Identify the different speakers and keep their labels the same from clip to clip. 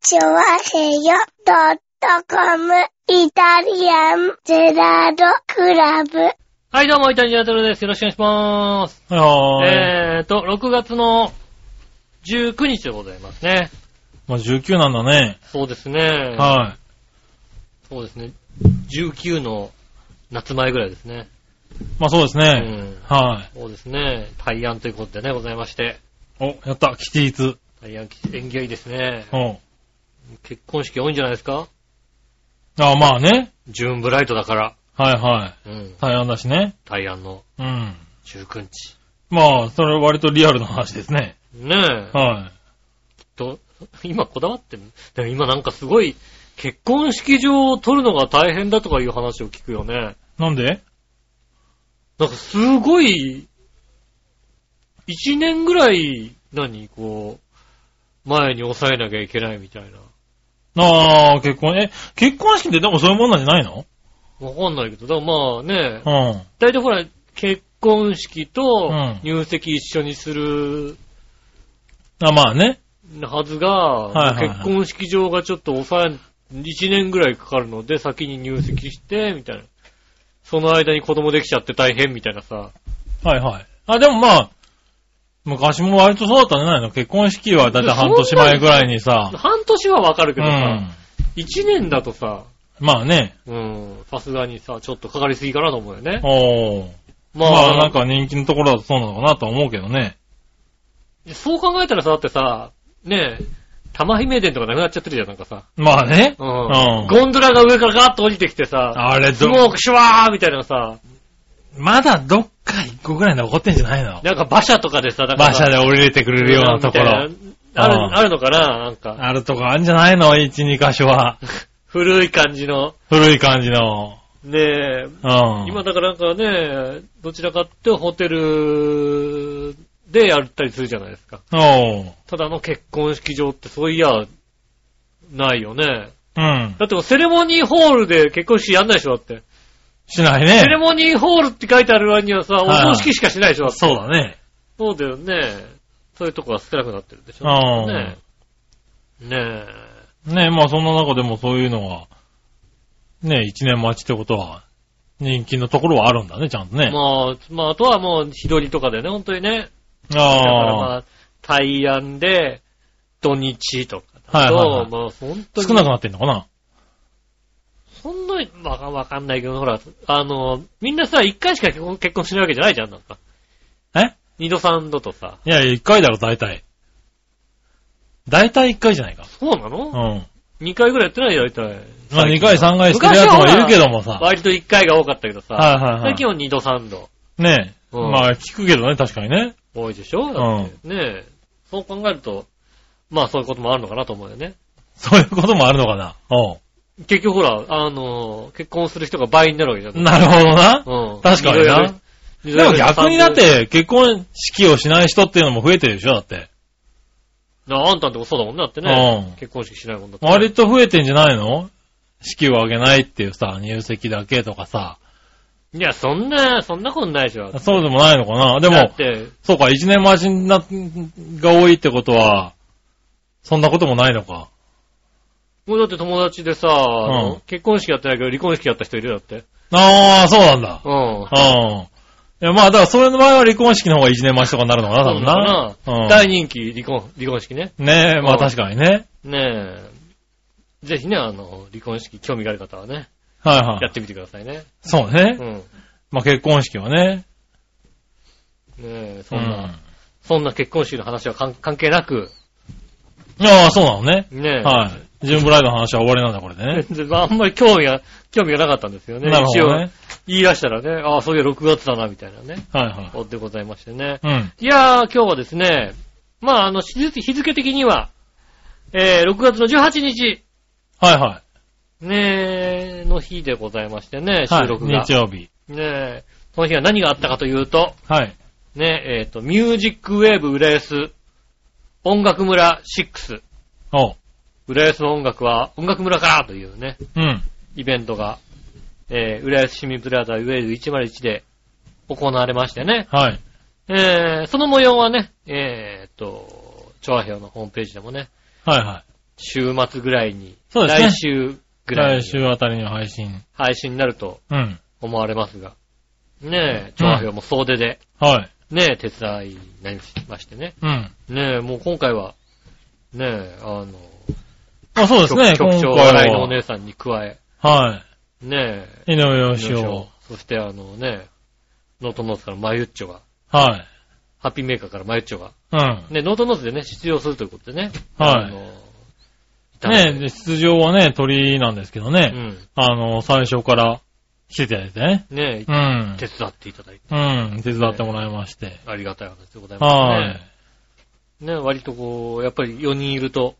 Speaker 1: チョワヘヨドットコムイタリアンゼラードクラブ。
Speaker 2: はい、どうも、イタリアントルです。よろしくお願いします。
Speaker 3: はーい。
Speaker 2: えーと、6月の19日でございますね。
Speaker 3: まあ、19なんだね。
Speaker 2: そうですね。
Speaker 3: は
Speaker 2: そうですね。19の夏前ぐらいですね。
Speaker 3: い。まあ、そうです
Speaker 2: う
Speaker 3: ね。
Speaker 2: ん。
Speaker 3: は
Speaker 2: そうですね。対案ということでね、ございまして。
Speaker 3: い。お、やった。キティーツ。
Speaker 2: 対案、演技がいいですね。
Speaker 3: おう
Speaker 2: 結婚式多いんじゃないですか
Speaker 3: あまあね。
Speaker 2: ジューンブライトだから。
Speaker 3: はいはい。
Speaker 2: うん。
Speaker 3: 対案だしね。
Speaker 2: 対案の
Speaker 3: うん。
Speaker 2: 19日。
Speaker 3: まあ、それは割とリアルな話ですね。
Speaker 2: ねえ。
Speaker 3: は
Speaker 2: と、今こだわってるでも今なんかすごい、結婚式場を取るのが大変だとかいう話を聞くよね。
Speaker 3: い。なんで
Speaker 2: なんかすごい、一年ぐらい、何、こう、前に抑えなきゃいけないみたいな。
Speaker 3: ああ、結婚、え、結婚式ってでもそういうもんなんじゃないの
Speaker 2: わかんないけど、でもまあね、
Speaker 3: うん。
Speaker 2: 大体ほら、結婚式と
Speaker 3: うん
Speaker 2: 入籍一緒にする
Speaker 3: あまあね。
Speaker 2: はずが、
Speaker 3: いはいはい
Speaker 2: 結婚式場がちょっと抑え、1年ぐらいかかるので、先に入籍して、みたいな。その間に子供できちゃって大変みたいなさ。
Speaker 3: はいはい。あ、でもまあ、昔も割とそうだったんじゃないの結婚式はだいたい半年前ぐらいにさ。
Speaker 2: 半年はわかるけ
Speaker 3: う
Speaker 2: ど
Speaker 3: ん
Speaker 2: さ、。1年だとさ、
Speaker 3: まあね。
Speaker 2: うん、さすがにさ、ちょっとかかりすぎかなと思うよね。
Speaker 3: おー。
Speaker 2: ま
Speaker 3: ま
Speaker 2: あ、
Speaker 3: あ、なんか人気のところだとそうなのかなとは思うけどね。
Speaker 2: そう考えたらさ、だってさ、ねえ、玉姫殿とかなくなっちゃってるじゃん、なんかさ。
Speaker 3: まあね。
Speaker 2: うん。
Speaker 3: うん
Speaker 2: ゴンドラが上からガーッと降りてきてさ、
Speaker 3: あれ
Speaker 2: ス
Speaker 3: ど、
Speaker 2: モークシュワーみたいなさ、
Speaker 3: まだどっか一個ぐらい残ってんじゃない
Speaker 2: な
Speaker 3: の
Speaker 2: んか馬車とかでさ、なんかさ
Speaker 3: 馬車で降りれてくれるようなところ。
Speaker 2: みたいなあ
Speaker 3: うん
Speaker 2: る、あるのかななんか、
Speaker 3: あるとこあるんじゃないの一、二箇 所は。
Speaker 2: 古い感じの。
Speaker 3: 古い感じの。
Speaker 2: ねえ、
Speaker 3: うん。
Speaker 2: 今だからなんかね、どちらかってホテルでやったりするじゃないですか。
Speaker 3: おう。
Speaker 2: ただの結婚式場ってそういや、ないよね。
Speaker 3: うん。
Speaker 2: だってもうセレモニーホールで結婚式やんないでしょだって。
Speaker 3: しない
Speaker 2: セレ
Speaker 3: ね。
Speaker 2: モニーホールって書いてある割にはさ、お
Speaker 3: はい
Speaker 2: 葬式しかしないでしょだって
Speaker 3: そうだね。
Speaker 2: そうだよね。そういうとこは少なくなってるでしょ
Speaker 3: うん
Speaker 2: ねえ。ね
Speaker 3: ねまあそんな中でもそういうのが、ね一年待ちってことは、人気のところはあるんだね、ちゃんと
Speaker 2: え。
Speaker 3: ね。
Speaker 2: まあ、まあ、あとはもう、日取りとかでね、本当にね。だから
Speaker 3: あ
Speaker 2: まあ、対案で、土日とかだ
Speaker 3: はい
Speaker 2: と、
Speaker 3: はいはい
Speaker 2: まあ本当
Speaker 3: あ、
Speaker 2: に。
Speaker 3: 少なくなってんのかな
Speaker 2: そんなに、わかわかんないけど、ほら、あの、みんなさ、一回しか結婚結婚しないわけじゃないじゃん、なんか。
Speaker 3: え
Speaker 2: 二度三度とさ。
Speaker 3: いやいや、一回だろ、大体。大体一回じゃないか。
Speaker 2: そうな
Speaker 3: う
Speaker 2: の
Speaker 3: ん。
Speaker 2: 二回ぐらいやってないよ、大体。
Speaker 3: まあ
Speaker 2: 最
Speaker 3: 二
Speaker 2: 近
Speaker 3: 回、三回してるやつもいるけどもさ。
Speaker 2: 割と一回が多かったけどさ。
Speaker 3: はいはいはい
Speaker 2: 最近は二度三度。
Speaker 3: ねえ。
Speaker 2: うん
Speaker 3: まあ、聞くけどね、確かにね。
Speaker 2: 多いでしょだってねえ。そう考えると、まあそういうこともあるのかなと思うよね。
Speaker 3: そういうこともあるのかな。お
Speaker 2: 結局ほら、あの、結婚する人が倍になるわけじゃん。
Speaker 3: うなるほどな。
Speaker 2: うん。
Speaker 3: 確かにな。
Speaker 2: い
Speaker 3: で
Speaker 2: ろいろ。
Speaker 3: も逆にだって、結婚式をしない人っていうのも増えてるでしょ、だって。
Speaker 2: な。あんたんとこそうだもんなってね。
Speaker 3: うん
Speaker 2: 結婚式しないもんだって。
Speaker 3: 割と増えてんじゃないの式をあげないっていうさ、入籍だけとかさ。
Speaker 2: いや、そんな、そんなことないでしょ。
Speaker 3: そうでもないのかな。で
Speaker 2: だ
Speaker 3: も
Speaker 2: っ、て、
Speaker 3: そうか、一年待ちな、が多いってことは、そんなこともないのか。
Speaker 2: もうだって友達でさ、
Speaker 3: うん
Speaker 2: 結婚式やってないけど離婚式やった人いるよだって。
Speaker 3: ああ、そうなんだ。
Speaker 2: うん。
Speaker 3: うん。いや、まあ、だから、それの場合は離婚式の方が一年待ちとかになるのかな、多分な。
Speaker 2: そう
Speaker 3: う
Speaker 2: の
Speaker 3: ん
Speaker 2: か大人気、離婚、離婚式ね。
Speaker 3: ねえ、ま
Speaker 2: う
Speaker 3: あ
Speaker 2: ん
Speaker 3: 確かにね。
Speaker 2: ねえ。ぜひね、あの、離婚式興味がある方はね、
Speaker 3: はいは
Speaker 2: や
Speaker 3: い
Speaker 2: っ。てみてくださいね。
Speaker 3: そうね
Speaker 2: う。ん。ね
Speaker 3: まあ結婚式はね。
Speaker 2: え、そ
Speaker 3: うんん。
Speaker 2: な、
Speaker 3: あ
Speaker 2: そんな結婚式の話は関関係なく、
Speaker 3: あ、そうなのね。
Speaker 2: ねえ。
Speaker 3: はい。ジュンブライドの話は終わりなんだ、これでね。
Speaker 2: でまあ、あんまり興味が、興味がなかったんですよね。
Speaker 3: なるほど
Speaker 2: 一応
Speaker 3: ね、。
Speaker 2: 言い出したらね、ああ、そういや6月だな、みたいなね、
Speaker 3: はいはい。
Speaker 2: ことでございましてね。
Speaker 3: うん。
Speaker 2: いやー、今日はですね、まあ、あの、日付日付的には、えー、6月の18日、
Speaker 3: はいは
Speaker 2: ねーの日でございましてね、
Speaker 3: い。
Speaker 2: 収録が。
Speaker 3: はい、日曜日。
Speaker 2: ねーその日は何があったかというと、
Speaker 3: はい。
Speaker 2: ねえっ、と、ミュージックウェーブ浦安、音楽村6、
Speaker 3: おう。
Speaker 2: 浦安の音楽は音楽村からというね、
Speaker 3: うん。
Speaker 2: イベントが、えー、浦安市民プラザウェーブ101で行われましてね、
Speaker 3: はい。
Speaker 2: えー、その模様はね、えー、っと、調和表のホームページでもね、
Speaker 3: はいは
Speaker 2: 週末ぐらいに、
Speaker 3: そうですね
Speaker 2: 来週ぐらい
Speaker 3: 来
Speaker 2: に
Speaker 3: 週あたりに配信。
Speaker 2: 配信になると
Speaker 3: うん。
Speaker 2: 思われますが、ねえ、調和表も総出で、
Speaker 3: はい。
Speaker 2: ねえ、手伝いになりましてね。
Speaker 3: うん。
Speaker 2: ねえ、もう今回は、ねえ、あの、
Speaker 3: あ、そうですね、今
Speaker 2: 局
Speaker 3: 回
Speaker 2: 長、
Speaker 3: は。
Speaker 2: 笑いのお姉さんに加え、
Speaker 3: は
Speaker 2: ねえ、
Speaker 3: い。井上洋志を。
Speaker 2: そしてあのね、ノートノーツからマユッチョが、
Speaker 3: はい。
Speaker 2: ハッピーメーカーからマユッチョが、
Speaker 3: うん。
Speaker 2: ね、ノートノーツでね、出場するということでね。
Speaker 3: はい
Speaker 2: あの
Speaker 3: ねえ、で、出場はね、鳥なんですけど
Speaker 2: う
Speaker 3: ね。
Speaker 2: ん。
Speaker 3: あの、最初から来ていただいてね。
Speaker 2: ね
Speaker 3: う、ん。
Speaker 2: 手伝っていただいて、
Speaker 3: うん。手伝ってもらいまして。
Speaker 2: ありがたい話でございま
Speaker 3: は
Speaker 2: すね。ね、割とこう、やっぱり4人いると。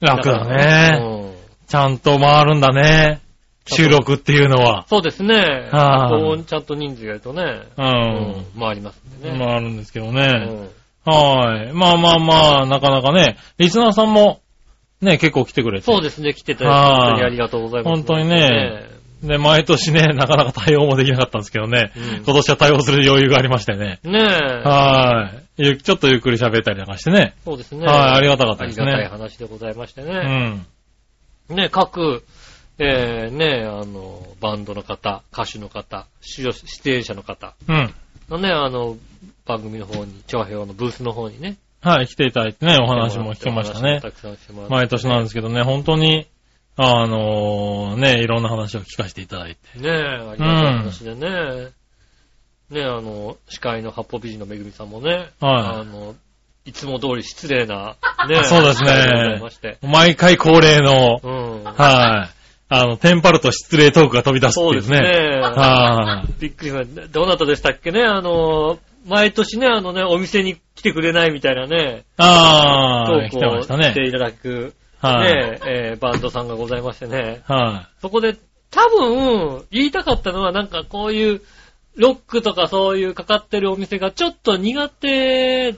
Speaker 3: い。楽だ
Speaker 2: から
Speaker 3: ね。
Speaker 2: うん
Speaker 3: ちゃんと回るんだね。収録っていうのは。
Speaker 2: そうですね。
Speaker 3: はい
Speaker 2: こうちゃんと人数がいるとね、
Speaker 3: う
Speaker 2: うん
Speaker 3: ん。、
Speaker 2: 回りますんでね。
Speaker 3: 回るんですけど
Speaker 2: う
Speaker 3: ね。
Speaker 2: ん
Speaker 3: はい。まあまあまあ、なかなかね、リスナーさんも、ね、結構来てくれて。
Speaker 2: そうですね、来てただいて
Speaker 3: はい
Speaker 2: 本当にありがとうございます。
Speaker 3: 本当にねで、毎年ね、なかなか対応もできなかったんですけどね、
Speaker 2: うん
Speaker 3: 今年は対応する余裕がありましてね。
Speaker 2: ね。ねえ。
Speaker 3: はーい。ゆちょっとゆっくり喋ったりなんかしてね。
Speaker 2: そうですね。
Speaker 3: はいありがたかったです
Speaker 2: あ
Speaker 3: ね
Speaker 2: りがたい話でございまして
Speaker 3: う
Speaker 2: ね。
Speaker 3: ん。
Speaker 2: ね、各、えー、ね、あの、バンドの方、歌手の方、出場出演者の方
Speaker 3: うん。
Speaker 2: のね、あの、番組の方に、長平のブースの方にね。
Speaker 3: はい、来ていただいてね、お話も聞けました
Speaker 2: お
Speaker 3: ね
Speaker 2: 話も。たくさんしてもらって。
Speaker 3: 毎年なんですけどね、本当に、あのーね、いろんな話を聞かせていただいて。
Speaker 2: ねえ、ありがたい話でね。ねえ、あの、司会の八方美人のめぐみさんもね、
Speaker 3: はい
Speaker 2: あの、いつも通り失礼 な、ね
Speaker 3: そうですね
Speaker 2: ありがとうございまして。
Speaker 3: 毎回恒例の、
Speaker 2: うん。
Speaker 3: はい。あの、テンパると失礼トークが飛び出すって
Speaker 2: そう
Speaker 3: い
Speaker 2: で
Speaker 3: う
Speaker 2: す
Speaker 3: ね。
Speaker 2: ね。
Speaker 3: はい。
Speaker 2: びっくりしました。どなたでしたっけねあの、毎年ね、あのね、お店に来てくれないみたいなね、
Speaker 3: ああ、
Speaker 2: ト
Speaker 3: 来
Speaker 2: ーク
Speaker 3: て
Speaker 2: を
Speaker 3: ましたね
Speaker 2: し。ていただく、
Speaker 3: はい。
Speaker 2: ね、えーバンドさんがございましてね、
Speaker 3: はい。
Speaker 2: そこで多分言いたかったのはなんかこういうロックとかそういうかかってるお店がちょっと苦手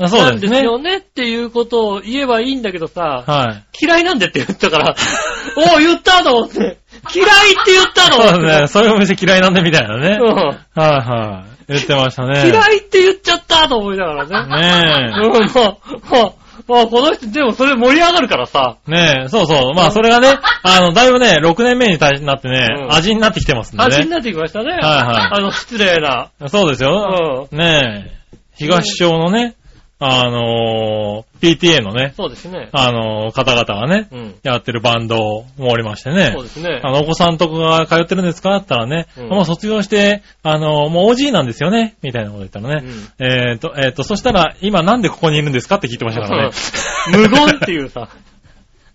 Speaker 3: あそ
Speaker 2: な
Speaker 3: うん
Speaker 2: で
Speaker 3: で
Speaker 2: すす
Speaker 3: ね。
Speaker 2: よねっていうことを言えばいいんだけどさ、
Speaker 3: はい。
Speaker 2: 嫌いなんでって言った から、おお、言ったと思って、嫌いって言ったの
Speaker 3: そうですね。そういうお店嫌いなんでみたいなね。
Speaker 2: うん
Speaker 3: はいはい。言ってましたね。
Speaker 2: 嫌いって言っちゃったと思いながらね。うん、
Speaker 3: ね
Speaker 2: まあ、まあ、まあ、この人、でもそれ盛り上がるからさ。
Speaker 3: え。ねえ、そうそう。まあ、それがね、あの、だいぶね、6年目に対しなってね
Speaker 2: う、ん
Speaker 3: 味になってきてますんで
Speaker 2: 味に
Speaker 3: ね。
Speaker 2: なってきましたね。はい
Speaker 3: は
Speaker 2: あの、失礼な。
Speaker 3: そうですよ。
Speaker 2: う
Speaker 3: ねえ。東町のね、あのー、PTA のね、
Speaker 2: そうですね。
Speaker 3: あのー、方々がね、
Speaker 2: うん。
Speaker 3: やってるバンドもおりましてね。
Speaker 2: そうですね。
Speaker 3: あの、お子さんとかが通ってるんですかって言ったらね、
Speaker 2: うん
Speaker 3: もう卒業して、あの、もう OG なんですよねみたいなこと言ったらね、えっ、と、えっ、と、そしたら、今なんでここにいるんですかって聞いてましたからね。
Speaker 2: 無言っていうさ。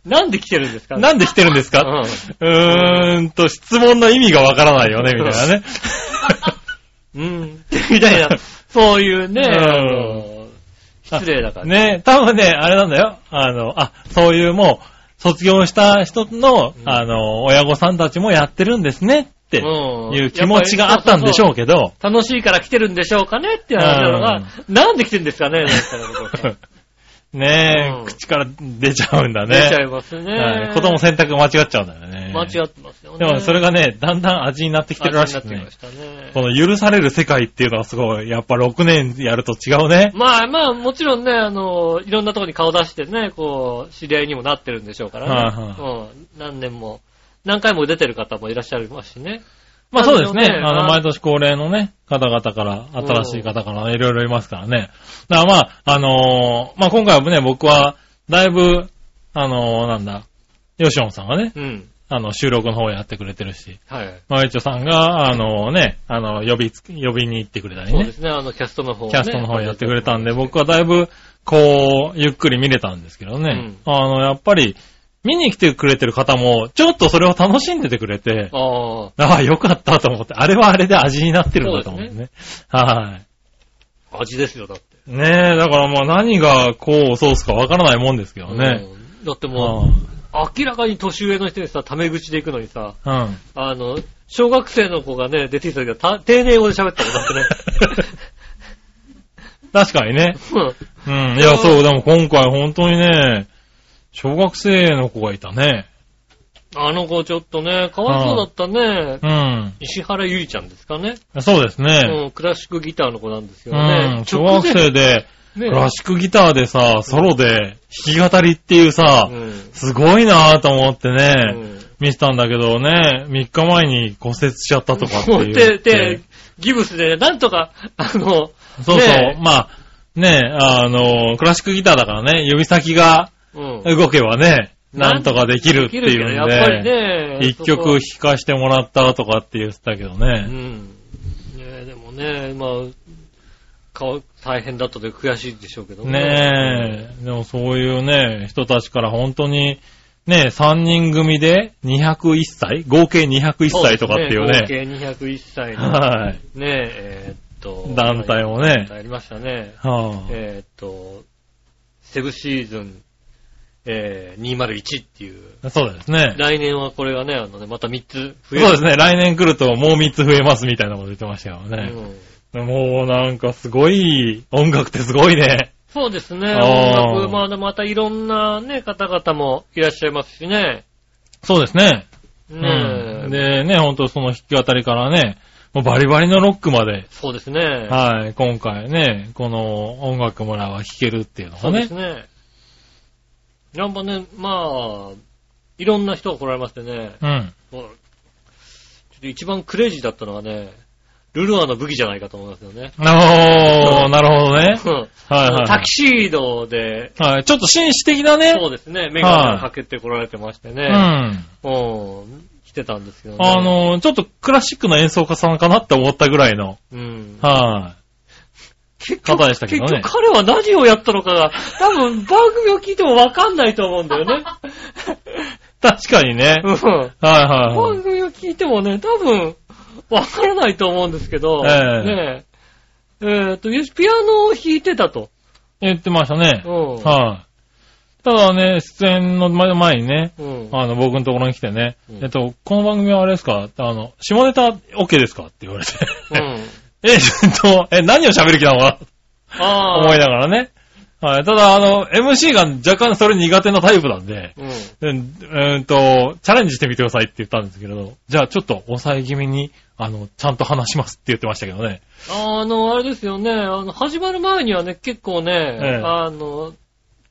Speaker 2: なんで来てるんですか
Speaker 3: なんで来てるんですか、
Speaker 2: うん
Speaker 3: うーんと、質問の意味がわからないよね、みた いなね。
Speaker 2: うん。みたいな。そういうね、
Speaker 3: うん
Speaker 2: あの失礼だから。
Speaker 3: ね、多分ね、あれなんだよ。あの、あ、そういうもう、卒業した人の、
Speaker 2: うん
Speaker 3: あの、親御さんたちもやってるんですねって
Speaker 2: うん
Speaker 3: いう気持ちがあったんでしょうけど、
Speaker 2: 楽しいから来てるんでしょうかねっていう話なのが、なんで来てるんですか ねなんて言ったらこうさ
Speaker 3: ねえ、
Speaker 2: うん
Speaker 3: 口から出ちゃうんだ
Speaker 2: 出
Speaker 3: ね。
Speaker 2: ちゃいます
Speaker 3: は
Speaker 2: ね
Speaker 3: い。子供選択間違っちゃうんだよね。
Speaker 2: 間違ってますよね。
Speaker 3: でもそれがね、だんだん味になってきてるらしく
Speaker 2: 味にな
Speaker 3: ね
Speaker 2: って。きましたね。
Speaker 3: この許される世界っていうのはすごい、やっぱ6年やると違うね。
Speaker 2: まあまあ、もちろんね、あの、いろんなとこに顔出してね、こう、知り合いにもなってるんでしょうからね。
Speaker 3: はい
Speaker 2: うん。何年も、何回も出てる方もいらっしゃいますしね。
Speaker 3: まあそうですね。
Speaker 2: なるほどね
Speaker 3: あ
Speaker 2: あ
Speaker 3: の、
Speaker 2: ー
Speaker 3: 毎年恒例のね、方々から、新しい方からねいろいろいますからね。だからまあ、あのーまあ今回はね、僕は、だいぶ、あのーなんだ、ヨシオンさんがね、
Speaker 2: うん。
Speaker 3: あの、収録の方やってくれてるし、
Speaker 2: はい。
Speaker 3: マイチョさんが、あのーね、あの、呼びつ、呼びに行ってくれたり
Speaker 2: そう
Speaker 3: ね
Speaker 2: で。すね、あの、キャストの方、ね、
Speaker 3: キャストの方やってくれたんで、僕はだいぶ、こう、ゆっくり見れたんですけどね。あの、やっぱり、見に来てくれてる方も、ちょっとそれを楽しんでてくれて、
Speaker 2: ああ。
Speaker 3: ああ、よかったと思って、あれはあれで味になってるんだと思ってね。は
Speaker 2: 味ですよ、だって。
Speaker 3: い。ねえ、だからまあ何がこうソースかわからないもんですけどね。
Speaker 2: うんだって
Speaker 3: う
Speaker 2: もう、
Speaker 3: ん。
Speaker 2: 明らかに年上の人にさ、タメ口で行くのにさ、
Speaker 3: うん。
Speaker 2: あの、小学生の子がね、出てきた時はた、丁寧語で喋ったもんだ ってね。
Speaker 3: 確かにね。
Speaker 2: うん
Speaker 3: うん。いや、そう、でも今回本当にね、小学生の子がいたね。
Speaker 2: あの子ちょっとね、かわいそうだったね。
Speaker 3: うん。
Speaker 2: 石原ゆりちゃんですかね。
Speaker 3: そうですね。
Speaker 2: うん、クラシックギターの子なんですよ
Speaker 3: う
Speaker 2: ね
Speaker 3: ん。。小学生で、
Speaker 2: ね
Speaker 3: クラシックギターでさ、ソロで弾き語りっていうさ
Speaker 2: う、ん
Speaker 3: すごいなぁと思って
Speaker 2: う
Speaker 3: ね、
Speaker 2: ん。
Speaker 3: 見てたんだけどね、3日前に骨折しちゃったとかって
Speaker 2: こう
Speaker 3: い
Speaker 2: や
Speaker 3: う。
Speaker 2: って、で、ギブスで、なんとか、あの、
Speaker 3: そうそう
Speaker 2: ね。
Speaker 3: まあ、ねあの、クラシックギターだからね、指先が
Speaker 2: うん
Speaker 3: 動けばね、なんとかできるって
Speaker 2: できるけ
Speaker 3: い
Speaker 2: ど
Speaker 3: う
Speaker 2: や
Speaker 3: ん
Speaker 2: っぱりね。
Speaker 3: で、一
Speaker 2: そ
Speaker 3: 曲
Speaker 2: こ
Speaker 3: 弾かしてもらったとかって言ってたけど
Speaker 2: う
Speaker 3: ね。
Speaker 2: ん。ねえ、でもね、まあ、顔、大変だったで悔しいでしょうけど
Speaker 3: ねえ、でもそういうね、人たちから本当に、ね3人組で201歳合計201歳とかっていう
Speaker 2: 合
Speaker 3: ね。
Speaker 2: 計201歳の、
Speaker 3: はい。
Speaker 2: ねえ、えーっと、
Speaker 3: 団体をね
Speaker 2: ありましたね。
Speaker 3: は
Speaker 2: えーっと、セブシーズン、えー201っていう。
Speaker 3: あ、そうですね。
Speaker 2: 来年はこれがね、あのね、また3つ増え
Speaker 3: そうで
Speaker 2: る。
Speaker 3: すね。来年来るともう3つ増えますみたいなこと言ってましたよね。
Speaker 2: うん
Speaker 3: もうなんかすごい、音楽ってすごいね。
Speaker 2: そうですね。
Speaker 3: あー
Speaker 2: 音楽、まあ、またいろんなね、方々もいらっしゃいますしね。
Speaker 3: そうですね。
Speaker 2: ねえ
Speaker 3: うん、でね、ほんとその弾き語りからね、もうバリバリのロックまで、
Speaker 2: そうですね。
Speaker 3: はい、今回ね、この音楽村は弾けるっていうの
Speaker 2: そ
Speaker 3: が
Speaker 2: うで
Speaker 3: ね
Speaker 2: す。ね。やっぱね、まあ、いろんな人が来られましてね、
Speaker 3: うん。
Speaker 2: もうちょっと一番クレイジーだったのはね、ルルアの武器じゃないかと思いますよね。
Speaker 3: おー、なるほ どね。
Speaker 2: うん
Speaker 3: はいはい
Speaker 2: タキシードで、
Speaker 3: はい、ちょっと紳士的だね。
Speaker 2: そうですね、メガネをかけて来られてまして
Speaker 3: う
Speaker 2: ね、
Speaker 3: ん。
Speaker 2: うん、来てたんですけどね。
Speaker 3: あ、の、ちょっとクラシックな演奏家さんかなって思ったぐらいの、
Speaker 2: うん。
Speaker 3: は
Speaker 2: 結
Speaker 3: 方でしたけどね
Speaker 2: 結局彼は何をやったのかが、多分番組を聞いてもわかんないと思うんだよね。
Speaker 3: い。確かにね。
Speaker 2: うん。
Speaker 3: はいはいはい
Speaker 2: 番。組を聞いてもね、多分、わからないと思うんですけど、
Speaker 3: ええ
Speaker 2: ねえ、えーと、よしピアノを弾いてたと。
Speaker 3: 言ってましたね。
Speaker 2: うん
Speaker 3: はい。ただね、出演の前にね、
Speaker 2: うん。
Speaker 3: あの、僕のところに来てね、
Speaker 2: うん
Speaker 3: えっと、この番組はあれですかあの、下ネタ OK ですかって言われて。
Speaker 2: うん。
Speaker 3: え、ちょっと、え、何を喋る気なのかな
Speaker 2: ああ。
Speaker 3: 思いながらね。はい。ただ、あの、MC が若干それ苦手なタイプなんで、
Speaker 2: うん。
Speaker 3: うん、うんと、チャレンジしてみてくださいって言ったんですけれど、じゃあちょっと抑え気味に、あの、ちゃんと話しますって言ってましたけどね。
Speaker 2: あの、あれですよね、あの、始まる前にはね、結構ね、
Speaker 3: え
Speaker 2: あの、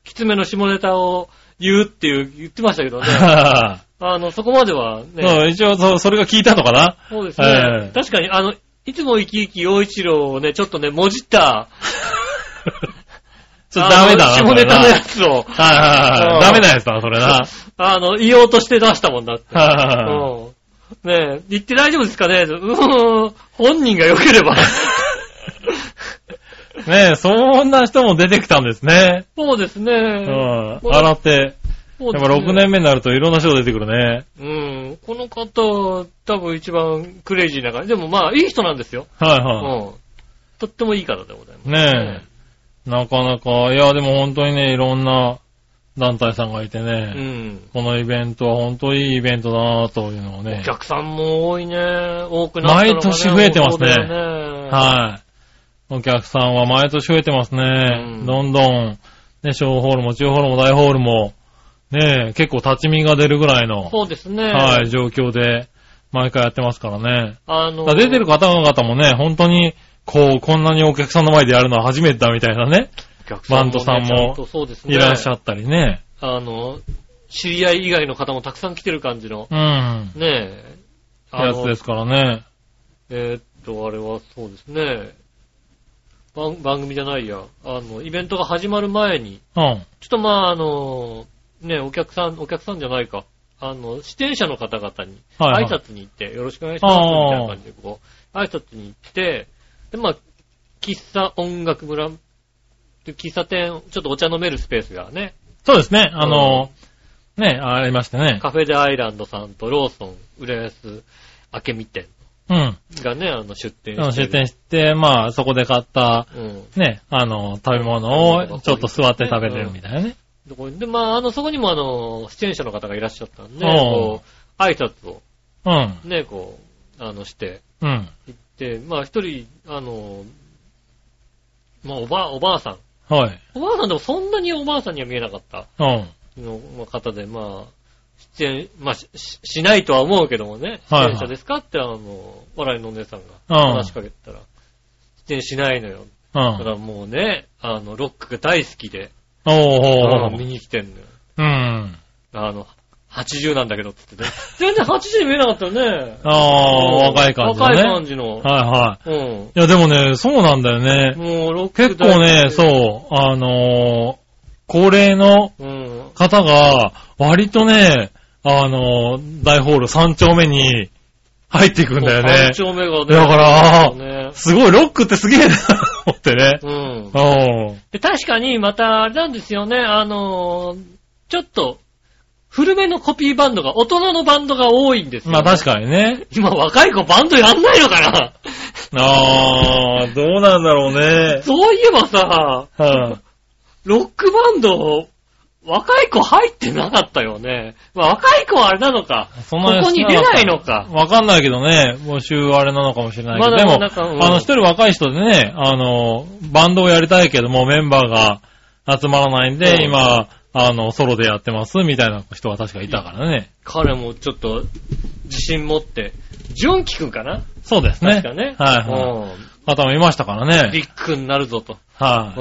Speaker 2: きつめの下ネタを言うっていう、言ってましたけどね、
Speaker 3: は
Speaker 2: あの、そこまでは
Speaker 3: ぁ
Speaker 2: ね、
Speaker 3: そう一応そう、それが効いたのかな
Speaker 2: そうですね、
Speaker 3: ええ
Speaker 2: 確かに、あの、いつも生き生き陽一郎をね、ちょっとね、もじった、
Speaker 3: ちょっとダメだな、
Speaker 2: あの下
Speaker 3: それ
Speaker 2: ネタ
Speaker 3: な
Speaker 2: の
Speaker 3: はい
Speaker 2: やつを、
Speaker 3: はいはい。
Speaker 2: うん
Speaker 3: ダメなやつだな、それな。はい
Speaker 2: あの、言おうとして出したもんだって。
Speaker 3: はいはい。
Speaker 2: うん。ねえ、言って大丈夫ですかねうーん、本人が良けれ ば。
Speaker 3: ねえ、そんな人も出てきたんですね。
Speaker 2: そうですね。
Speaker 3: うん。
Speaker 2: これ
Speaker 3: 洗って。
Speaker 2: そ
Speaker 3: や
Speaker 2: うで
Speaker 3: っぱ
Speaker 2: すね
Speaker 3: 6年目になるといろんな人出てくるね。
Speaker 2: うん。この方、多分一番クレイジーな感じ。でもまあ、いい人なんですよ。
Speaker 3: はいうは
Speaker 2: ん。とってもいい方でございます。
Speaker 3: い。ねえ。なかなか、いや、でも本当にね、いろんな団体さんがいて
Speaker 2: う
Speaker 3: ね、
Speaker 2: ん。
Speaker 3: このイベントは本当いいイベントだなというのを
Speaker 2: お
Speaker 3: ね。
Speaker 2: 客さんも多いね。多くなったのがね
Speaker 3: 毎年増えてま
Speaker 2: そ
Speaker 3: すね
Speaker 2: うだよね
Speaker 3: はい。お客さんは毎年増えてますね
Speaker 2: う。ん
Speaker 3: どんどん、ね、小ホールも中ホールも大ホールも、ねえ、結構立ち見が出るぐらいの、
Speaker 2: そうですね。
Speaker 3: はい、。状況で、毎回やってますからね。
Speaker 2: あの
Speaker 3: だから、出てる方々もね、本当に、こう、こんなにお客さんの前でやるのは初めてだみたいなね、
Speaker 2: お客ね
Speaker 3: バンドさんも
Speaker 2: ちゃとそうですね。
Speaker 3: いらっしゃったりね。
Speaker 2: あの、知り合い以外の方もたくさん来てる感じの、
Speaker 3: うん。
Speaker 2: ねえ。あ
Speaker 3: や
Speaker 2: の
Speaker 3: つですからね。
Speaker 2: えーっと、あれはそうですね。番番組じゃないや。あの、イベントが始まる前に、
Speaker 3: うん。
Speaker 2: ちょっとまああの、ね、お客さん、お客さんじゃないか。あの、出演者の方々に、
Speaker 3: はいはい
Speaker 2: 挨拶に行って、よろしくお願いします、みたいな感じで、こう、挨拶に行って、で、まあ、喫茶音楽村、で喫茶店、ちょっとお茶飲めるスペースがね、
Speaker 3: そうですね。あの、ね、ありましたね。
Speaker 2: カフェでアイランドさんとローソン、浦安、明美店
Speaker 3: うん。
Speaker 2: がね、あの、出店
Speaker 3: あの
Speaker 2: して
Speaker 3: 出
Speaker 2: る。
Speaker 3: 店して、まあ、そこで買った、
Speaker 2: うん。
Speaker 3: ね、あの、食べ物をちょっと座って食べてるみたいなね。
Speaker 2: どこにで、まあ、あの、そこにもあの、出演者の方がいらっしゃったんで、
Speaker 3: うん
Speaker 2: こう、挨拶を
Speaker 3: うん。
Speaker 2: ね、こう、あの、して、
Speaker 3: うん。
Speaker 2: 行って、まあ、一人、あの、まあ、おばあ、おばあさん。
Speaker 3: はい。
Speaker 2: おばあさんでもそんなにおばあさんには見えなかった
Speaker 3: うん。
Speaker 2: のまあ方で、まあ、出演、まあ、し、ししないとは思うけどもね、出
Speaker 3: はいはい
Speaker 2: 演者ですかって、あの、笑いのお姉さんが
Speaker 3: うん
Speaker 2: 話しかけてたら、出演しないのよ。
Speaker 3: うう
Speaker 2: だか
Speaker 3: ん。
Speaker 2: らもうね、あの、ロックが大好きで、
Speaker 3: お
Speaker 2: あ
Speaker 3: ーおー
Speaker 2: の
Speaker 3: お
Speaker 2: 見
Speaker 3: ー
Speaker 2: に来てんのよ。
Speaker 3: うん。
Speaker 2: あの、80なんだけどって言ってね。全然80に見えなかったよね。
Speaker 3: ああ、若い感じだね。
Speaker 2: 若い感じの。
Speaker 3: はいは
Speaker 2: うん。
Speaker 3: い。いや、でもね、そうなんだよね。
Speaker 2: もうロック
Speaker 3: 結構ね、
Speaker 2: う。
Speaker 3: そう、あのー高齢の
Speaker 2: うん。
Speaker 3: 方が、割とね、あのー大ホール3丁目に入っていくんだよね
Speaker 2: 三。丁目がね。
Speaker 3: だからあー
Speaker 2: ね、
Speaker 3: すごい、ロックってすげえな、 思ってね。
Speaker 2: うん。
Speaker 3: おう
Speaker 2: で、確かにまた、あれなんですよね、あのーちょっと、古めのコピーバンドが、大人のバンドが多いんですよ、
Speaker 3: まあ確
Speaker 2: か
Speaker 3: かにね。
Speaker 2: 今若い子バンドやんないのか な
Speaker 3: ああ、どうなんだろうね。
Speaker 2: そういえばさ、
Speaker 3: はい
Speaker 2: ロックバンド、若い子入ってなかったよね。まあ、若い子はあれなのか。
Speaker 3: そんな
Speaker 2: ここに出ないのか
Speaker 3: わかんないけどね、募集あれなのかもしれないけど、
Speaker 2: まだ
Speaker 3: でも、
Speaker 2: なんかうん
Speaker 3: あの、一人若い人でね、あの、バンドをやりたいけども、メンバーが集まらないんで、
Speaker 2: うん
Speaker 3: 今、あの、ソロでやってます、みたいな人は確かいたからね。
Speaker 2: 彼もちょっと、自信持って。純喜くんかな
Speaker 3: そうですね。
Speaker 2: 確かね。
Speaker 3: はいはい。
Speaker 2: うん
Speaker 3: 方もいましたからね。
Speaker 2: ビッグになるぞと。
Speaker 3: は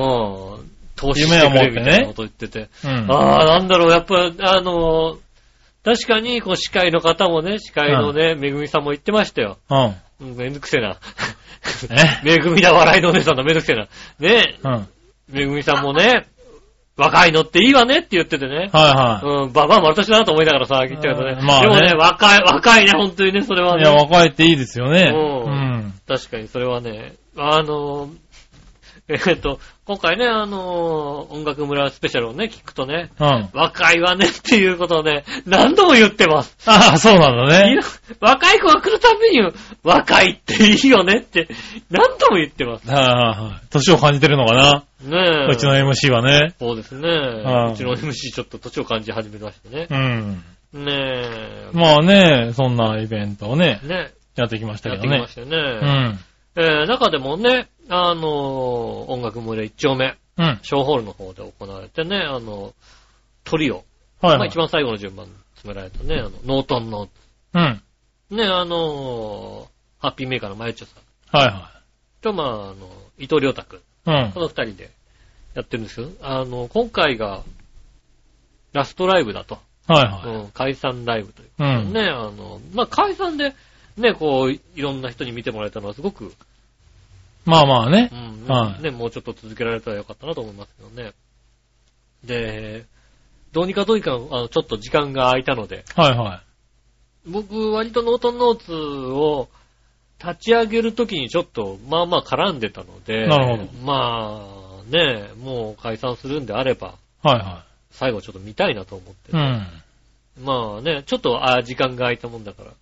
Speaker 2: うん。投資してくれみたいなこと言ってて。
Speaker 3: い。うん。
Speaker 2: ああ、なんだろう、やっぱ、あのー確かに、こう、司会の方もね、司会のね、めぐみさんも言ってましたよ。
Speaker 3: うん。
Speaker 2: うんめんどくせえな。
Speaker 3: え
Speaker 2: めぐみだ、笑いのお姉さんだ、めんどくせえな。ね、
Speaker 3: うん。はい
Speaker 2: めぐみさんもね、若いのっていいわねって言っててね。
Speaker 3: は
Speaker 2: うん、ばばあ、私だなと思いながらさ、言ってたけどね。
Speaker 3: うんまあね。
Speaker 2: でもね、若い、若いね、本当にね、それはい
Speaker 3: い
Speaker 2: ね。
Speaker 3: や、若いっていいですよね。
Speaker 2: う
Speaker 3: うんん。
Speaker 2: 確かにそれはね、あの、えっと、今回ね、あの、音楽村スペシャルをね、聞くとね、
Speaker 3: うん。
Speaker 2: 若いわねっていうことをね、何度も言ってます。
Speaker 3: ああ、そうなんだ
Speaker 2: い
Speaker 3: ね
Speaker 2: や。若い子が来るたびに、若いっていいよねって、何度も言ってます。
Speaker 3: はいはいはい。年を感じてるのかな、
Speaker 2: ねえ。
Speaker 3: うちの MC はね。
Speaker 2: そうですね。
Speaker 3: ん
Speaker 2: うちの MC ちょっと年を感じ始めましたね
Speaker 3: う。ん。
Speaker 2: ね
Speaker 3: まあね、そんなイベントをね
Speaker 2: え。、ね
Speaker 3: やってきました
Speaker 2: や
Speaker 3: け
Speaker 2: っ
Speaker 3: ど
Speaker 2: てきま
Speaker 3: ね。
Speaker 2: したよ
Speaker 3: う
Speaker 2: ね。
Speaker 3: ん。
Speaker 2: えー中でもね、あの、音楽村一丁目。
Speaker 3: うん。
Speaker 2: ショーホールの方で行われてね、あの、トリオ。
Speaker 3: はい、
Speaker 2: まあ
Speaker 3: はい
Speaker 2: 一。番最後の順番に詰められたね、あの、ノートンの、
Speaker 3: うん。はい
Speaker 2: ね、あの、ハッピーメーカーのマユチョさん
Speaker 3: は
Speaker 2: と、まあ、あの、伊藤良太くん。
Speaker 3: い。うん
Speaker 2: こ。の二人でやってるんですけど、あの、今回が、ラストライブだと。
Speaker 3: はいは
Speaker 2: うん、解散ライブという。
Speaker 3: い。うん。
Speaker 2: ね、あの、まあ、解散で、ね、こう、いろんな人に見てもらえたのはすごく、
Speaker 3: まあまあね
Speaker 2: う。ん、
Speaker 3: はい
Speaker 2: ね、もうちょっと続けられたらよかったなと思いますけどね。で、どうにかどうにか、あの、ちょっと時間が空いたので、
Speaker 3: はいは
Speaker 2: 僕、割とノートンノーツを立ち上げるときにちょっと、まあまあ絡んでたので、
Speaker 3: なるほど
Speaker 2: まあ、ね、もう解散するんであれば、
Speaker 3: い。はいは
Speaker 2: 最後ちょっと見たいなと思って、
Speaker 3: い。う
Speaker 2: まあね、ちょっと、あ時間が空いたもんだから、
Speaker 3: ん。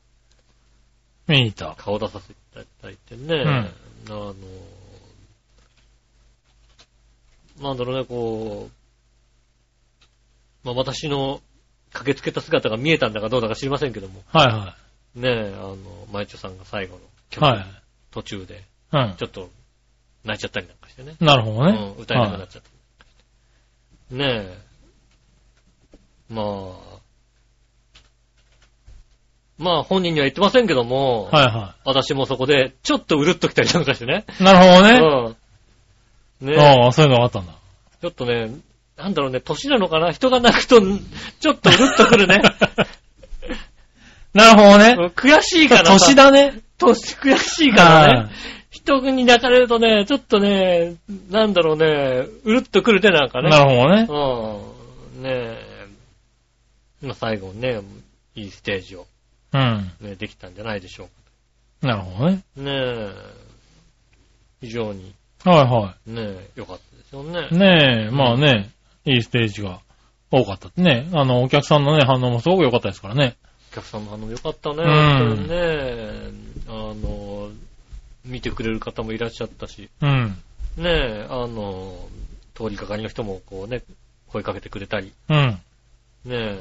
Speaker 3: 見に行った。
Speaker 2: 顔出させていただいてね、
Speaker 3: うん
Speaker 2: あの、なんだろうね、こう、まあ私の駆けつけた姿が見えたんだかどうだか知りませんけども、
Speaker 3: はいは
Speaker 2: ねえ、あの、マイチョさんが最後の
Speaker 3: い。
Speaker 2: 曲、
Speaker 3: はい。
Speaker 2: 途中で、
Speaker 3: うん。
Speaker 2: ちょっと泣いちゃったりなんかしてね、
Speaker 3: なるほどね
Speaker 2: うん、。歌えなくなっちゃったりなんかして。ねえ、まあ、まあ本人には言ってませんけども、
Speaker 3: はいは
Speaker 2: 私もそこで、ちょっとうるっときたりなんかしてね。
Speaker 3: い。なるほどね。
Speaker 2: うん。ね
Speaker 3: ああ、そういうのがあったんだ。
Speaker 2: ちょっとね、なんだろうね、年なのかな人が泣くと、んちょっとうるっとくる ね。
Speaker 3: なるほどね
Speaker 2: う。ん悔しいからさ
Speaker 3: 年だね。
Speaker 2: 年悔しいから
Speaker 3: は
Speaker 2: ね
Speaker 3: い。
Speaker 2: 人に泣かれるとね、ちょっとね、なんだろうね、うるっとくるね、なんかね。
Speaker 3: なるほ
Speaker 2: う
Speaker 3: どね。
Speaker 2: ん。ねえ。まあ最後ね、いいステージを、
Speaker 3: うん。
Speaker 2: ね、できたんじゃないでしょう
Speaker 3: なるほどね。
Speaker 2: か。ねえ。非常に、
Speaker 3: はいは
Speaker 2: ねえ、良かったですよね。
Speaker 3: い。ねえ、まあね、いいステージが多かったってね。あの、お客さんのね、反応もすごく良かったですからね。
Speaker 2: お客さんの反応良かったね。
Speaker 3: ん
Speaker 2: 本当にね、あの、見てくれる方もいらっしゃったし、
Speaker 3: うん。
Speaker 2: ね、あの、通りかかりの人もこうね、声かけてくれたり、
Speaker 3: うん。
Speaker 2: ね、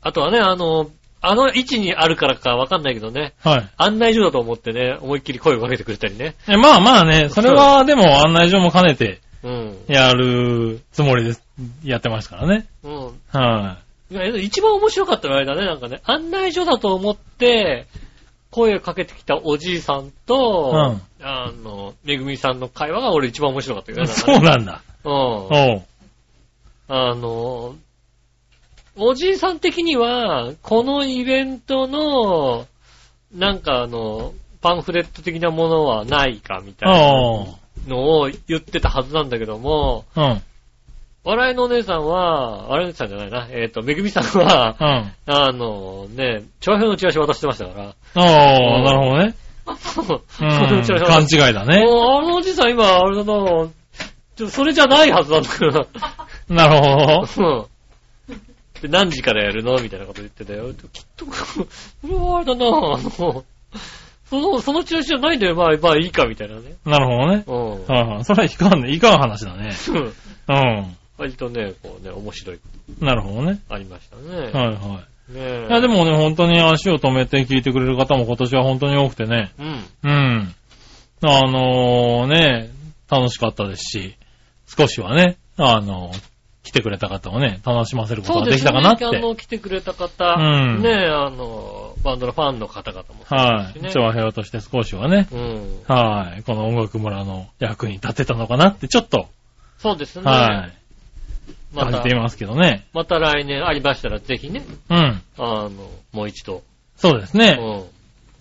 Speaker 2: あとはね、あの、あの位置にあるからかわかんないけどね、
Speaker 3: はい。
Speaker 2: 案内所だと思ってね、思いっきり声をかけてくれたりね。
Speaker 3: え、まあまあね、それはでも案内状も兼ねて
Speaker 2: うん。
Speaker 3: やるつもりです、やってますからね。
Speaker 2: うん。
Speaker 3: はい
Speaker 2: や一番面白かったのはあれだね、なんかね、案内所だと思って、声かけてきたおじいさんと、あの、めぐみさんの会話が俺一番面白かったけ どね。なんか
Speaker 3: そう
Speaker 2: ね
Speaker 3: なんだ。
Speaker 2: うん。
Speaker 3: おう。
Speaker 2: あの、おじいさん的には、このイベントの、なんかあの、パンフレット的なものはないかみたい
Speaker 3: おう。
Speaker 2: なのを言ってたはずなんだけども、
Speaker 3: うん。笑
Speaker 2: 笑いのお姉さんは、あれお姉さんじゃないな、えっ、と、めぐみさんは、
Speaker 3: うん。
Speaker 2: あのね、長編のチラシ渡してましたから、
Speaker 3: おう、なるほどね。
Speaker 2: そう
Speaker 3: う
Speaker 2: 長編の
Speaker 3: ん。
Speaker 2: チラシ
Speaker 3: 勘
Speaker 2: 渡して
Speaker 3: 違いだね。
Speaker 2: もうあのおじいさん今、あれだな、ちょそれじゃないはずなんだけどな。
Speaker 3: なるほど。
Speaker 2: うん。で、何時からやるのみたいなこと言ってたよ。きっと、これはあれだなあの、その、その中止じゃないんだよ。まあ、まあいいか、みたいなね。
Speaker 3: なるほどね。
Speaker 2: うん。
Speaker 3: はいはい。それはいかんね。いかん話だね。
Speaker 2: うん
Speaker 3: う
Speaker 2: 割とね、こうね、面白い、
Speaker 3: ん。なるほどね。
Speaker 2: ありましたね。
Speaker 3: はいは
Speaker 2: ね
Speaker 3: い。
Speaker 2: え
Speaker 3: いやで、もね、本当に足を止めて聞いてくれる方も今年は本当に多くてね。
Speaker 2: うん。
Speaker 3: うん。あのー、ね、楽しかったですし、少しはね、あのー、来てくれた方をね、楽しませること
Speaker 2: そう
Speaker 3: が
Speaker 2: で
Speaker 3: ですき
Speaker 2: ね。
Speaker 3: たかな
Speaker 2: あ
Speaker 3: って。
Speaker 2: の、来てくれた方、
Speaker 3: うん
Speaker 2: ねえ、あの、バンドのファンの方々も。
Speaker 3: はい。
Speaker 2: ね
Speaker 3: 一応和平として少しはね、
Speaker 2: うん。
Speaker 3: はい。この音楽村の役に立てたのかなって、ちょっと、
Speaker 2: そうですね。
Speaker 3: はい。
Speaker 2: ま
Speaker 3: 感じ
Speaker 2: た
Speaker 3: てい、ますけどね。
Speaker 2: また来年ありましたら、ぜひね、
Speaker 3: うん。
Speaker 2: あの、もう一度。
Speaker 3: そうです
Speaker 2: う
Speaker 3: ね。
Speaker 2: ん。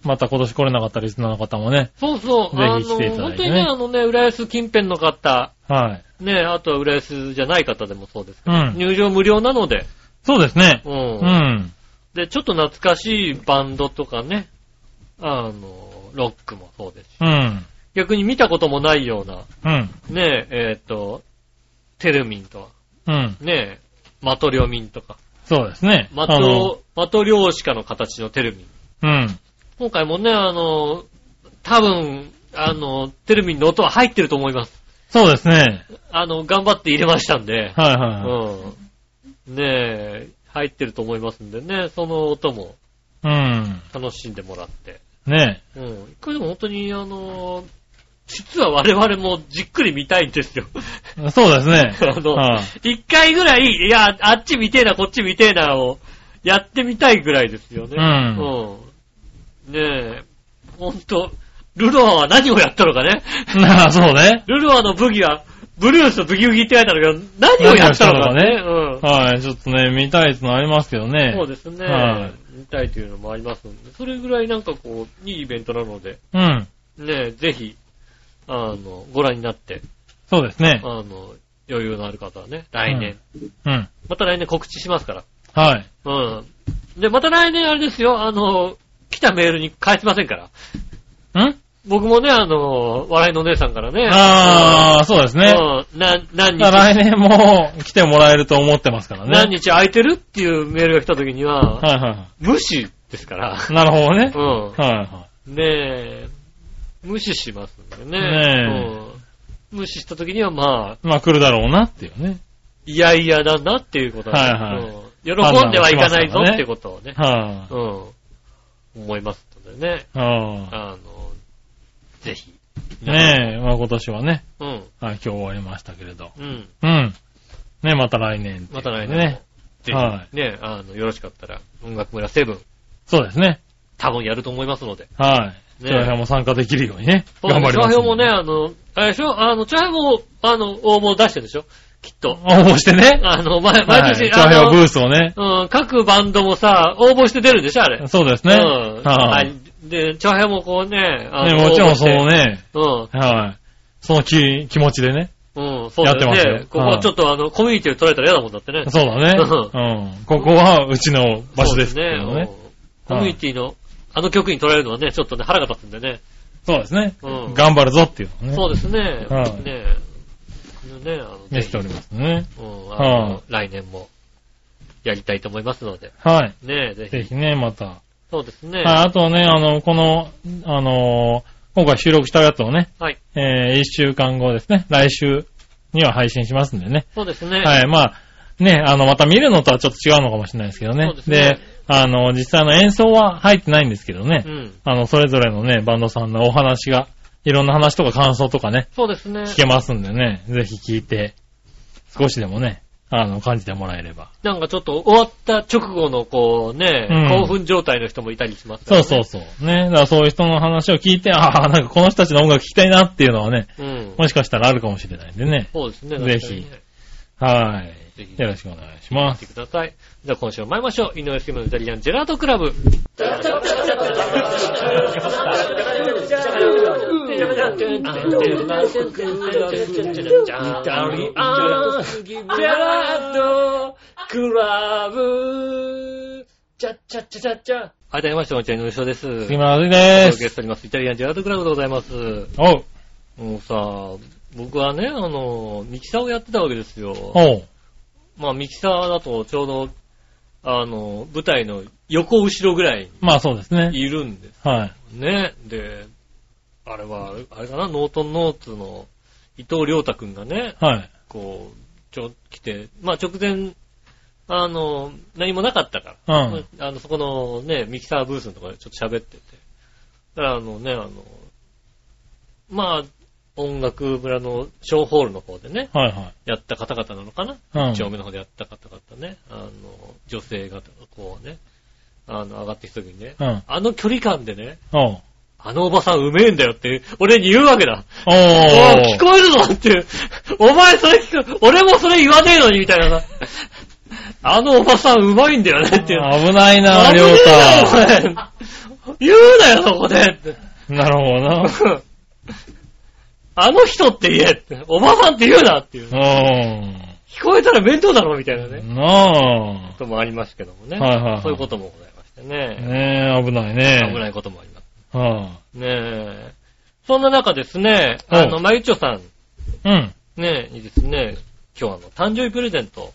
Speaker 3: また今年来れなかったリスナーの方もね、
Speaker 2: そうそう。
Speaker 3: ぜ
Speaker 2: あの、
Speaker 3: ひ来ていただ
Speaker 2: 本
Speaker 3: い
Speaker 2: 当
Speaker 3: てね
Speaker 2: にね、あのね、浦安近辺の方、
Speaker 3: はい。
Speaker 2: ね、あとは浦安じゃない方でもそうですけ
Speaker 3: う
Speaker 2: ど、
Speaker 3: ん。
Speaker 2: 入場無料なので、
Speaker 3: そうですね。
Speaker 2: うん。
Speaker 3: うん。
Speaker 2: で、ちょっと懐かしいバンドとかね、あの、ロックもそうですし、
Speaker 3: うん。
Speaker 2: 逆に見たこともないような、
Speaker 3: うん。
Speaker 2: ね、えっ、と、テルミンとか、
Speaker 3: うん。
Speaker 2: ね、マトリョミンとか、
Speaker 3: そうですね。
Speaker 2: マ
Speaker 3: あの
Speaker 2: ト、マトリョーシカの形のテルミン。
Speaker 3: うん。
Speaker 2: 今回もね、あの、多分、あの、テルミンの音は入ってると思います。
Speaker 3: そうですね。
Speaker 2: あの、頑張って入れましたんで、
Speaker 3: はいはいはい。
Speaker 2: うん。ねえ、入ってると思いますんでね、その音も
Speaker 3: うん。
Speaker 2: 楽しんでもらって。
Speaker 3: ね
Speaker 2: うん。これでも本当に、あの、実は我々もじっくり見たいんですよ。
Speaker 3: え。そうですね。
Speaker 2: あの
Speaker 3: はい
Speaker 2: 一回ぐらい、いや、あっち見てえな、こっち見てえなをやってみたいぐらいですよね。
Speaker 3: うん
Speaker 2: うん。ねえ、ほんと、ルロアは何をやったのかね。
Speaker 3: なあ、 そうね。
Speaker 2: ルロアの武器は、ブルースのブギウギって書いてあるけど、何をやったのかね。うん。
Speaker 3: はい、ちょっとね、見たいってのありますけどね。
Speaker 2: そうですね。
Speaker 3: はい
Speaker 2: 見たいというのもありますので、それぐらいなんかこう、いいイベントなので、
Speaker 3: うん。
Speaker 2: ね、ぜひ、あの、ご覧になって、
Speaker 3: そうです
Speaker 2: あ
Speaker 3: ね。
Speaker 2: の、余裕のある方はね、来年、
Speaker 3: うん。
Speaker 2: また来年告知しますから。
Speaker 3: はい。
Speaker 2: うん。で、また来年あれですよ、あの、来たメールに返しませんから。
Speaker 3: ん
Speaker 2: 僕もね、あの、笑いのお姉さんからね。
Speaker 3: ああ、そうです
Speaker 2: うん、
Speaker 3: ね。
Speaker 2: うん、な、何
Speaker 3: だ
Speaker 2: 日、
Speaker 3: から来年も来てもらえると思ってますからね。
Speaker 2: 何日空いてるっていうメールが来た時には、
Speaker 3: はいはいは
Speaker 2: 無視です から。
Speaker 3: い。なるほどね
Speaker 2: う。ん。
Speaker 3: はいは
Speaker 2: ねえ、無視しますんでね。
Speaker 3: ね
Speaker 2: うん無視した時にはまあ、
Speaker 3: い。まあ来るだろうなっていうね。
Speaker 2: いやいやだなっていうこと
Speaker 3: はいはい
Speaker 2: いうん、喜んではいかないぞ
Speaker 3: 判断をしますからね
Speaker 2: ってことをね、
Speaker 3: は
Speaker 2: うん、思いますのでね、
Speaker 3: い。は
Speaker 2: あの、ぜひ。
Speaker 3: い。ねえ、まあ今年はね、
Speaker 2: うん、
Speaker 3: はい、今日終わりましたけれど。
Speaker 2: うん。
Speaker 3: うん。ねまた来年。
Speaker 2: また来年も。
Speaker 3: ね。
Speaker 2: ぜひ、
Speaker 3: は
Speaker 2: ね、あの、よろしかったら、音楽村セブン、
Speaker 3: そうですね。
Speaker 2: 多分やると思いますので。
Speaker 3: はい。
Speaker 2: ね
Speaker 3: 長編も参加できるようにね。
Speaker 2: そう
Speaker 3: 頑張りますんで。
Speaker 2: 長編もね、あの、あれでしょあの、長編も、あの、応募出してるでしょきっと。
Speaker 3: 応募してね。
Speaker 2: あの、毎 毎年、
Speaker 3: はい、
Speaker 2: あ
Speaker 3: 長
Speaker 2: の
Speaker 3: 編ブースをね。
Speaker 2: うん、各バンドもさ、応募して出るんでしょ、あれ。
Speaker 3: そうですね。
Speaker 2: うん。
Speaker 3: は
Speaker 2: はいい。。で、長編もこうね、あ
Speaker 3: ね、もちろんその
Speaker 2: ね。
Speaker 3: ね、
Speaker 2: うん。
Speaker 3: はい。その気、気持ちでね。
Speaker 2: うん、そうだ
Speaker 3: やってました
Speaker 2: よ
Speaker 3: よ
Speaker 2: ね。こ
Speaker 3: は
Speaker 2: こ
Speaker 3: い
Speaker 2: ちょっとあの、コミュニティを取られたら嫌だもんだってね。
Speaker 3: そうだね。うん。ここはうちの場所です
Speaker 2: そう
Speaker 3: け
Speaker 2: ね。
Speaker 3: ど
Speaker 2: うん
Speaker 3: ね。
Speaker 2: コミュニティの、あの曲に取られるのはね、ちょっとね、腹が立つんでね。
Speaker 3: そうですね。
Speaker 2: うん
Speaker 3: 頑張るぞっていうのね。
Speaker 2: そう
Speaker 3: で
Speaker 2: ですね。
Speaker 3: はい
Speaker 2: ねえ。ねえ、あの、ぜ
Speaker 3: 見せ
Speaker 2: ひ
Speaker 3: ておりますね。
Speaker 2: うん、あ
Speaker 3: は
Speaker 2: の、来年も、やりたいと思いますので。
Speaker 3: はい。
Speaker 2: ねえ、ぜ
Speaker 3: ぜ
Speaker 2: ひ。
Speaker 3: ひね、また。はい、
Speaker 2: そうですね。
Speaker 3: あとはね、あの、この、あの今回収録したやつをね、
Speaker 2: はい。
Speaker 3: えー、一週間後ですね、来週には配信しますんでね。
Speaker 2: そうです ね。
Speaker 3: はい、まあ、ね、あの、また見るのとはちょっと違うのかもしれないですけどね。
Speaker 2: そうですね
Speaker 3: あの、実際の演奏は入ってないんですけどね。
Speaker 2: うん。
Speaker 3: あの、それぞれのね、バンドさんのお話が、いろんな話とか感想とかね、
Speaker 2: そうですね。
Speaker 3: 聞けますんでね、ぜひ聞いて、少しでもね、あの、感じてもらえれば。
Speaker 2: なんかちょっと終わった直後のこうね、
Speaker 3: うん
Speaker 2: 興奮状態の人もいたりしますか
Speaker 3: そ
Speaker 2: ら、
Speaker 3: う
Speaker 2: ね。
Speaker 3: そうそう。ね。だからそういう人の話を聞いて、ああ、なんかこの人たちの音楽聞きたいなっていうのはね、
Speaker 2: う。うん。
Speaker 3: もしかしたらあるかもしれないんでね。
Speaker 2: そうですね。
Speaker 3: ぜひ
Speaker 2: 確かにね
Speaker 3: はい。
Speaker 2: ぜひ
Speaker 3: よろしくお願いしま
Speaker 2: 聞
Speaker 3: す。
Speaker 2: いてください。じゃあ今週も参りましょう。井上杉村のイタリアンジェラートクラブ。あ、いただきまして、こんにちは、井上翔です。
Speaker 3: 杉村和樹で
Speaker 2: お届けし
Speaker 3: す。
Speaker 2: ております。イタリアンジェラートクラブでございます。
Speaker 3: おう。
Speaker 2: もうさ、僕はね、あの、ミキサーをやってたわけですよ。
Speaker 3: おう。
Speaker 2: まあ、ミキサーだとちょうど、あの、舞台の横後ろぐらい
Speaker 3: まあそうですね。
Speaker 2: にいるんです
Speaker 3: はい。
Speaker 2: ね。で、あれは、あれかな、ノートンノーツの伊藤良太くんがね、
Speaker 3: はい。
Speaker 2: こう、ちょ、来て、まあ直前、あの、何もなかったから、
Speaker 3: うん。
Speaker 2: あの、そこのね、ミキサーブースのところでちょっと喋ってて。だからあのね、あの、まあ、音楽村の小ホールの方でね、
Speaker 3: はいは。
Speaker 2: やった方々なのかない
Speaker 3: うん。
Speaker 2: 一丁目の方でやった方々ね、あの、女性がこうね、あの、上がってきた時にね、
Speaker 3: うん。
Speaker 2: あの距離感でね、
Speaker 3: おう。
Speaker 2: あのおばさんうめえんだよって、俺に言うわけだ。
Speaker 3: お
Speaker 2: お
Speaker 3: ー
Speaker 2: 聞こえるぞっていう。お前それ聞く、俺もそれ言わねえのにみたいなさ。あのおばさんうまいんだよねっていう。
Speaker 3: 危ないな、
Speaker 2: 危ね
Speaker 3: りょうた。
Speaker 2: えなお前言うなよ、そこでって。
Speaker 3: なるほどな。
Speaker 2: あの人って言えって。おばさんって言うなっていう。
Speaker 3: う
Speaker 2: 聞こえたら面倒だろみたいなね。
Speaker 3: ん。な
Speaker 2: こともありますけどもね。
Speaker 3: はいはいはい
Speaker 2: そういうこともございまして
Speaker 3: あ。
Speaker 2: ね。
Speaker 3: ねえ、危ないね。
Speaker 2: 危ないこともあります。
Speaker 3: は
Speaker 2: ねえ。そんな中ですね、
Speaker 3: はい
Speaker 2: あの、まゆちょさん、
Speaker 3: あ。うん。
Speaker 2: ね、にですね、今日あの、誕生日プレゼント。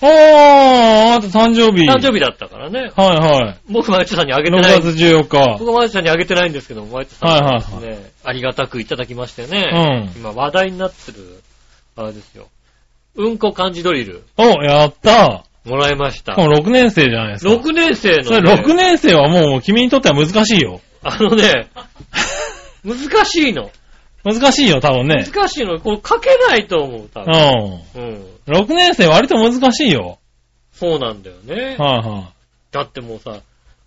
Speaker 3: おー、あと誕生日。
Speaker 2: 誕生日だったからね。
Speaker 3: はいはい。
Speaker 2: 僕、まゆちょさんにあげて
Speaker 3: 6
Speaker 2: ない
Speaker 3: 月。14日。
Speaker 2: 僕、まゆちょさんにあげてないんですけども、まゆちょさんにですね、
Speaker 3: は
Speaker 2: ありがたくいただきまして
Speaker 3: う
Speaker 2: ね、
Speaker 3: ん。
Speaker 2: 今話題になってる、あれですよ。うんこ漢字ドリル、
Speaker 3: お、やった
Speaker 2: もらいました
Speaker 3: し。かも6年生じゃないですか。
Speaker 2: 6年生
Speaker 3: それ
Speaker 2: の、ね、
Speaker 3: 6年生はもう君にとっては難しいよ。
Speaker 2: あの ね、難しいの。
Speaker 3: 難しいよ、多分ね。
Speaker 2: 難しいの。これ書けないと思う、多
Speaker 3: う
Speaker 2: 分。
Speaker 3: ん。
Speaker 2: うん。
Speaker 3: 6年生割と難しいよ。
Speaker 2: そうなんだよね。
Speaker 3: はいはい。
Speaker 2: だってもうさ、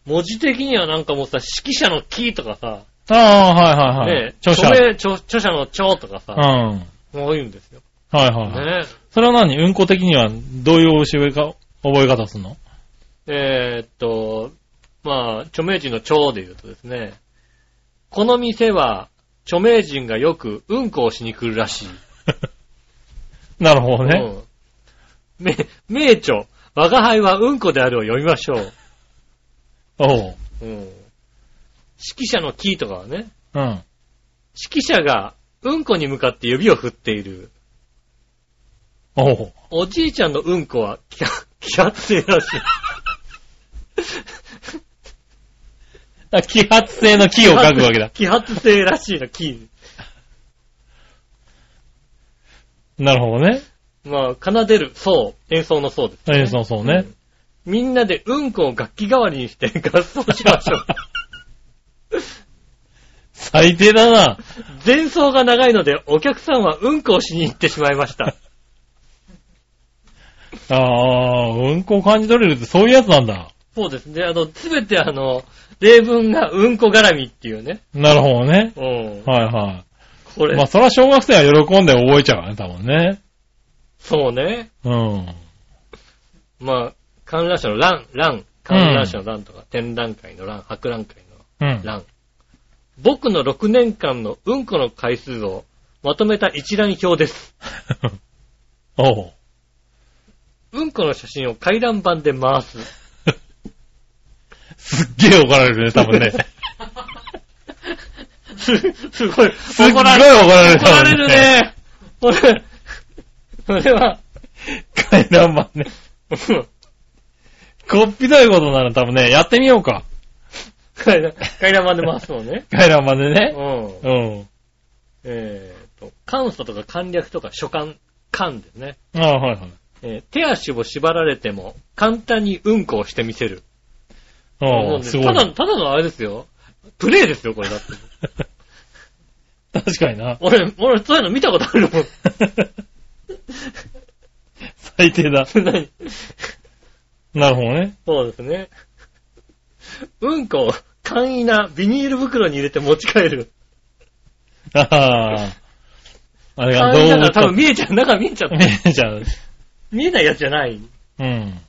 Speaker 2: 文字的にはなんかもうさ、指揮者のキーとかさ、
Speaker 3: ああ、はいはいはい。
Speaker 2: ね、
Speaker 3: 著者。
Speaker 2: 署
Speaker 3: うん。
Speaker 2: 名著著者の長とかさ、
Speaker 3: はい
Speaker 2: もう言うんですよ。
Speaker 3: はいはい。
Speaker 2: ね。
Speaker 3: それは何うんこ的にはどういう覚えか覚え方すんの
Speaker 2: えーっと、まあ、著名人の長で言うとですね、この店は、著名人がよくうんこをしに来るらしい。
Speaker 3: なるほどね。
Speaker 2: うん。め、名著、我が輩はうんこであるを読みましょう。
Speaker 3: おう。
Speaker 2: うん。指揮者のキーとかはね、
Speaker 3: うん。
Speaker 2: 指揮者がうんこに向かって指を振っている。
Speaker 3: おう。
Speaker 2: おじいちゃんのうんこは気圧 気圧性らしい。
Speaker 3: あ揮発性の 気を書くわけだ。
Speaker 2: 気圧性らしいな、気。
Speaker 3: なるほどね。
Speaker 2: まあ、奏でる、そう、演奏のそうです、
Speaker 3: ええ、そうそうね。
Speaker 2: みんなでうんこを楽器代わりにして 合奏しましょう。
Speaker 3: 最低だな。
Speaker 2: 前奏が長いので、お客さんはうんこをしに行ってしまいました。
Speaker 3: ああ、うんこ感じ取れるってそういうやつなんだ。
Speaker 2: そうですね。あの、すべてあの、例文がうんこ絡みっていうね。
Speaker 3: なるほどね。
Speaker 2: うん。
Speaker 3: はいは
Speaker 2: こ
Speaker 3: い。
Speaker 2: れ、
Speaker 3: まあ、それは小学生は喜んで覚えちゃうわね、多分ね。
Speaker 2: そうね。
Speaker 3: うん。
Speaker 2: まあ、観覧車の欄、欄、観覧車の欄とか、展覧会の欄、博覧会の
Speaker 3: うん。
Speaker 2: 欄。僕の6年間のうんこの回数をまとめた一覧表です。
Speaker 3: おう。
Speaker 2: うんこの写真を回覧板で回す。
Speaker 3: すっげえ怒られるね、多 分ね。
Speaker 2: す、すごい。
Speaker 3: すっご
Speaker 2: 怒
Speaker 3: い怒
Speaker 2: ら
Speaker 3: ら
Speaker 2: れる。
Speaker 3: れる。
Speaker 2: 怒られる。ね。これ、それは、
Speaker 3: 階段版ね。
Speaker 2: うん
Speaker 3: こっぴどいことなら多分ね、やってみようか。
Speaker 2: 回覧回覧板で回すのね。
Speaker 3: 階段版で
Speaker 2: う
Speaker 3: ね。
Speaker 2: ん。
Speaker 3: うん。
Speaker 2: えーと、簡素とか簡略とか書簡、簡ですね。
Speaker 3: ああ、はいはい。
Speaker 2: えー手足を縛られても簡単にうんこをしてみせる。
Speaker 3: お
Speaker 2: もう
Speaker 3: う
Speaker 2: ね
Speaker 3: すごい。
Speaker 2: ただ、ただのあれですよ。プレイですよ、これだって。
Speaker 3: 確かにな。
Speaker 2: 俺、俺、そういうの見たことあるもん。
Speaker 3: 最低だ。
Speaker 2: 何
Speaker 3: なるほどね。
Speaker 2: そうですね。うんこを簡易なビニール袋に入れて持ち帰る。
Speaker 3: ああ。あれ
Speaker 2: 簡
Speaker 3: がどう
Speaker 2: 易だか
Speaker 3: 思っ
Speaker 2: ら多
Speaker 3: た
Speaker 2: 分見えちゃう、中見えちゃう。
Speaker 3: 見えちゃう。
Speaker 2: 見えないやつじゃない。ね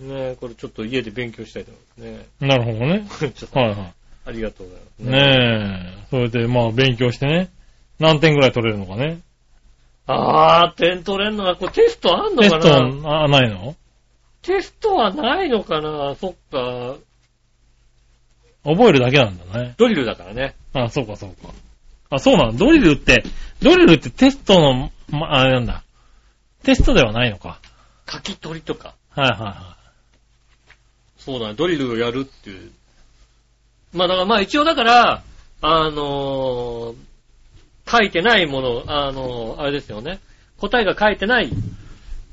Speaker 3: うん。
Speaker 2: え、これちょっと家で勉強したいと思いますね。
Speaker 3: なるほどね。
Speaker 2: ちょっと
Speaker 3: はいは
Speaker 2: ありがとうござい
Speaker 3: い。
Speaker 2: ます。
Speaker 3: ねえ。それで、まあ、勉強してね。何点ぐらい取れるのかね。
Speaker 2: あー、点取れんのか。これテストあんの
Speaker 3: テ
Speaker 2: か
Speaker 3: スト
Speaker 2: な
Speaker 3: は、あ、ないの
Speaker 2: テストはないのかなそっか。
Speaker 3: 覚えるだけなんだね。
Speaker 2: ドリルだからね。
Speaker 3: あ、そうかそうか。あ、そうなの。ドリルって、ドリルってテストの、ま、あれなんだ。テストではないのか。
Speaker 2: 書き取りとか。
Speaker 3: はいはいは
Speaker 2: そうだね、ドリルをやるっていう。まあだから、まあ一応だから、あのー書いてないもの、あのーあれですよね。答えが書いてない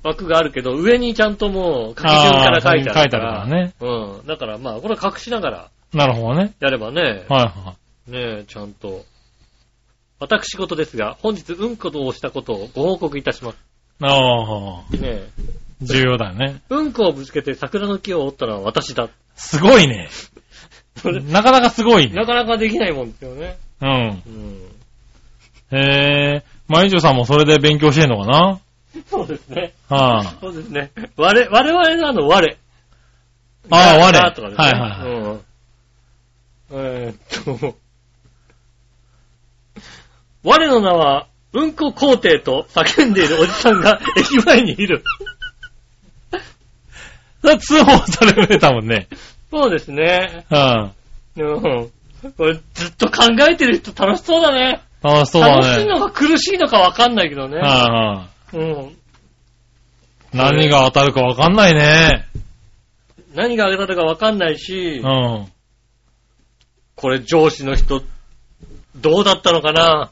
Speaker 2: 枠があるけど、上にちゃんともう書き順から書いてあるから。
Speaker 3: あー書いてある
Speaker 2: うん。だからまあ、これ隠しながら
Speaker 3: い。なるほどね。
Speaker 2: やればね、
Speaker 3: はいは
Speaker 2: ねえ、ちゃんと。私事ですが、本日うんことをしたことをご報告いたします。
Speaker 3: い。ああ、
Speaker 2: ねえ。
Speaker 3: 重要だよね。
Speaker 2: うんこをぶつけて桜の木を折ったのは私だ。
Speaker 3: すごいね。
Speaker 2: それ、
Speaker 3: なかなかすごい ね
Speaker 2: な。かなかできないもんですよね。
Speaker 3: うん。
Speaker 2: うん。
Speaker 3: へえ。まゆじょさんもそれで勉強してんのかな
Speaker 2: そうですね。
Speaker 3: はあ。
Speaker 2: そうですね。我、我々なの我。
Speaker 3: ああ
Speaker 2: が
Speaker 3: 我
Speaker 2: がとかですね。
Speaker 3: はいはい
Speaker 2: うん。えーっと、我の名は、うんこ皇帝と叫んでいるおじさんが駅前にいる。
Speaker 3: それ通報されてたもんね。
Speaker 2: そうですね。
Speaker 3: うん。
Speaker 2: うん。これずっと考えてる人楽しそうだね。
Speaker 3: 楽しそうだね。
Speaker 2: 楽しいのか苦しいのかわかんないけどね。
Speaker 3: はいはい。
Speaker 2: うん。
Speaker 3: 何が当たるかわかんないね。
Speaker 2: 何があげたのかわかんないし、
Speaker 3: うん。
Speaker 2: これ上司の人、どうだったのかな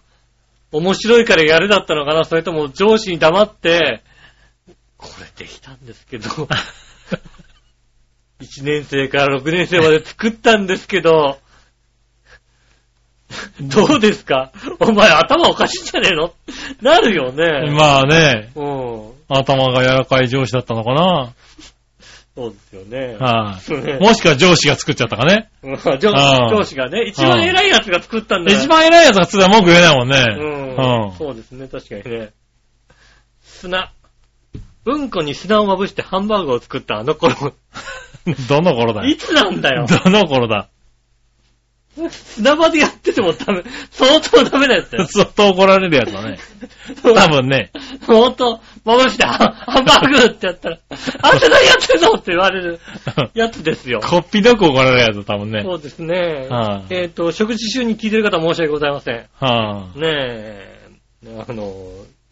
Speaker 2: 面白いからやるだったのかなそれとも上司に黙って、これできたんですけど、1年生から6年生まで作ったんですけど、どうですかお前頭おかしいんじゃねえのなるよね。
Speaker 3: まあね、
Speaker 2: うん。
Speaker 3: 頭が柔らかい上司だったのかな。
Speaker 2: そうですよね。
Speaker 3: は
Speaker 2: そう
Speaker 3: い。
Speaker 2: ね
Speaker 3: もしくは上司が作っちゃったかね。
Speaker 2: うん上
Speaker 3: ああ
Speaker 2: 上司がね、一番偉いやつが作ったんだよ。
Speaker 3: 一番偉いやつがつだ文句言えないも
Speaker 2: う
Speaker 3: ん
Speaker 2: ん
Speaker 3: ね。
Speaker 2: そうですね、確かにね。砂。うんこに砂をまぶしてハンバーグを作ったあの頃。
Speaker 3: うん。 どの頃だ
Speaker 2: い
Speaker 3: よ。
Speaker 2: つなんだよ。
Speaker 3: どの頃だ。
Speaker 2: 砂場でやっててもダメ、相当ダメなやつだよ。
Speaker 3: 相当怒られるやつだね。多分ね。
Speaker 2: 相当、まぶしてハンハンバーグってやったら、あんた何やってんのって言われるやつですよ。
Speaker 3: こっぴどく怒られるやつだ、多分ね。
Speaker 2: そうですね
Speaker 3: ああ。
Speaker 2: えっと、食事中に聞いてる方申し訳ございません。ね
Speaker 3: は
Speaker 2: え、あの、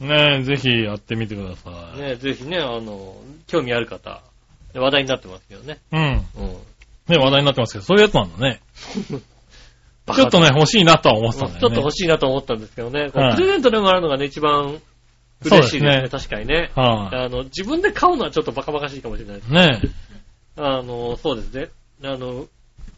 Speaker 3: い。ねえ、ぜひやってみてください。
Speaker 2: ねえ、ぜひね、あの、興味ある方、話題になってますけどね。
Speaker 3: うん。
Speaker 2: うん。
Speaker 3: ね、話題になってますけど、そういうやつなんだね。
Speaker 2: バ
Speaker 3: ち
Speaker 2: カ
Speaker 3: ょっとね、欲しいなとは思って
Speaker 2: ち
Speaker 3: た
Speaker 2: ょっ
Speaker 3: んだ
Speaker 2: と
Speaker 3: よね。
Speaker 2: 欲しいなと思ったんですけどね。こう
Speaker 3: はい
Speaker 2: プレゼントでもらうのがね、一番嬉しいですね。確かにね。
Speaker 3: は
Speaker 2: あの、自分で買うのはちょっとバカバカしいかもしれないです。
Speaker 3: い。ね
Speaker 2: あの、そうですね。あの、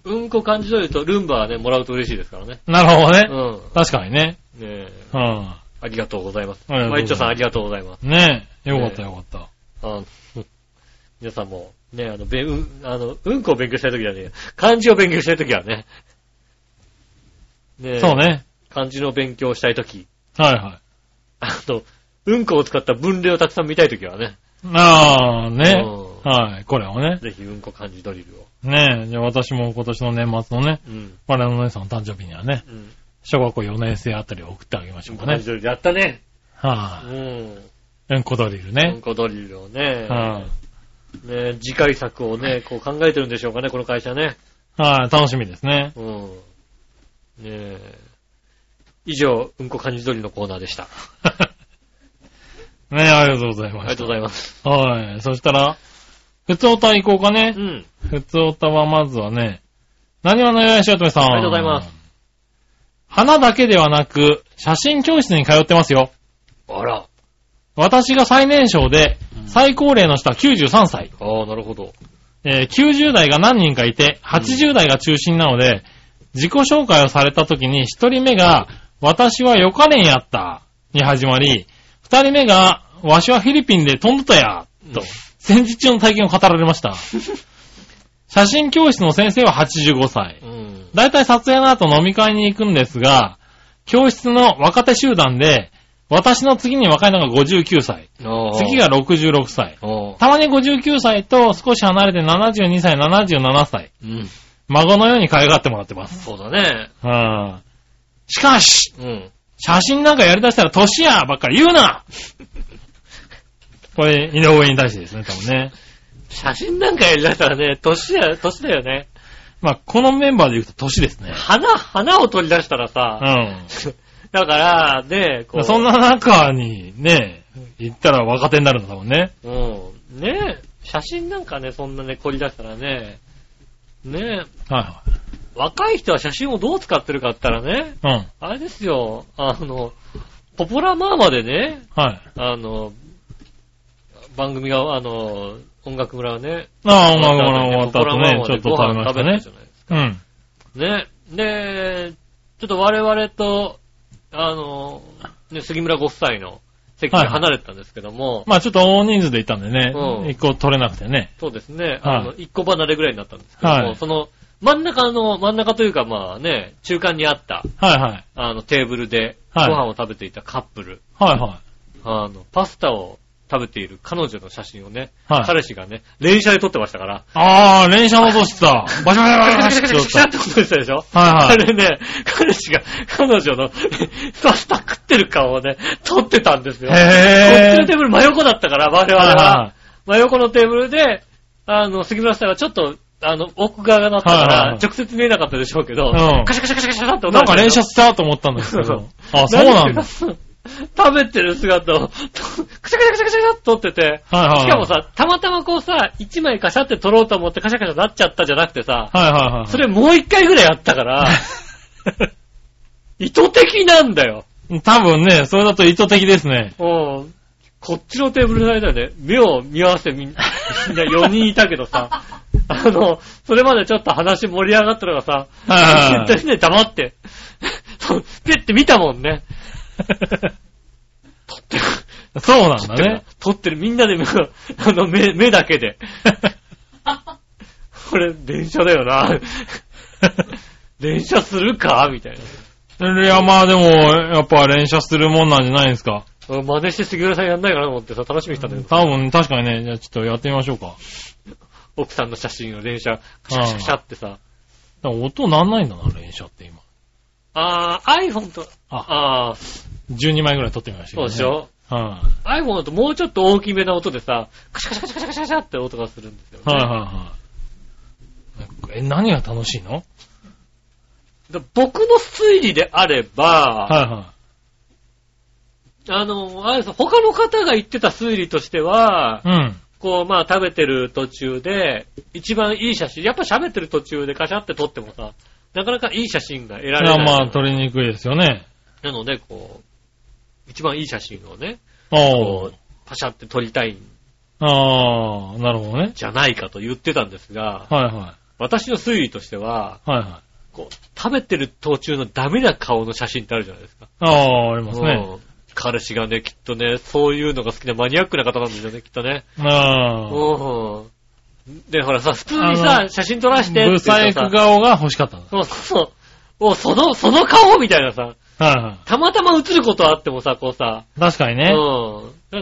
Speaker 2: うんこ感じというと、ルンバはね、もらうと嬉しいですからね。
Speaker 3: え。なるほどね。
Speaker 2: うん。
Speaker 3: 確かにね。
Speaker 2: ねえ、
Speaker 3: は
Speaker 2: ありがとうございます。
Speaker 3: ありがとうございます
Speaker 2: マイッチョさんありがとうございます。
Speaker 3: い。ねえ。よかったよかった。
Speaker 2: あの 皆さんも、ね、あの、べうん、あの、うんこを勉強したいときはね、漢字を勉強したいときはね、ねえ
Speaker 3: そうね。
Speaker 2: 漢字の勉強をしたいとき、
Speaker 3: はいはい。
Speaker 2: あの、うんこを使った文例をたくさん見たいときはね、
Speaker 3: ああ、ね
Speaker 2: う。ん
Speaker 3: はい。これをね。
Speaker 2: ぜひうんこ漢字ドリルを。
Speaker 3: ねえ。じゃあ私も今年の年末のね、
Speaker 2: うん。
Speaker 3: 我の姉さんの誕生日にはね、
Speaker 2: うん。
Speaker 3: 小学校4年生あたりを送ってあげまし
Speaker 2: う
Speaker 3: ょ
Speaker 2: ん
Speaker 3: う
Speaker 2: こ
Speaker 3: か
Speaker 2: 漢
Speaker 3: ね
Speaker 2: 字。ドリルやったね。う
Speaker 3: は
Speaker 2: ん。
Speaker 3: い。うんこドリル
Speaker 2: うん
Speaker 3: ね。
Speaker 2: こドリルをね。
Speaker 3: はい
Speaker 2: ね次回作をね、こう考えてるんでしょうかね、この会社ね。
Speaker 3: はい。楽しみですね。
Speaker 2: うん。ねえ。以上、うんこ漢字ドリルのコーナーでした。
Speaker 3: ねえ、ありがとうござい
Speaker 2: あ
Speaker 3: ま
Speaker 2: りが
Speaker 3: した
Speaker 2: とう。ございます。
Speaker 3: はい。そしたら、ふつおた行こうかね
Speaker 2: う。ん。
Speaker 3: ふつおたはまずはね、何話のよしおとめさん。
Speaker 2: ありがとうございます。
Speaker 3: 花だけではなく、写真教室に通ってますよ。
Speaker 2: あら。
Speaker 3: 私が最年少で、
Speaker 2: うん
Speaker 3: 最高齢の人は93歳。
Speaker 2: ああ、なるほど。
Speaker 3: えー90代が何人かいて、80代が中心なので、自己紹介をされた時に、1人目が、私はヨカレンやった、に始まり、2人目が、わしはフィリピンで飛んどったや、と、戦時中の体験を語られ ました。写真教室の先生は85歳。
Speaker 2: うん。
Speaker 3: 大体撮影の後飲み会に行くんですが、教室の若手集団で、私の次に若いのが59歳、次
Speaker 2: 次
Speaker 3: が、66歳。
Speaker 2: おー
Speaker 3: たまに59歳と少し離れて72歳、77歳。
Speaker 2: うん。
Speaker 3: 孫のように可愛がってもらってます。
Speaker 2: そうだね。
Speaker 3: はあ、しかし、
Speaker 2: うん。
Speaker 3: 写真なんかやり出したら年やばっかり言う なこれ、井上に対してですね、多分ね。
Speaker 2: 写真なんかやりだしたらね、年だよ、年だよね。
Speaker 3: まあ、このメンバーで言うと年ですね。
Speaker 2: 花、花を取り出したら
Speaker 3: う
Speaker 2: さ、
Speaker 3: ん。
Speaker 2: だから、ね、こう。
Speaker 3: そんな中に、ね、行ったら若手になるんだもんね。
Speaker 2: うん。ねえ、写真なんかね、そんなね、凝り出したらね、ねえ、
Speaker 3: は
Speaker 2: 若い人は写真をどう使ってるかって言ったらね、
Speaker 3: いはい。うん。
Speaker 2: あれですよ、あの、ポポラマーマでね、
Speaker 3: はい。
Speaker 2: あの、番組が、あの、音楽村はね、
Speaker 3: ああ、おまごま終わった後ね、
Speaker 2: ポ
Speaker 3: ち
Speaker 2: ポ
Speaker 3: ょ
Speaker 2: ラ
Speaker 3: っと食べ
Speaker 2: マー
Speaker 3: ま
Speaker 2: マ
Speaker 3: した
Speaker 2: でご飯
Speaker 3: ね
Speaker 2: 食。べたじゃ
Speaker 3: うん。
Speaker 2: ないですか。ね。で、ちょっと我々と、あの、ね、杉村ご夫妻の席が離れてたんですけども、
Speaker 3: まあちょっと大人数で行ったんでね
Speaker 2: う、ん
Speaker 3: 一個取れなくてね。
Speaker 2: そうですね。
Speaker 3: はい
Speaker 2: あの、一個離れぐらいになったんですけども、
Speaker 3: はい
Speaker 2: その、真ん中の、真ん中というかまあね、中間にあった、
Speaker 3: はいはい。
Speaker 2: あの、テーブルで、ご
Speaker 3: はい
Speaker 2: 飯を食べていたカップル、
Speaker 3: はいは
Speaker 2: あの、パスタを食べている彼女の写真をね、
Speaker 3: い。はい。
Speaker 2: 彼氏がね、連写で撮ってましたから、
Speaker 3: ああ、連射の音してた。バシャバシャバシャバ シャって
Speaker 2: シャ
Speaker 3: 音
Speaker 2: ってことでしたでしょ
Speaker 3: はいは
Speaker 2: あ
Speaker 3: い。
Speaker 2: れね、彼氏が、彼女のパスタ食ってる顔をね、撮ってたんですよ。こっちの
Speaker 3: へ
Speaker 2: テー
Speaker 3: ぇ
Speaker 2: ブル真横だったから、我
Speaker 3: ー。
Speaker 2: 々は。真横のテーブルで、あの、杉村さんがちょっと、あの、奥側がなったか
Speaker 3: はいはい
Speaker 2: ら
Speaker 3: は、い
Speaker 2: 直接見えなかったでしょうけど、
Speaker 3: うん
Speaker 2: カシャカシャカシャカシャって音が
Speaker 3: なんか連射したと思ったんですけど。あ、そうなんだ。はい
Speaker 2: すか食べてる姿を、とカシャカシャカシャカシャって撮ってて、
Speaker 3: はい。
Speaker 2: しかも、さ、たまたまこうさ、一枚カシャって撮ろうと思ってカシャカシャなっちゃったじゃなくてさ、
Speaker 3: はいはいはい。
Speaker 2: それもう一回ぐらいやった から、意図的なんだよ。
Speaker 3: 多分ね、それだと意図的ですね。
Speaker 2: うん。こっちのテーブルの間で、目を見合わせみんみんな4人いたけど さ、あの、それまでちょっと話盛り上がったのがさ、
Speaker 3: はいはいはい
Speaker 2: 絶対ね、黙って、 そうピッて見たもん ね。撮ってる、
Speaker 3: そうなん
Speaker 2: 撮
Speaker 3: だ
Speaker 2: ってる
Speaker 3: ね。、
Speaker 2: 撮ってる、みんなで目が、あの、目、目だけで。これ、電車だよな。電車するかみたい
Speaker 3: いや、まあでも、やっぱ連射するもんなんじゃないですか。
Speaker 2: な。真似して杉浦さんやんないかなと思ってさ、楽しみにしたんだけど、
Speaker 3: 多分、確かにね、じゃあちょっとやってみましょうか。
Speaker 2: 奥さんの写真を電車、カシャカシャカシャってさ、
Speaker 3: でも音なんないんだな、連射って今。
Speaker 2: あー、iPhone と、
Speaker 3: あ、
Speaker 2: ああ、
Speaker 3: 12枚ぐらい撮ってみましたけ
Speaker 2: そう
Speaker 3: ど
Speaker 2: で
Speaker 3: ね
Speaker 2: しょ、
Speaker 3: は
Speaker 2: ?iPhone だともうちょっと大きめな音でさ、カシャカシャカシャカシャカシャって音がするんですよ、
Speaker 3: い。はい
Speaker 2: い。
Speaker 3: はいはい。え、何が楽しいの
Speaker 2: 僕の推理であれば、
Speaker 3: はいは
Speaker 2: あの、あれです他の方が言ってた推理としては、
Speaker 3: い。うん。
Speaker 2: こう、まあ食べてる途中で、一番いい写真、やっぱ喋ってる途中でカシャって撮ってもさ、なかなかいい写真が得ら
Speaker 3: そ
Speaker 2: れ
Speaker 3: れ
Speaker 2: な。
Speaker 3: はいまあ、撮りにくいですよね。
Speaker 2: なので、こう、一番いい写真をね、
Speaker 3: お
Speaker 2: こ
Speaker 3: う
Speaker 2: う。、パシャって撮りたいん
Speaker 3: ああ、なるほどね。
Speaker 2: じゃないかと言ってたんですが、
Speaker 3: はいは
Speaker 2: 私の推理としては、
Speaker 3: い。はいはい。
Speaker 2: こう、食べてる途中のダメな顔の写真ってあるじゃないですか。
Speaker 3: ああ、ありますね。
Speaker 2: うん彼氏がね、きっとね、そういうのが好きなマニアックな方なんですよね、きっとね。
Speaker 3: ああ。
Speaker 2: うん。で、ほらさ、普通に
Speaker 3: あ
Speaker 2: さ、
Speaker 3: の
Speaker 2: 写真撮らしてって言
Speaker 3: ブ
Speaker 2: うとさ
Speaker 3: サイク顔が欲しかったんだ。
Speaker 2: そうそうそう。お、その、その顔みたいなさ、
Speaker 3: はいは
Speaker 2: たまたま映ることあってもさ、こうさ、
Speaker 3: い。確かに
Speaker 2: う
Speaker 3: ね。
Speaker 2: ん。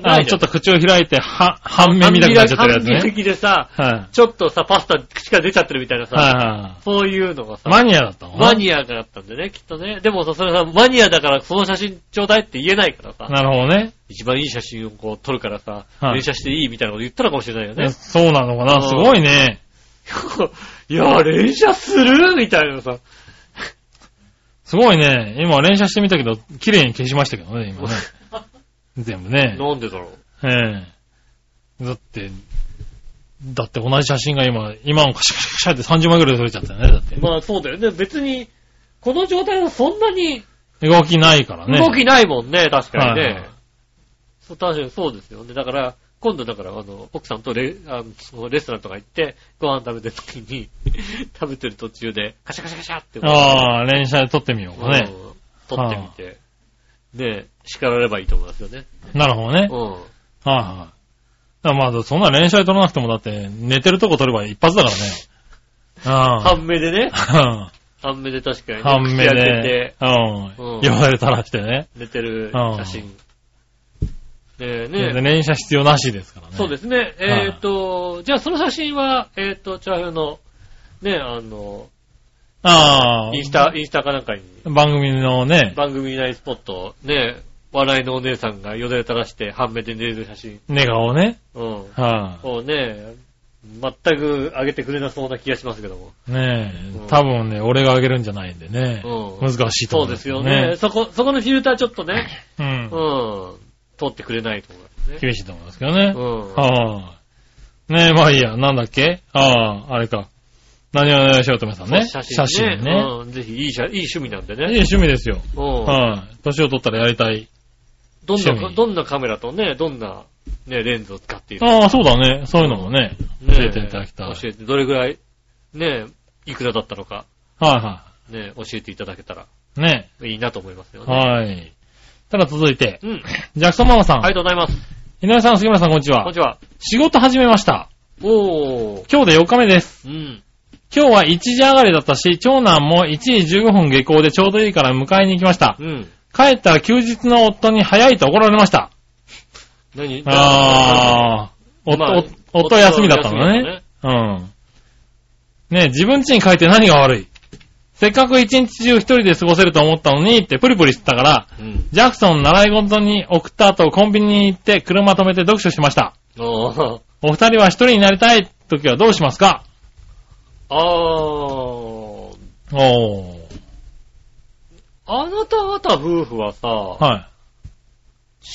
Speaker 3: あのちょっと口を開いて、は、半目見たくなっちゃってるやつ
Speaker 2: 半
Speaker 3: ね。
Speaker 2: 的でさ、
Speaker 3: はい。
Speaker 2: ちょっとさ、パスタ口から出ちゃってるみたいなさ、
Speaker 3: はいは
Speaker 2: そういうのがさ
Speaker 3: い。、マニアだったの
Speaker 2: マニアだったんでね、きっとね。でもさ、それさ、マニアだからその写真ちょうだいって言えないからさ、
Speaker 3: なるほどね。
Speaker 2: 一番いい写真をこう撮るからさ、
Speaker 3: はい
Speaker 2: 連写していいみたいなこと言ったのかもしれないよね。
Speaker 3: そうなのか
Speaker 2: うん
Speaker 3: なすごいね。
Speaker 2: いや、連写するみたいなさ、
Speaker 3: すごいね。今連写してみたけど、綺麗に消しましたけどね、 今ね。全部ね。
Speaker 2: なんでだろう。
Speaker 3: ええ。だって、だって同じ写真が今、今もカシャカシャカシャって30枚ぐらい撮れちゃったよね。だ って。
Speaker 2: まあそうだよね。別に、この状態はそんなに
Speaker 3: 動きないからね。
Speaker 2: 動きないもんね、確かに
Speaker 3: はいはい
Speaker 2: ね。そう確かにそうですよね。だから、今度だから、あの、奥さんとレあのそのレストランとか行って、ご飯食べてる時に、 食べてる途中で、カシャカシャカシャってこう、
Speaker 3: ああ、連写で撮ってみようかね。
Speaker 2: うん撮ってみて、で、叱られればいいと思いますよね。
Speaker 3: なるほどね。
Speaker 2: うん。
Speaker 3: はいはい。だからまあ、そんな連射で撮らなくても、だって、寝てるとこ撮れば一発 だからね。
Speaker 2: 半目でね。
Speaker 3: うん。
Speaker 2: 半目で確かに、ね。
Speaker 3: 半目
Speaker 2: 口開け
Speaker 3: で
Speaker 2: て、
Speaker 3: うん
Speaker 2: うん。
Speaker 3: 呼ばれ垂らしてね。
Speaker 2: 寝てる写真。ねえ
Speaker 3: で
Speaker 2: ね
Speaker 3: 連射必要なしですからね。
Speaker 2: そうですね。
Speaker 3: はい
Speaker 2: えっ、と、じゃあその写真は、えっ、と、チャーハンの、ね、あの、
Speaker 3: ああ。
Speaker 2: インスタ、インスタかなんかに、
Speaker 3: 番組のね、
Speaker 2: 番組内スポット、ね、笑いのお姉さんがよだれ垂らして半目で寝てる写真。
Speaker 3: 寝顔をね。
Speaker 2: うん。
Speaker 3: は
Speaker 2: こうね、全く上げてくれなそうな気がしますけども。
Speaker 3: い。ね
Speaker 2: う
Speaker 3: え
Speaker 2: ん。
Speaker 3: 多分ね、俺があげるんじゃないんでね。
Speaker 2: うん
Speaker 3: 難しいと
Speaker 2: そ
Speaker 3: 思
Speaker 2: うですよね。。そこ、そこのフィルターちょっとね、
Speaker 3: う。
Speaker 2: うんん、通ってくれないと思いますね。
Speaker 3: 厳しいと思いますけどね
Speaker 2: う。ん。
Speaker 3: はい。ねえ、まあいいや。なんだっけああ、あれか。何をしようとめさんね。
Speaker 2: 写真ね。
Speaker 3: 写真ね。
Speaker 2: うん、ぜひいい写、いい趣味なんで
Speaker 3: いい
Speaker 2: ね。
Speaker 3: 趣味ですよ。
Speaker 2: うん。
Speaker 3: はい。年を取ったらやりたい。
Speaker 2: どん
Speaker 3: 趣
Speaker 2: な、
Speaker 3: 味
Speaker 2: どんなカメラとね、どんな、ね、レンズを使っているか、
Speaker 3: ああ、そうだね。そういうのもね、
Speaker 2: ね
Speaker 3: 教えていただきたい。はい
Speaker 2: 教えて、どれぐらい、ね、いくらだったのか、
Speaker 3: は
Speaker 2: ね、教えていただけたら
Speaker 3: い。ね。
Speaker 2: いいなと思いますよね。
Speaker 3: はい。ただ続いて、
Speaker 2: うん。
Speaker 3: ジャクソンママさん。
Speaker 2: ありがとうございます。
Speaker 3: 井上さん、杉村さん、こんにち
Speaker 2: こん
Speaker 3: は
Speaker 2: に。ちは。
Speaker 3: 仕事始めました。
Speaker 2: おー。
Speaker 3: 今日で4日目です。
Speaker 2: うん。
Speaker 3: 今日は1時上がりだったし、長男も1時15分下校でちょうどいいから迎えに行きました。
Speaker 2: うん。
Speaker 3: 帰ったら休日の夫に早いと怒られました。
Speaker 2: 何
Speaker 3: ああ、夫、
Speaker 2: まあ
Speaker 3: 夫夫は休みだったのね。うん。ねえ自分家に帰って何が悪いせっかく一日中一人で過ごせると思ったのにってプリプリしてたから、
Speaker 2: うん。
Speaker 3: ジャクソン習い事に送った後コンビニに行って車止めて読書しました。
Speaker 2: おー。
Speaker 3: お二人は一人になりたい時はどうしますか
Speaker 2: あー。
Speaker 3: おー。
Speaker 2: あなた方夫婦はさ、
Speaker 3: は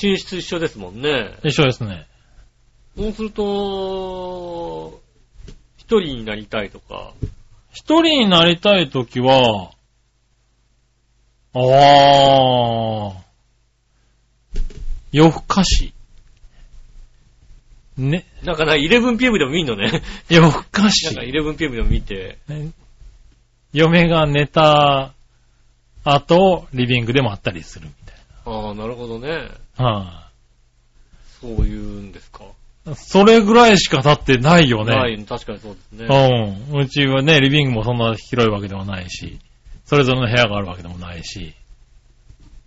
Speaker 2: 寝室一緒ですもんね。
Speaker 3: い。一緒ですね。
Speaker 2: そうすると、一人になりたいとか。
Speaker 3: 一人になりたい時は、あー。夜更かし。ね、
Speaker 2: なんかな、11pm でも見んの ね。
Speaker 3: 夜更かし
Speaker 2: なん。か 11pm でも見て。
Speaker 3: ね嫁が寝た後、リビングでもあったりするみたい
Speaker 2: ああ、なるほどね。
Speaker 3: な。
Speaker 2: そういうんですか。
Speaker 3: はいそれぐらいしか経ってないよね。
Speaker 2: ない、確かにそうですね。
Speaker 3: うん。うちはね、リビングもそんな広いわけでもないし、それぞれの部屋があるわけでもないし。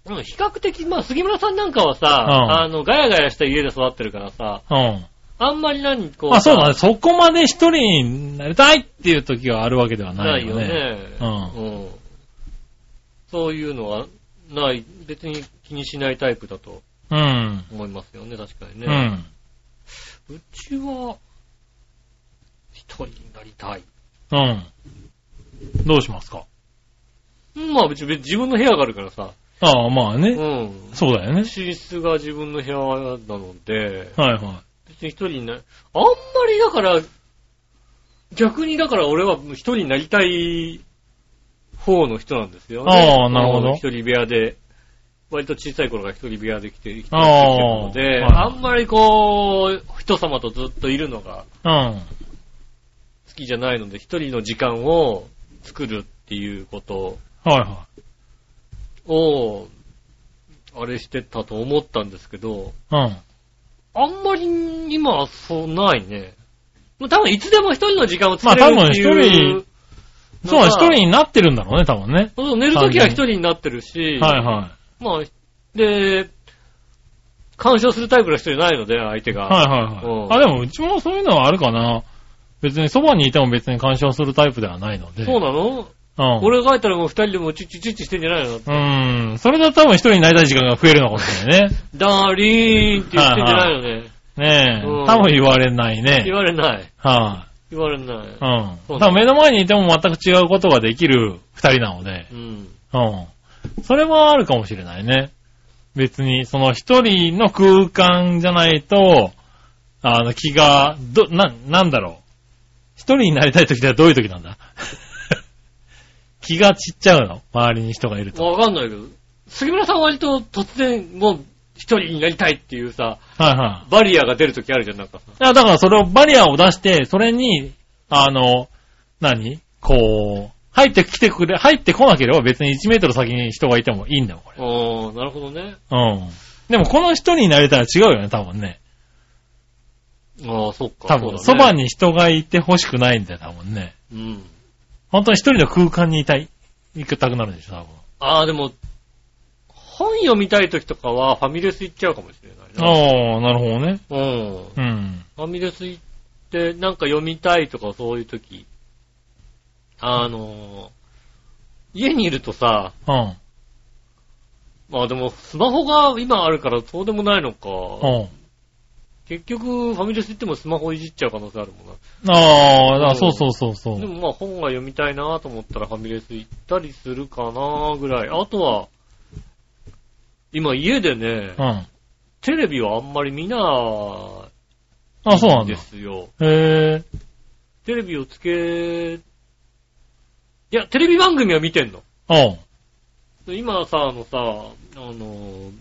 Speaker 2: うん比較的、まあ、杉村さんなんかはさ、
Speaker 3: うん
Speaker 2: あの、ガヤガヤした家で育ってるからさ、
Speaker 3: うん。
Speaker 2: あんまり何、こう。
Speaker 3: あ、そうだね。そこまで一人になりたいっていう時があるわけではな
Speaker 2: ない
Speaker 3: い
Speaker 2: よ
Speaker 3: よ
Speaker 2: ね。
Speaker 3: ね。う
Speaker 2: うんそういうのはない、別に気にしないタイプだと
Speaker 3: うん。
Speaker 2: 思いますよね、確かに
Speaker 3: う
Speaker 2: ね。
Speaker 3: ん。
Speaker 2: うちは、一人になりたい。
Speaker 3: うん。どうしますか
Speaker 2: うんまあ別に自分の部屋があるからさ、
Speaker 3: ああ、まあ
Speaker 2: う
Speaker 3: ね。
Speaker 2: ん。
Speaker 3: そうだよね。
Speaker 2: 寝室が自分の部屋なので、
Speaker 3: はいは
Speaker 2: 別に一人にな、あんまりだから、逆にだから俺は一人になりたい方の人なんですよね。
Speaker 3: ああなるほど
Speaker 2: うん一人部屋で、割と小さい頃から一人部屋で来て、生きてきてる
Speaker 3: ああ
Speaker 2: ので、
Speaker 3: はい
Speaker 2: あんまりこう、人様とずっといるのが
Speaker 3: い。うん。
Speaker 2: 好きじゃないので、一人の時間を作るっていうこと
Speaker 3: はいは
Speaker 2: を、あれしてたと思ったんですけど、
Speaker 3: い。うん。
Speaker 2: あんまり今はそうないね。まあ多分いつでも一人の時間を作
Speaker 3: ま
Speaker 2: れ
Speaker 3: あ多
Speaker 2: る
Speaker 3: 分
Speaker 2: っていう。
Speaker 3: そうだ、一人
Speaker 2: 人。
Speaker 3: になってるんだろうね、多分ね。
Speaker 2: そう寝るときは一人になってるし、
Speaker 3: はいは
Speaker 2: まあ、で、干渉するタイプの人じゃないので、相手が。
Speaker 3: い。はいはいは
Speaker 2: うん
Speaker 3: い。あ、でもうちもそういうのはあるかな。別にそばにいても別に干渉するタイプではないので。
Speaker 2: そうなの、
Speaker 3: うん。
Speaker 2: 俺が帰ったらもう二人でもチッチチッチしてんじゃないの
Speaker 3: うーん。それだと多分一人になりたい時間が増えるのかもしれないね。
Speaker 2: ダーリーンって言ってんじゃないのね。
Speaker 3: ねえ。
Speaker 2: うん
Speaker 3: 多分言われないね
Speaker 2: 言。われない。
Speaker 3: は
Speaker 2: 言われない
Speaker 3: い、。うん。
Speaker 2: そ
Speaker 3: 多
Speaker 2: うだ
Speaker 3: 分目の前にいても全く違うことができる二人なので。
Speaker 2: うん。
Speaker 3: うん。それはあるかもしれないね。別に、その一人の空間じゃないと、あの、気が、ど、な、なんだろう。一人になりたい時ってはどういう時なんだ 気が散っちゃうの周りに人がいると。
Speaker 2: わかんないけど、杉村さんは割と突然もう一人になりたいっていうさ、
Speaker 3: はいはい。
Speaker 2: バリアが出るときあるじゃん、なんかさ。
Speaker 3: いや、だからそれをバリアを出して、それに、あの、何こう、入ってきてくれ、入ってこなければ別に1メートル先に人がいてもいいんだよ、これ。
Speaker 2: おー、なるほどね。
Speaker 3: うん。でもこの人になれたら違うよね、多分ね。
Speaker 2: ああ、そっか。
Speaker 3: 多
Speaker 2: うだ
Speaker 3: 分、
Speaker 2: ね
Speaker 3: そば、に人がいて欲しくないんだよ、多分ね。
Speaker 2: うん。
Speaker 3: 本当に一人の空間にいたい、行きたくなるんでしょ、多分。
Speaker 2: ああ、でも、本読みたい時とかはファミレス行っちゃうかもしれないな。
Speaker 3: ああ、なるほどね。
Speaker 2: うん。フ
Speaker 3: うん。
Speaker 2: ァミレス行って、なんか読みたいとかそういう時、あの、家にいるとさ、
Speaker 3: うん。
Speaker 2: まあでも、スマホが今あるからそうでもないのか。
Speaker 3: うん。
Speaker 2: 結局、ファミレス行ってもスマホいじっちゃう可能性あるもんな。
Speaker 3: ああ、だから
Speaker 2: うん
Speaker 3: そうそうそうそう。
Speaker 2: でもまあ本が読みたいなと思ったらファミレス行ったりするかなぐらい。あとは、今家でね、
Speaker 3: うん。
Speaker 2: テレビはあんまり見な
Speaker 3: あ、そうない
Speaker 2: ん
Speaker 3: ん
Speaker 2: で
Speaker 3: だ。
Speaker 2: すよ。
Speaker 3: へえ。
Speaker 2: テレビをつけ、いや、テレビ番組は見てんの。
Speaker 3: うん。
Speaker 2: 今さ、あのさ、あの、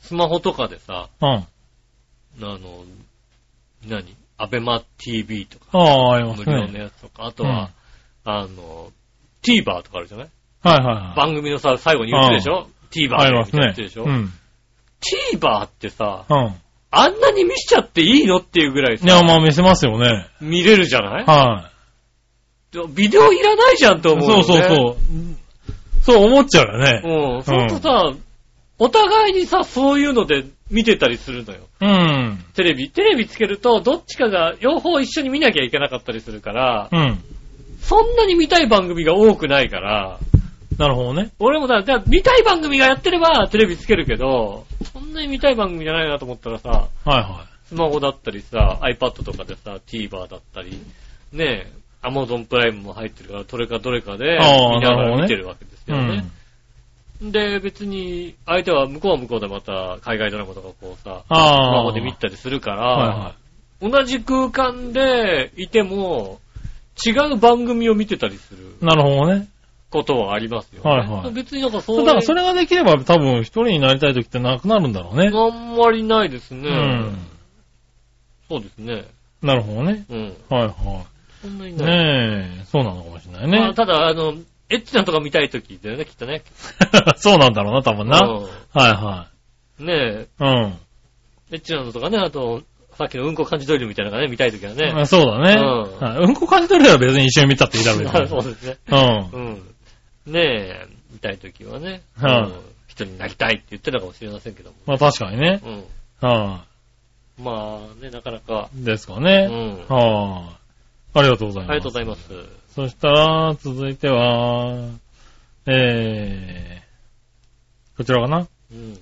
Speaker 2: スマホとかでさ、
Speaker 3: うん。
Speaker 2: あの、何アベマ TV とか、
Speaker 3: ああ、ありま
Speaker 2: 無
Speaker 3: す
Speaker 2: 料の
Speaker 3: ね。
Speaker 2: やつとか、あとは、あの、TVer とかあるじゃない
Speaker 3: はいは
Speaker 2: 番組のさ、最後に言ってるでしょ
Speaker 3: いはい。
Speaker 2: ?TVer
Speaker 3: あり
Speaker 2: みた
Speaker 3: ま
Speaker 2: い
Speaker 3: す
Speaker 2: なの言
Speaker 3: ね
Speaker 2: ってるでし。ょ、
Speaker 3: うん。う
Speaker 2: ?TVer ってさ、
Speaker 3: ん。
Speaker 2: あんなに見しちゃっていいのっていうぐらい
Speaker 3: いや、
Speaker 2: さ、
Speaker 3: まあ見せますよね。
Speaker 2: 見れるじゃない
Speaker 3: は
Speaker 2: ビデオいらないじゃんと
Speaker 3: い。
Speaker 2: 思うよ
Speaker 3: そ
Speaker 2: ね。
Speaker 3: うそうそう。そう思っちゃうよね。
Speaker 2: うん。そうするとさ、お互いにさ、そういうので見てたりするのよ。
Speaker 3: うん。
Speaker 2: テレビ。テレビつけると、どっちかが、両方一緒に見なきゃいけなかったりするから、
Speaker 3: うん。
Speaker 2: そんなに見たい番組が多くないから、
Speaker 3: なるほどね。
Speaker 2: 俺もだ、だから見たい番組がやってればテレビつけるけど、そんなに見たい番組じゃないなと思ったらさ、
Speaker 3: はいは
Speaker 2: スマホだったりさ、iPad とかでさ、TVer だったり、ねえ、Amazon プライムも入ってるから、どれかどれかで、
Speaker 3: あー
Speaker 2: 見なが
Speaker 3: なるほど
Speaker 2: ら
Speaker 3: ね
Speaker 2: 見てるわけです
Speaker 3: い。う
Speaker 2: よね。
Speaker 3: ん。
Speaker 2: で、別に、相手は向こうは向こうでまた、海外ドラマとかこうさ、スマ
Speaker 3: ああ。
Speaker 2: ホで見たりするから、
Speaker 3: はいは
Speaker 2: 同じ空間でいても、違う番組を見てたりする
Speaker 3: い。なるほどね。
Speaker 2: ことはありますよ、ね。
Speaker 3: はいはい
Speaker 2: 別になんかそうい
Speaker 3: だ
Speaker 2: う
Speaker 3: からそれができれば多分一人になりたい時ってなくなるんだろうね。
Speaker 2: あんまりないですね。
Speaker 3: うん。
Speaker 2: そうですね。
Speaker 3: なるほどね。
Speaker 2: うん。
Speaker 3: はいは
Speaker 2: そんなに
Speaker 3: い。
Speaker 2: ない。
Speaker 3: ねえ、そうなのかもしれない
Speaker 2: まあ
Speaker 3: ね。
Speaker 2: ただ、あの、エッチなとか見たいときだよね、きっとね。
Speaker 3: そうなんだろうな、多分な。はいは
Speaker 2: うんね
Speaker 3: い。うん。
Speaker 2: え、エッチなのとかね、あと、さっきのうんこ感じドリルみたいなのがね、見たいときはね。
Speaker 3: あそうだね。
Speaker 2: うん
Speaker 3: はいうんこ感じ取れたら別に一緒に見たっていいだろう
Speaker 2: そ
Speaker 3: よ
Speaker 2: うですね。
Speaker 3: うん。
Speaker 2: うん。ねえ、見たいときはね、
Speaker 3: はい
Speaker 2: うん人になりたいって言ってたかもしれませんけども。
Speaker 3: まあ確かにね。
Speaker 2: うん。
Speaker 3: は
Speaker 2: まあね、なかなか。
Speaker 3: い。ですか
Speaker 2: う
Speaker 3: ね。
Speaker 2: ん。あ
Speaker 3: はい。ありがとうございます。
Speaker 2: りがとうございます。
Speaker 3: そしたら、続いては、えー、こちらかな
Speaker 2: うん。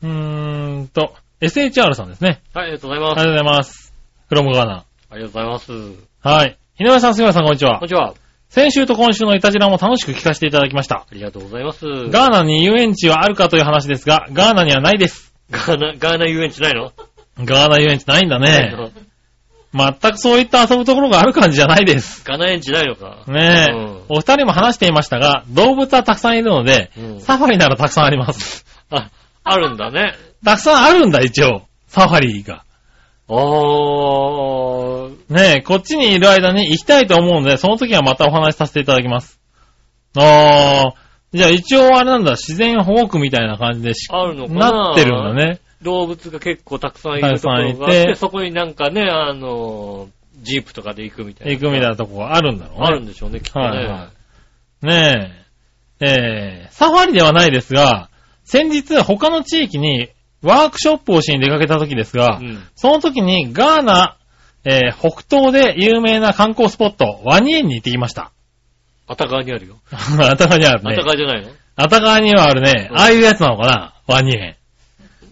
Speaker 3: うーんと、SHR さんですね。
Speaker 2: はい、ありがとうございま
Speaker 3: ありが
Speaker 2: す。
Speaker 3: とうございます。フロムガーナ。
Speaker 2: ありがとうございます。こ
Speaker 3: はい。井上さん、杉村さん、こんにちは
Speaker 2: んに。ちは。
Speaker 3: 先週と今週のイタジラも楽しく聞かせていただきました。
Speaker 2: ありがとうございます。
Speaker 3: ガーナに遊園地はあるかという話ですが、ガーナにはないです。
Speaker 2: ガーナ、ガーナ遊園地ないの
Speaker 3: ガーナ遊園地ないんだ
Speaker 2: ない
Speaker 3: ね。
Speaker 2: の
Speaker 3: 全くそういった遊ぶところがある感じじゃないで す。
Speaker 2: ガーナ園地ないのか。
Speaker 3: ねえ。
Speaker 2: うん
Speaker 3: お二人も話していましたが、動物はたくさんいるので、
Speaker 2: うん
Speaker 3: サファリならたくさんあります。
Speaker 2: あ、あるんだね。
Speaker 3: たくさんあるんだ、一応。サファリが。
Speaker 2: おー。
Speaker 3: ねえ、こっちにいる間に行きたいと思うので、その時はまたお話しさせていただきます。あー、じゃあ一応あれなんだ、自然保護区みたいな感じでし
Speaker 2: あるのかな
Speaker 3: なってるんだね。
Speaker 2: 動物が結構たくさんいるところがあった
Speaker 3: くさんい
Speaker 2: て、
Speaker 3: て
Speaker 2: そこになんかね、あの、ジープとかで行くみたいな。
Speaker 3: 行くみたいなとこがあるんだろうね。
Speaker 2: あるんでしょうね、きっとね。
Speaker 3: はいはねえ。えー、サファリではないですが、先日他の地域にワークショップをしに出かけた時ですが、
Speaker 2: うん
Speaker 3: その時にガーナ、えー北東で有名な観光スポット、ワニ園に行ってき ました。
Speaker 2: あたがわにあるよ。
Speaker 3: あたかにある
Speaker 2: あた
Speaker 3: ね
Speaker 2: が。わじゃないの
Speaker 3: あたかにはあるね。
Speaker 2: うん
Speaker 3: ああいうやつなのかなワニ園。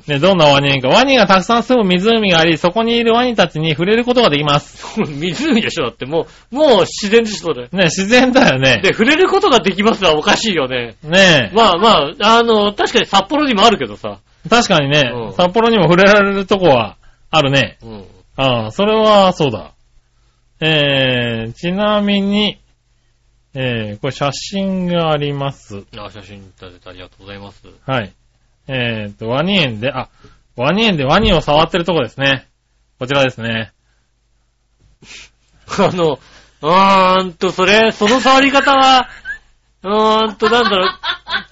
Speaker 3: ね、どんなワニ園か。ワニがたくさん住む湖があり、そこにいるワニたちに触れることができます。
Speaker 2: 湖でしょだってもう、もう自然でしょ、それ。
Speaker 3: ね、自然だよね
Speaker 2: で、。触れることができますはおかしいよね。
Speaker 3: ね
Speaker 2: まあまあ、あの、確かに札幌にもあるけどさ。
Speaker 3: え。確かにね、
Speaker 2: うん
Speaker 3: 札幌にも触れられるとこはあるね。
Speaker 2: うん。
Speaker 3: ああ、それは、そうだ。えー、ちなみに、えー、これ写真があります。
Speaker 2: あ、写真いただいてありがとうございます。
Speaker 3: はい。えーと、ワニ園で、あ、ワニ園でワニを触ってるとこですね。こちらですね。
Speaker 2: あの、うーんと、それ、その触り方は、うーんと、なんだろう、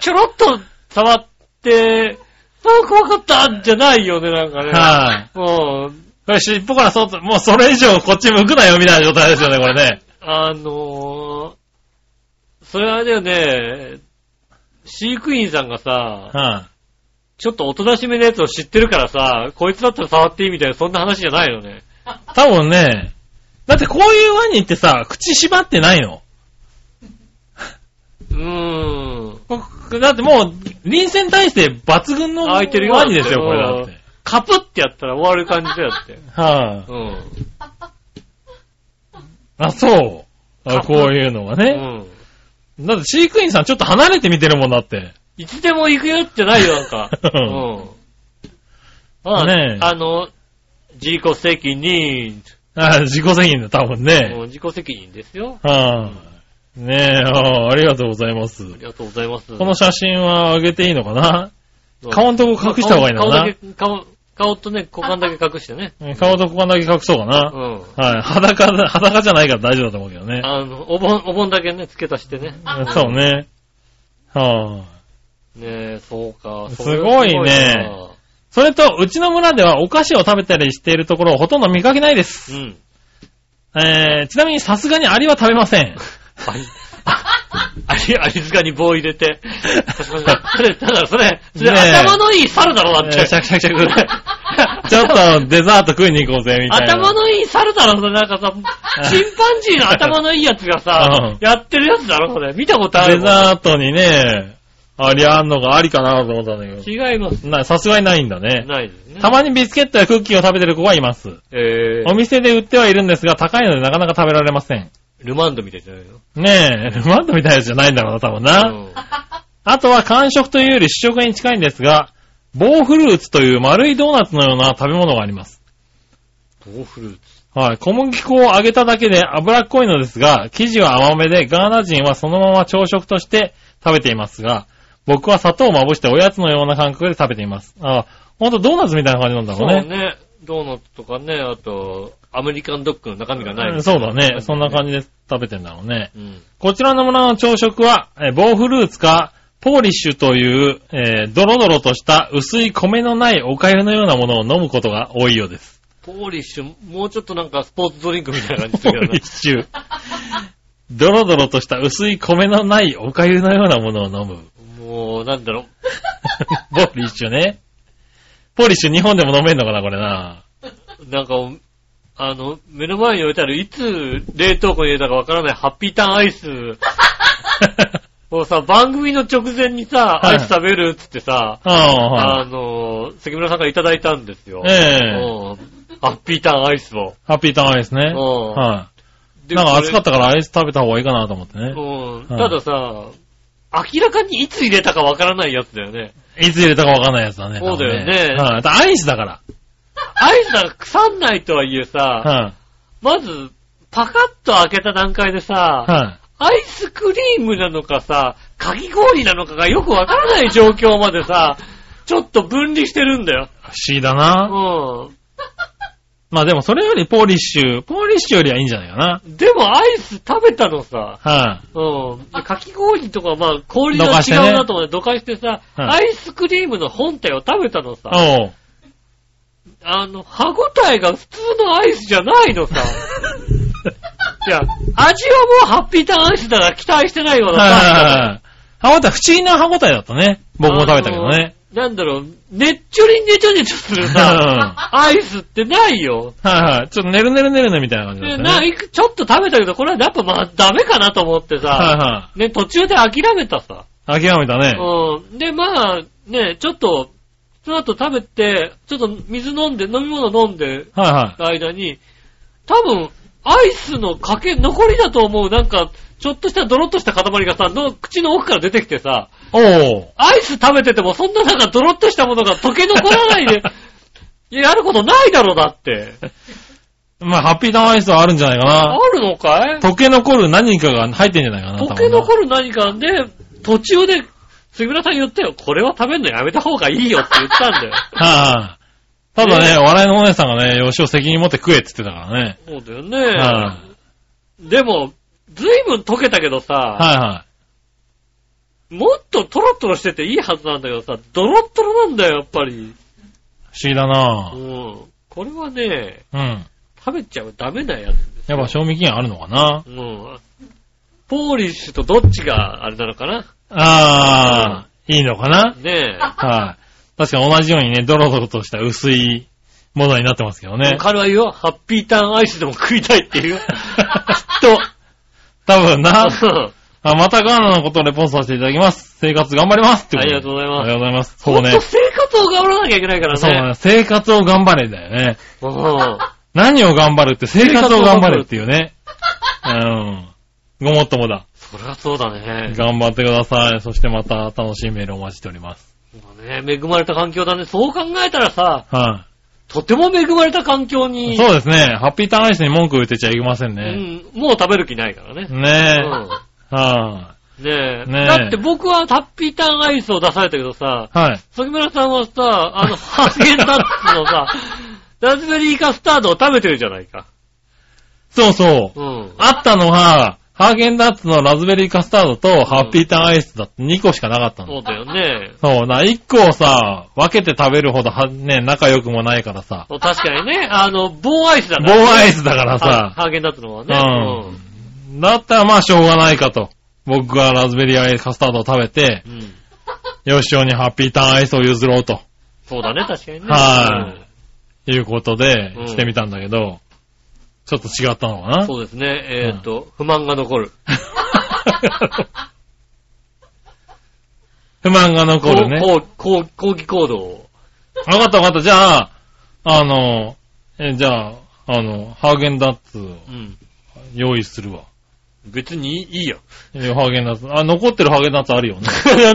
Speaker 2: ちょろっと触って、あー怖かったんじゃないよね、なんかね。
Speaker 3: はい、
Speaker 2: うん。
Speaker 3: これ尻尾からそうと、もうそれ以上こっち向くなよみたいな状態ですよね、これね。
Speaker 2: あのー、それあれだよね、飼育員さんがさ、
Speaker 3: は
Speaker 2: ちょっとおとなしめのやつを知ってるからさ、こいつだったら触っていいみたいな、そんな話じゃないよね。
Speaker 3: い、多分ね、だってこういうワニってさ、口縛ってないの。
Speaker 2: うーん。
Speaker 3: こだってもう、臨戦体制抜群のワ
Speaker 2: 開いてるよ
Speaker 3: ニですよ、これ
Speaker 2: だ
Speaker 3: だ
Speaker 2: っ
Speaker 3: ってて。
Speaker 2: カプってやったら終わる感じだよって。
Speaker 3: は
Speaker 2: う
Speaker 3: い、
Speaker 2: ん。
Speaker 3: あ。そう。あこういうのが
Speaker 2: う
Speaker 3: ね。
Speaker 2: ん。
Speaker 3: だって飼育員さんちょっと離れて見てるもんだって。
Speaker 2: いつでも行くよってないよ、なん か。うん。まあ、
Speaker 3: ねえ
Speaker 2: あの、自己責任、
Speaker 3: あ自己責任だ、多分ね。
Speaker 2: うん自己責任ですよ。
Speaker 3: はい、ねえあー、ありがとうございます。
Speaker 2: ありがとうございます。
Speaker 3: この写真は上げていいのかな
Speaker 2: うん
Speaker 3: 顔のとこ隠した方がいいの
Speaker 2: 顔
Speaker 3: か
Speaker 2: だ
Speaker 3: な
Speaker 2: け、顔、顔とね、股間だけ隠してね。
Speaker 3: うん顔と股間だけ隠そうか
Speaker 2: う
Speaker 3: な。
Speaker 2: ん。
Speaker 3: はい。裸だ、裸じゃないから大丈夫だと思うけどね。
Speaker 2: あの、お盆、お盆だけね、付け足してね。
Speaker 3: そうね。はい、
Speaker 2: ねえ、そうか。
Speaker 3: すごいね
Speaker 2: それは
Speaker 3: それと、うちの村ではお菓子を食べたりしているところをほとんど見かけないで
Speaker 2: す
Speaker 3: す。
Speaker 2: ごいなうん。
Speaker 3: えー、ちなみにさすがにアリは食べませ ん。
Speaker 2: あり、あり、ありずかに棒入れて。そ れ、ただそれ、それ
Speaker 3: ねえ
Speaker 2: 頭のいい猿だろ、だ
Speaker 3: え
Speaker 2: っ
Speaker 3: ー
Speaker 2: て。
Speaker 3: シャクシャクシャ ク。ちょっとデザート食いに行こうぜ、みたいな。
Speaker 2: 頭のいい猿だろ、それなん かさ、チンパンジーの頭のいいやつがさ
Speaker 3: うん、
Speaker 2: やってるやつだろ、それ。見たことあ
Speaker 3: デ
Speaker 2: るもん。
Speaker 3: ザートにね、アリあんのがありかなと思ったんだけ
Speaker 2: 違います。
Speaker 3: ど。な、さすがにないんだね。
Speaker 2: ないですね。
Speaker 3: たまにビスケットやクッキーを食べてる子はいます。
Speaker 2: え
Speaker 3: お店で売ってはいるんですが、高いのでなかなか食べられません。
Speaker 2: ー、ルマンドみたいじゃないの
Speaker 3: ねえ、 ルマンドみたいなやつじゃないんだろうな、多分な。
Speaker 2: うん
Speaker 3: あとは完食というより主食に近いんですが、棒フルーツという丸いドーナツのような食べ物があります。
Speaker 2: ドーフルーツ。
Speaker 3: はい。小麦粉を揚げただけで脂っこいのですが、生地は甘めで、ガーナ人はそのまま朝食として食べていますが、僕は砂糖をまぶしておやつのような感覚で食べています。あ、ほんとドーナツみたいな感じなんだ
Speaker 2: そ
Speaker 3: ろ
Speaker 2: う
Speaker 3: うね。
Speaker 2: ね。ドーナツとかね、あと、アメリカンドッグの中身がない。
Speaker 3: うんそうだね。そんな感じで食べてんだろうね。
Speaker 2: じ。うん。
Speaker 3: こちらの村の朝食は、えー棒フルーツか、ポーリッシュという、えードロドロとした薄い米のないお粥のようなものを飲むことが多いようです。
Speaker 2: ポーリッシュ、もうちょっとなんかスポーツドリンクみたいな感じす
Speaker 3: ポ
Speaker 2: る
Speaker 3: ーリ
Speaker 2: け
Speaker 3: ッシュ。 ドロドロとした薄い米のないお粥のようなものを飲
Speaker 2: ど
Speaker 3: む。
Speaker 2: な。もう、なんだろう。
Speaker 3: ポーリッシュね。ポーリッシュ日本でも飲めんのかな、これな。
Speaker 2: なんか、あの、目の前に置いてある、いつ冷凍庫に入れたかわからないハッピーターンアイ スをさ、番組の直前にさ、
Speaker 3: は
Speaker 2: ア
Speaker 3: い
Speaker 2: イス食べるっつってさ、
Speaker 3: あ
Speaker 2: あ
Speaker 3: あ、
Speaker 2: の、関村さんからいただいたんですよ。
Speaker 3: ええ
Speaker 2: うんハッピーターンアイスを。
Speaker 3: ハッピーターンアイスね。
Speaker 2: うん
Speaker 3: は
Speaker 2: で
Speaker 3: い。なんか暑かっ
Speaker 2: そ
Speaker 3: たからアイス食べた方がいいかなと思って
Speaker 2: れ
Speaker 3: ね。
Speaker 2: うん。
Speaker 3: うん
Speaker 2: たださ、明らかにいつ入れたかわからないやつだよね。
Speaker 3: いつ入れたかわかんないやつだね。
Speaker 2: そうだよね
Speaker 3: はい。だアイスだから。
Speaker 2: アイスなんか腐んないとはいえさ、
Speaker 3: はい。
Speaker 2: まず、パカッと開けた段階でさ、
Speaker 3: は
Speaker 2: ア
Speaker 3: い。
Speaker 2: イスクリームなのかさ、かき氷なのかがよくわからない状況まで さ、ちょっと分離してるんだよ。
Speaker 3: 不思議だな。
Speaker 2: う
Speaker 3: まあでもそれよりポーリッシュ、ポーリッシュよりはいいんじゃないかな。
Speaker 2: ん。でもアイス食べたのさ、
Speaker 3: は
Speaker 2: うん。かき氷とかまあ氷の
Speaker 3: ど
Speaker 2: 違
Speaker 3: かしてね
Speaker 2: うなと思って、どかしてさ、
Speaker 3: うん
Speaker 2: アイスクリームの本体を食べたのさ、
Speaker 3: い。おう。
Speaker 2: あの、歯ごたえが普通のアイスじゃない のさ。いや、味はもうハッピーターンアイスだから期待してないような
Speaker 3: はいはい
Speaker 2: さ。
Speaker 3: はい。歯応え、不思議な歯応えだったね。僕も食べたけどね。
Speaker 2: あの。なんだろう、ねっちょりねちょねちょするさ、アイスってないよ。
Speaker 3: はいはい。ちょっとねるねるねるねみたいな感じだ
Speaker 2: で
Speaker 3: った
Speaker 2: な
Speaker 3: ね。
Speaker 2: いくちょっと食べたけど、これはやっぱまあダメかなと思ってさ、
Speaker 3: は
Speaker 2: ね、途中で諦めたさ。
Speaker 3: いはい。諦めたね。
Speaker 2: うん。で、まあ、ね、ちょっと、その後食べて、ちょっと水飲んで、飲み物飲んで
Speaker 3: はいは
Speaker 2: た間に、多分、アイスのかけ、残りだと思う、なんか、ちょっとしたドロッとした塊がさ、の口の奥から出てきてさ、
Speaker 3: い。おう。
Speaker 2: アイス食べててもそんななんかドロッとしたものが溶け残ら ないで、いややることないだろうだって。
Speaker 3: まあ、ハッピーターンアイスはあるんじゃないか
Speaker 2: あ
Speaker 3: な。
Speaker 2: るのかい
Speaker 3: 溶け残る何かが入ってんじゃないかな。
Speaker 2: 溶け残
Speaker 3: る
Speaker 2: る何かで、途中で、杉村さん言ったよ、これは食べるのやめた方がいいよって言ったん だよ。
Speaker 3: はいはい。ただ
Speaker 2: ね
Speaker 3: ね、笑いのお姉さんがね、吉を責任持って食えって言ってたからね。
Speaker 2: そうだよ
Speaker 3: は
Speaker 2: ね。でも、ずいぶん溶けたけどさ、
Speaker 3: はいはい。
Speaker 2: もっとトロトロしてていいはずなんだけどさ、ドロットロなんだよ、やっぱり。
Speaker 3: 不思議だ
Speaker 2: う。
Speaker 3: なん
Speaker 2: これはね、
Speaker 3: うん。
Speaker 2: 食べちゃダメなやつです
Speaker 3: やっ
Speaker 2: よ
Speaker 3: ぱ賞味期限あるのかな
Speaker 2: うん。ポーリッシュとどっちがあれなのかな
Speaker 3: あー、いいのかな
Speaker 2: ね
Speaker 3: はい。確かに同じようにね、ドロドロとした薄いものになってますけど
Speaker 2: え。
Speaker 3: ね。
Speaker 2: 彼は言うよ、ハッピーターンアイスでも食いたいっていう。きっと。
Speaker 3: 多分な。
Speaker 2: あ
Speaker 3: あ、またガーナのことをレポートさせていただきます。生活頑張りますってこと
Speaker 2: り
Speaker 3: で
Speaker 2: がとうござい
Speaker 3: あ
Speaker 2: ま
Speaker 3: りが
Speaker 2: す。
Speaker 3: とうございます。そ
Speaker 2: ほ
Speaker 3: うんね
Speaker 2: と。生活を頑張らなきゃいけないからね。
Speaker 3: そうだね。生活を頑張れだよね。
Speaker 2: うん
Speaker 3: 何を頑張るって生活を頑張れっていうね。うん。ごもっともだ。
Speaker 2: そりゃそうだね。
Speaker 3: 頑張ってください。そしてまた楽しいメールをお待ちしております。
Speaker 2: そうだね恵まれた環境だね。そう考えたらさ、
Speaker 3: は
Speaker 2: とても恵まれた環境
Speaker 3: い、
Speaker 2: に、
Speaker 3: そうですね。ハッピーターンアイスに文句を言ってちゃいけませんね。
Speaker 2: うん、もう食べる気ないからね。
Speaker 3: ねえ。
Speaker 2: うん
Speaker 3: は
Speaker 2: ねえ。
Speaker 3: ねえ
Speaker 2: だって僕はハッピーターンアイスを出されたけどさ、
Speaker 3: い、はい。
Speaker 2: 杉村さんはさ、あ の、ハーゲンダッツのさ、ラズベリーカスタードを食べてるじゃないか。
Speaker 3: そうそう。
Speaker 2: うん。
Speaker 3: あったのは、ハーゲンダッツのラズベリーカスタードとハッピーターンアイスだって2個しかなかったの。
Speaker 2: そうだよね。
Speaker 3: そうな、一個をさ、分けて食べるほどは、ね、仲良くもないからさ、
Speaker 2: そう確かにね、あの、棒アイスだ
Speaker 3: 棒
Speaker 2: から、ね。
Speaker 3: アイスだから
Speaker 2: は
Speaker 3: さ、
Speaker 2: ハーゲンダッツのはね。
Speaker 3: だったらまあしょうがないかと。僕がラズベリーアイスカスタードを食べて、
Speaker 2: うん。うん。
Speaker 3: よしおにハッピーターンアイスを譲ろうと
Speaker 2: そうだね、確かにね。
Speaker 3: はいいうことで
Speaker 2: うん
Speaker 3: してみたんだけど、ちょっと違ったのか
Speaker 2: うん
Speaker 3: な
Speaker 2: そうですね、えーっと、不満が残る。
Speaker 3: 不満が残るね。
Speaker 2: こうこうこう抗議行動を。
Speaker 3: わかったわかった。じゃあ、あの、え、じゃあ、あの、ハーゲンダッツを
Speaker 2: うん。
Speaker 3: 用意するわ。
Speaker 2: 別にいいよ。
Speaker 3: えハーゲンダッツ。あ、残ってるハーゲンダッツあるよね。
Speaker 2: 残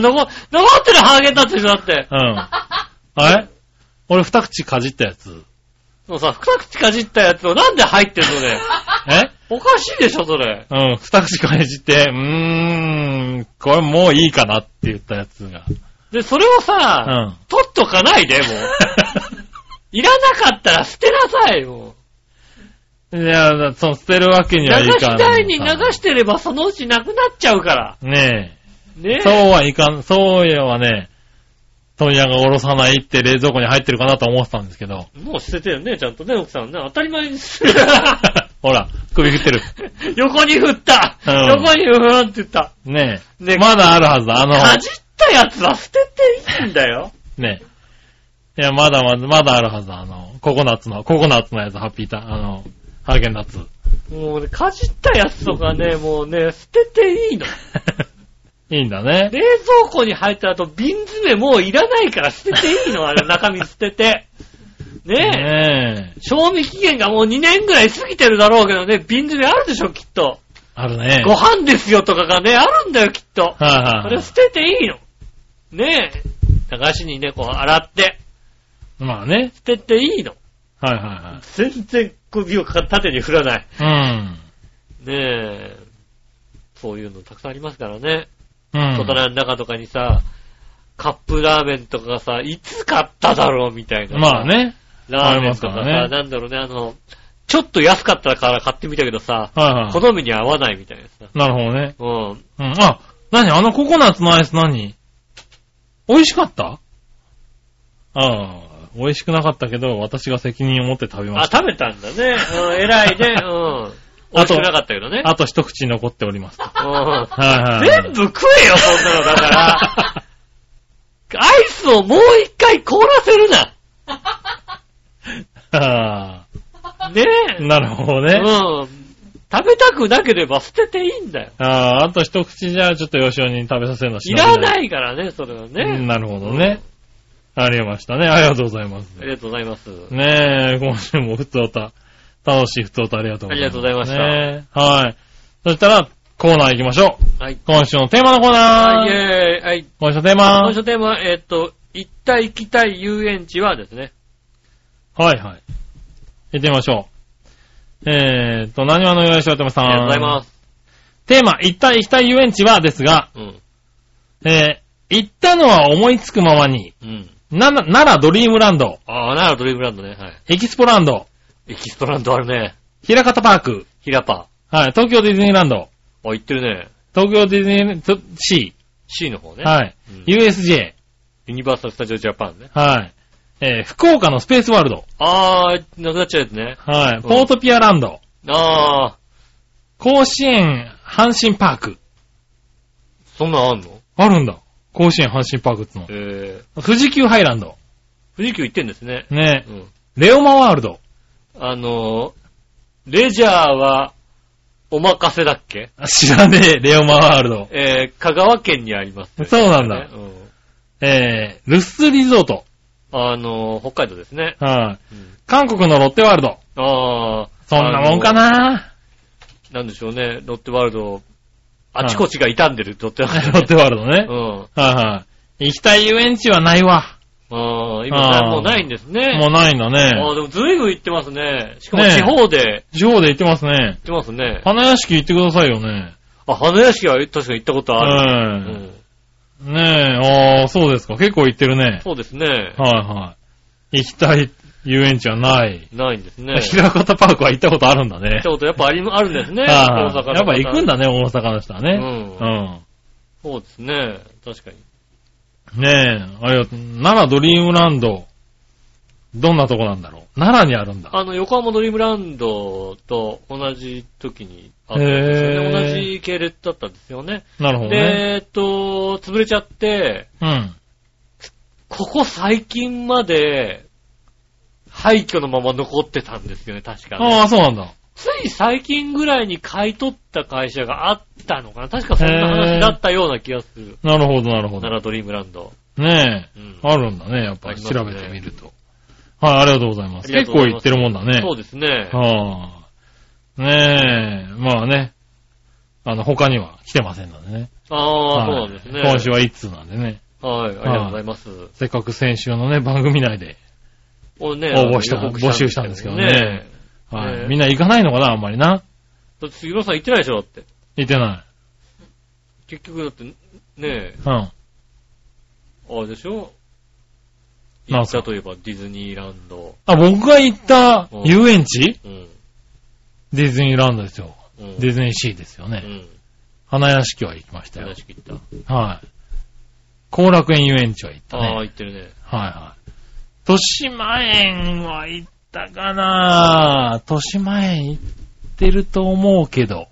Speaker 2: 残ってるハーゲンダッツでしょ、だって。
Speaker 3: うん。あれ俺二口かじったやつ。
Speaker 2: もうさ、二口かじったやつをなんで入ってるのね。
Speaker 3: え
Speaker 2: おかしいでしょ、それ。
Speaker 3: うん、二口かじって、うーん、これもういいかなって言ったやつが。
Speaker 2: で、それをさ、
Speaker 3: うん。
Speaker 2: 取っとかない で、もう。いらなかったら捨てなさい、も
Speaker 3: いや、だそう、捨てるわけ
Speaker 2: う。
Speaker 3: に
Speaker 2: 流
Speaker 3: はい
Speaker 2: し
Speaker 3: かな
Speaker 2: 台
Speaker 3: い
Speaker 2: に流
Speaker 3: のさ。
Speaker 2: してればそのうちなくなっちゃうから。
Speaker 3: ね
Speaker 2: ね
Speaker 3: え。
Speaker 2: え。
Speaker 3: そうはいかん、そういえばね、問屋がおろさないって冷蔵庫に入ってるかなと思ってたんですけど。
Speaker 2: もう捨ててるね、ちゃんとね、奥さんね。当たり前 です。
Speaker 3: ほら、首振ってる。
Speaker 2: 横に振った、
Speaker 3: うん
Speaker 2: 横にうーんって言った。
Speaker 3: ねえ。
Speaker 2: ね
Speaker 3: まだあるはずだ。あの、
Speaker 2: かじったやつは捨てていいんだよ。
Speaker 3: ねえ。いや、まだまだ、まだあるはずだ。あの、ココナッツの、ココナッツのやつ、ハッピーターン、あの、ハーゲンダッツ。
Speaker 2: もうね、かじったやつとかね、もうね、捨てていいの。
Speaker 3: いいんだね。
Speaker 2: 冷蔵庫に入った後、瓶詰めもういらないから捨てていいの、あれ、中身捨てて。ねえ。
Speaker 3: ねえ。
Speaker 2: 賞味期限がもう2年ぐらい過ぎてるだろうけどね、瓶詰めあるでしょ、きっと。
Speaker 3: あるね。
Speaker 2: ご飯ですよとかがね、あるんだよ、きっと。
Speaker 3: はい
Speaker 2: そ
Speaker 3: はい
Speaker 2: れ捨てていいの。ねえ。流しにね、こう洗って、
Speaker 3: まあね。
Speaker 2: 捨てていいの。
Speaker 3: はいは
Speaker 2: 全然首を縦に振らない。
Speaker 3: いはい。
Speaker 2: ねえ。そういうのたくさんありますからね。
Speaker 3: うん。う
Speaker 2: ト
Speaker 3: ん。
Speaker 2: トラの中とかにさ、カップラーメンとかがさ、いつ買っただろうみたいな。
Speaker 3: まあ。ね。
Speaker 2: ラーメンとかさ、
Speaker 3: ありますからね
Speaker 2: なんだろうね、あの、ちょっと安かったから買ってみたけどさ、
Speaker 3: はいは
Speaker 2: 好みに合わないみたいなさ。
Speaker 3: い。なるほどね。
Speaker 2: うん。
Speaker 3: うん。あ、なにあのココナッツのアイス何美味しかったああ、美味しくなかったけど、私が責任を持って食べま
Speaker 2: あ、
Speaker 3: した。
Speaker 2: 食べたんだね。うん、偉いね。うん。美
Speaker 3: あ
Speaker 2: 味
Speaker 3: と
Speaker 2: しくなかったけどね。
Speaker 3: あと一口残ってお ります。は
Speaker 2: うん。
Speaker 3: いはい。
Speaker 2: 全部食えよ、そんなの。だから、アイスをもう一回凍らせるな。
Speaker 3: あ
Speaker 2: ね
Speaker 3: あ
Speaker 2: え。
Speaker 3: なるほどね。
Speaker 2: うん。食べたくなければ捨てていいんだよ。
Speaker 3: ああー、あと一口じゃあちょっと吉尾に食べさせるの
Speaker 2: いら
Speaker 3: い。
Speaker 2: ないからね、それは
Speaker 3: うん
Speaker 2: ね。
Speaker 3: なるほどね。ありましたね。ありがとうございます。
Speaker 2: ありがとうございます。
Speaker 3: ねえ、今週もふつおた、楽しいふつおたありがとうご
Speaker 2: あ
Speaker 3: ざいます。
Speaker 2: りがとうございました
Speaker 3: ねえはい。そしたら、コーナー行きましょう。
Speaker 2: はい。
Speaker 3: 今週のテーマのコーナ
Speaker 2: は
Speaker 3: ー。
Speaker 2: い、イェーイ。はい。
Speaker 3: 今週のテーマ
Speaker 2: 今週のテーマは、えーっと、行った行きたい遊園地はですね。
Speaker 3: はいはい。行ってみましょう。えーっと、何話のよいしおとめさん。
Speaker 2: ありがとうございます。
Speaker 3: テーマ、行った行きたい遊園地はですが、
Speaker 2: うん。
Speaker 3: えー、行ったのは思いつくままに、
Speaker 2: うん。
Speaker 3: な、ならドリームランド、
Speaker 2: ああ、ならドリームランドね。はい。
Speaker 3: エキスポランド、
Speaker 2: エキストランドあるね。
Speaker 3: ひらかたパーク、
Speaker 2: ヒラパ
Speaker 3: はい、東京ディズニーランド、
Speaker 2: ー。あ、行ってるね。
Speaker 3: 東京ディズニーシ
Speaker 2: C の方ね。
Speaker 3: ー、はい、
Speaker 2: うん
Speaker 3: USJ、
Speaker 2: ユニバーサル・スタジオ・ジャパンね。
Speaker 3: はい、えー福岡のスペースワールド。
Speaker 2: あー、なくなっちゃうやつね。
Speaker 3: はい。
Speaker 2: ん
Speaker 3: ポートピアランド。
Speaker 2: あ
Speaker 3: 甲子園阪神パーク。
Speaker 2: ー、そんなんあんの
Speaker 3: あるんだ。甲子園阪神パークっての。
Speaker 2: え
Speaker 3: 富士急ハイランド。
Speaker 2: ー、富士急行ってんですね。
Speaker 3: ね
Speaker 2: う。ん。
Speaker 3: レオマワールド。
Speaker 2: あのー、レジャーは、お任せだっけ
Speaker 3: あ知らねえ、レオマワールド。
Speaker 2: えー、香川県にありますね、
Speaker 3: そうなんだ
Speaker 2: ねうん。
Speaker 3: えー、ルッスリゾート。
Speaker 2: あのー、北海道ですね。
Speaker 3: はい。
Speaker 2: うん
Speaker 3: 韓国のロッテワールド。
Speaker 2: ああ。
Speaker 3: そんなもんかな
Speaker 2: あの。なんでしょうね、ロッテワールド、あちこちが傷んでる、ロッテワールド。
Speaker 3: ロッテワールドね。
Speaker 2: うん。
Speaker 3: はいはい。行きたい遊園地はないわ。
Speaker 2: ああ、今
Speaker 3: あー
Speaker 2: もうないんですね。
Speaker 3: もうないんだ
Speaker 2: あ
Speaker 3: ね。
Speaker 2: あ、でも随分行ってますね。しかも
Speaker 3: ねえ
Speaker 2: 地方で
Speaker 3: 地方で行ってますね。
Speaker 2: 行ってますね。
Speaker 3: 花屋敷行ってくださいよね。
Speaker 2: あ、花屋敷は確かに行ったことある。うん。
Speaker 3: はい。ねえ、ああ、そうですか。結構行ってるね。
Speaker 2: そうですね。
Speaker 3: はいはい。行きたい遊園地はない。
Speaker 2: ないんです ね。行っ
Speaker 3: 平方パークは行ったことあるんだね
Speaker 2: た。ことやっぱありあるんですね。
Speaker 3: はいはい
Speaker 2: 大阪の方
Speaker 3: やっぱ行くんだね、大阪の人は
Speaker 2: う。
Speaker 3: ね。うんん。
Speaker 2: そうですね。確かに。
Speaker 3: ねえ、ありがとう。奈良ドリームランド、どんなとこなんだろう。奈良にあるんだ。
Speaker 2: あの、横浜ドリームランドと同じ時にあったんですよね。
Speaker 3: へー
Speaker 2: 同じ系列だったんですよね。
Speaker 3: なるほど
Speaker 2: で、
Speaker 3: ね。
Speaker 2: えーっと、潰れちゃって、
Speaker 3: うん。
Speaker 2: ここ最近まで、廃墟のまま残ってたんですよね、確かね
Speaker 3: ああ、そうなんだ。
Speaker 2: つい最近ぐらいに買い取った会社があったのかな確かそんな話だったような気がする。
Speaker 3: なるほど、なるほど
Speaker 2: 奈。良ドリームランド。
Speaker 3: ねえ。
Speaker 2: うん
Speaker 3: あるんだね、やっぱ
Speaker 2: あ
Speaker 3: り
Speaker 2: りますね
Speaker 3: 調べてみると。はい、ありがとうございま
Speaker 2: あ
Speaker 3: す。
Speaker 2: りがと
Speaker 3: 結
Speaker 2: うご
Speaker 3: 構
Speaker 2: ざい
Speaker 3: 行
Speaker 2: ま
Speaker 3: っ
Speaker 2: す
Speaker 3: てるもんだね。
Speaker 2: そうですね。
Speaker 3: はあ、ねえ、まあね。あの、他には来てませんのでね。
Speaker 2: ああ、そう
Speaker 3: は
Speaker 2: ないんですね。
Speaker 3: 今週は一通なんでね。
Speaker 2: はい、ありがとうございます。
Speaker 3: せっかく先週のね、番組内で。
Speaker 2: 応
Speaker 3: 応募した募集したんですけどねはい。
Speaker 2: ねえ
Speaker 3: みんな行かないのかな、あんまりな。
Speaker 2: だって杉村さん行ってないでしょだって。
Speaker 3: 行ってな
Speaker 2: 結局だって、ねえ、
Speaker 3: い。うん。
Speaker 2: あれでしょ行
Speaker 3: なん
Speaker 2: っ
Speaker 3: すか
Speaker 2: たといえばディズニーランド。
Speaker 3: あ、僕が行った遊園地
Speaker 2: うん。
Speaker 3: ディズニーランドですよ。
Speaker 2: うん。
Speaker 3: ディズニーシーですよ
Speaker 2: う
Speaker 3: ね。
Speaker 2: ん。
Speaker 3: 花屋敷は行きましたよ
Speaker 2: 話。し切った。
Speaker 3: はい。後楽園遊園地は行ったね。
Speaker 2: ああ、行ってるね。
Speaker 3: はいはい。豊島園は行ったかな豊島園行ってると思うけど、
Speaker 2: 行っ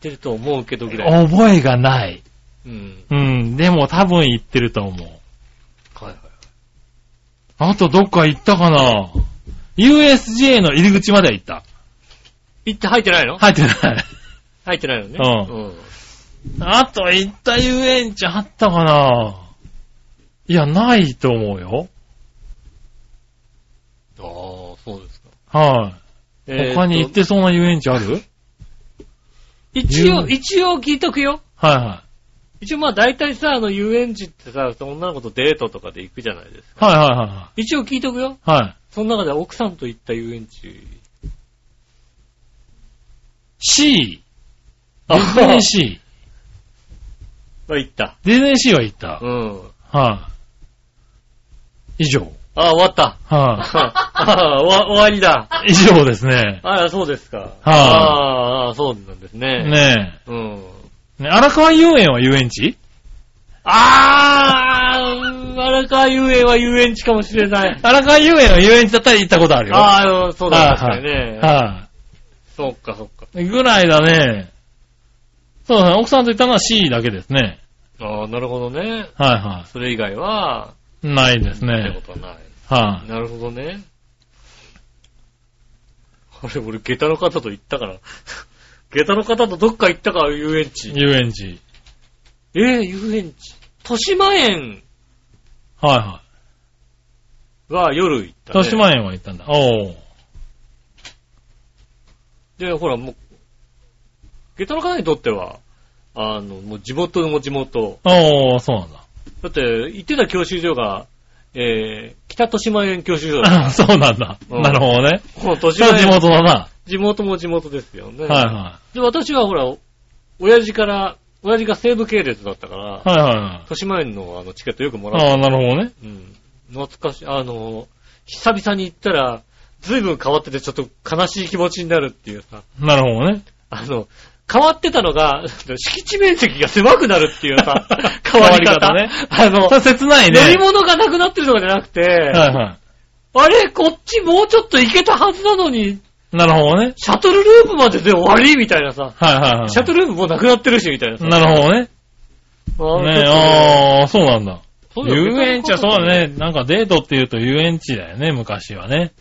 Speaker 2: てると思うけどぐらい。
Speaker 3: 覚えがない。
Speaker 2: うん。
Speaker 3: うん、でも多分行ってると思う。
Speaker 2: はいはい。
Speaker 3: あとどっか行ったかな ?USJ の入り口までは行った。
Speaker 2: 行って入ってないの
Speaker 3: 入ってない。
Speaker 2: 入ってないのね。
Speaker 3: う
Speaker 2: うん。
Speaker 3: あと行った遊園地あったかないや、ないと思うよ。
Speaker 2: ああ、そうですか。
Speaker 3: はい、
Speaker 2: えー
Speaker 3: 他に行ってそうな遊園地ある
Speaker 2: 一応、
Speaker 3: 遊
Speaker 2: 一応聞いとくよ。
Speaker 3: はいは
Speaker 2: 一応まあ大体さ、あの遊園地ってさ、女の子とデートとかで行くじゃないですか。
Speaker 3: い。はいはいは
Speaker 2: 一応聞いとくよ。
Speaker 3: いはい。はい。
Speaker 2: その中で奥さんと行った遊園地。
Speaker 3: C。デ
Speaker 2: あ
Speaker 3: ィズニーシー。
Speaker 2: は行った。
Speaker 3: ディズニーシーは行った。はい、
Speaker 2: うん。
Speaker 3: 以上。
Speaker 2: ああ、終わ った。
Speaker 3: は
Speaker 2: あ
Speaker 3: い、
Speaker 2: あ、終わ終わりだ。
Speaker 3: 以上ですね。
Speaker 2: ああ、そうですか。
Speaker 3: あ
Speaker 2: ああ、そうなんですね。
Speaker 3: ね
Speaker 2: うん。
Speaker 3: え。ね荒川遊園は遊園地
Speaker 2: ああ、うん荒川遊園は遊園地かもしれない。
Speaker 3: 荒川遊園は遊園地だったら行ったことあるよ。
Speaker 2: ああうん、そうだ、確かに
Speaker 3: はい、
Speaker 2: ね。そっか、そっか。
Speaker 3: ぐらいだね。そうだね。奥さんと行ったのは C だけですね。
Speaker 2: ああ、なるほどね。
Speaker 3: はいは
Speaker 2: それ以外は、
Speaker 3: い。ないです
Speaker 2: ってこ
Speaker 3: ね。
Speaker 2: とはない。
Speaker 3: はい、
Speaker 2: なるほどね。あれ、俺、下駄の方と行ったから。 下駄の方とどっか行ったか、遊園地。
Speaker 3: 遊園地。
Speaker 2: えー、遊園地。豊島園
Speaker 3: はいは
Speaker 2: は夜行っ
Speaker 3: い。
Speaker 2: た、ね。
Speaker 3: 豊島園は行ったんだ。おー。
Speaker 2: で、ほら、もう、下駄の方にとっては、あの、もう地元も地元。
Speaker 3: おー、そうなんだ。
Speaker 2: だって、行ってた教習所が、えー、北豊島園教習所だ から
Speaker 3: あそうなんだ。
Speaker 2: うん
Speaker 3: なるほどね。
Speaker 2: この豊
Speaker 3: そ
Speaker 2: 島
Speaker 3: れは地
Speaker 2: 園、
Speaker 3: 元だな。
Speaker 2: 地元も地元ですよね。
Speaker 3: はいは
Speaker 2: で、私はほら、親父から、親父が西武系列だったから、
Speaker 3: い。はいはいはい。
Speaker 2: 豊島園のあのチケットよくもらっ
Speaker 3: ああ、なるほどね。
Speaker 2: て、うん。懐かしい。あの、久々に行ったら、随分変わっててちょっと悲しい気持ちになるっていうさ、
Speaker 3: なるほどね。
Speaker 2: あの、変わってたのが、 敷地面積が狭くなるっていうさ、変わり方。
Speaker 3: 変わり方ね
Speaker 2: あの
Speaker 3: それ、切ないね。
Speaker 2: 乗り物がなくなってるとかじゃなくて、
Speaker 3: はいはい。
Speaker 2: あれ、こっちもうちょっと行けたはずなのに、
Speaker 3: なるほどね。
Speaker 2: シャトルループまでで終わりみたいなさ。
Speaker 3: はいはいはい。
Speaker 2: シャトルループもうなくなってるし、みたいなさ。
Speaker 3: なるほどね。
Speaker 2: あ
Speaker 3: ねああ、そうなんだ。
Speaker 2: ちょっと
Speaker 3: 遊園地はそうだ。ね。なんかデートって言うと遊園地だよね、昔はね。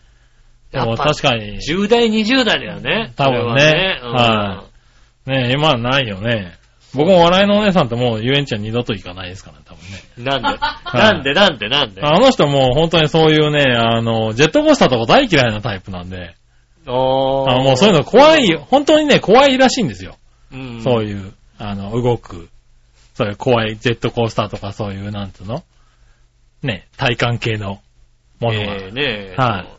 Speaker 3: で
Speaker 2: や
Speaker 3: も
Speaker 2: っぱ
Speaker 3: 確かに、
Speaker 2: 10代、20代だよね。
Speaker 3: 多分ね
Speaker 2: それ
Speaker 3: はね、今はないよね。僕も笑いのお姉さんってもう遊園地は二度と行かないですからね、多分ね。
Speaker 2: うんなんで、なんで、なんで、なんで。
Speaker 3: あの人もう本当にそういうね、あの、ジェットコースターとか大嫌いなタイプなんで、
Speaker 2: お
Speaker 3: あのもうそういうの怖い、本当にね、怖いらしいんですよ。
Speaker 2: うん
Speaker 3: そういう、あの、動く、そういう怖いジェットコースターとかそういう、なんつうのね、体感系のものが。
Speaker 2: えーねえ。
Speaker 3: はい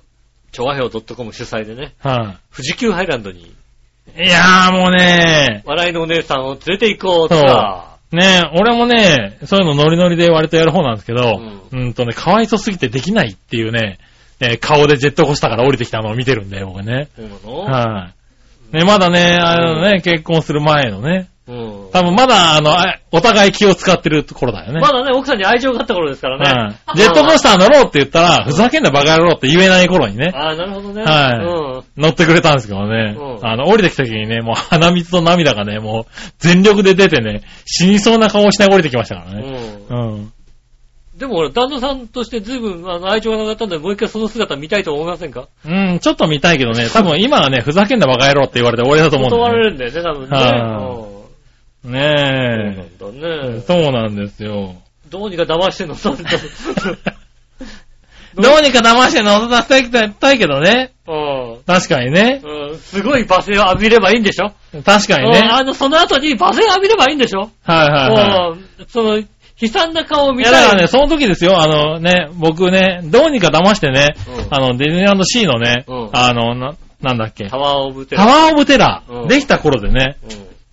Speaker 2: 調和表 .com 主催でね、
Speaker 3: は
Speaker 2: 富士急ハイランドに、
Speaker 3: い。いやーもうね、
Speaker 2: 笑いのお姉さんを連れて行こうとさ。
Speaker 3: ね、俺もね、そういうのノリノリで割とやる方なんですけど、う、
Speaker 2: うん
Speaker 3: とね、かわいそうすぎてできないっていうね、えー顔でジェットコースターから降りてきたのを見てるんで、僕ね。
Speaker 2: そうなの
Speaker 3: はい。ね、まだね、あのね、結婚する前のね、
Speaker 2: うん。
Speaker 3: 多分まだ、あの、あお互い気を使ってるところだよね。
Speaker 2: まだね、奥さんに愛情があった頃ですからね。
Speaker 3: はい。ジェットコースター乗ろうって言ったら、ふざけんなバカ野郎って言えない頃にね、
Speaker 2: ああ、なるほどね。
Speaker 3: は乗ってくれたんですけどね
Speaker 2: う、ん
Speaker 3: あの、降りてきた時にね、もう鼻水と涙がね、もう全力で出てね、死にそうな顔をして降りてきましたから
Speaker 2: うん。
Speaker 3: ね。
Speaker 2: うん
Speaker 3: うん。
Speaker 2: でもほら、旦那さんとして随分あの愛情がなかったんで、もう一回その姿見たいと思いませんか
Speaker 3: うん、ちょっと見たいけど ね、多分今はね、ふざけんなバカ野郎って言われて終わりだと思うん
Speaker 2: 断ら
Speaker 3: だ
Speaker 2: れ
Speaker 3: よ
Speaker 2: るんだよね、多分
Speaker 3: は
Speaker 2: ね。うん
Speaker 3: ね。ね
Speaker 2: そうなんだ
Speaker 3: え。
Speaker 2: ね。
Speaker 3: そうなんですよ。
Speaker 2: どうにか騙してんの、 そう
Speaker 3: どうにか騙して乗させていきたいけどね。
Speaker 2: う
Speaker 3: 確かにね。
Speaker 2: んうん。すごい罵声を浴びればいいんでしょ
Speaker 3: 確かにね。
Speaker 2: うんあの、その後に罵声浴びればいいんでしょ
Speaker 3: はいはいはい。
Speaker 2: うんその、悲惨な顔を
Speaker 3: い
Speaker 2: 見
Speaker 3: やだ
Speaker 2: た
Speaker 3: から
Speaker 2: い。
Speaker 3: ね、その時ですよ、あのね、僕ね、どうにか騙してね、
Speaker 2: うん
Speaker 3: あの、ディズニーランドシーのね、
Speaker 2: うん
Speaker 3: あの、な、なんだっけ、
Speaker 2: タ
Speaker 3: タ
Speaker 2: ワーオブテラ
Speaker 3: ワーオブテラー、
Speaker 2: うん
Speaker 3: できた頃でね、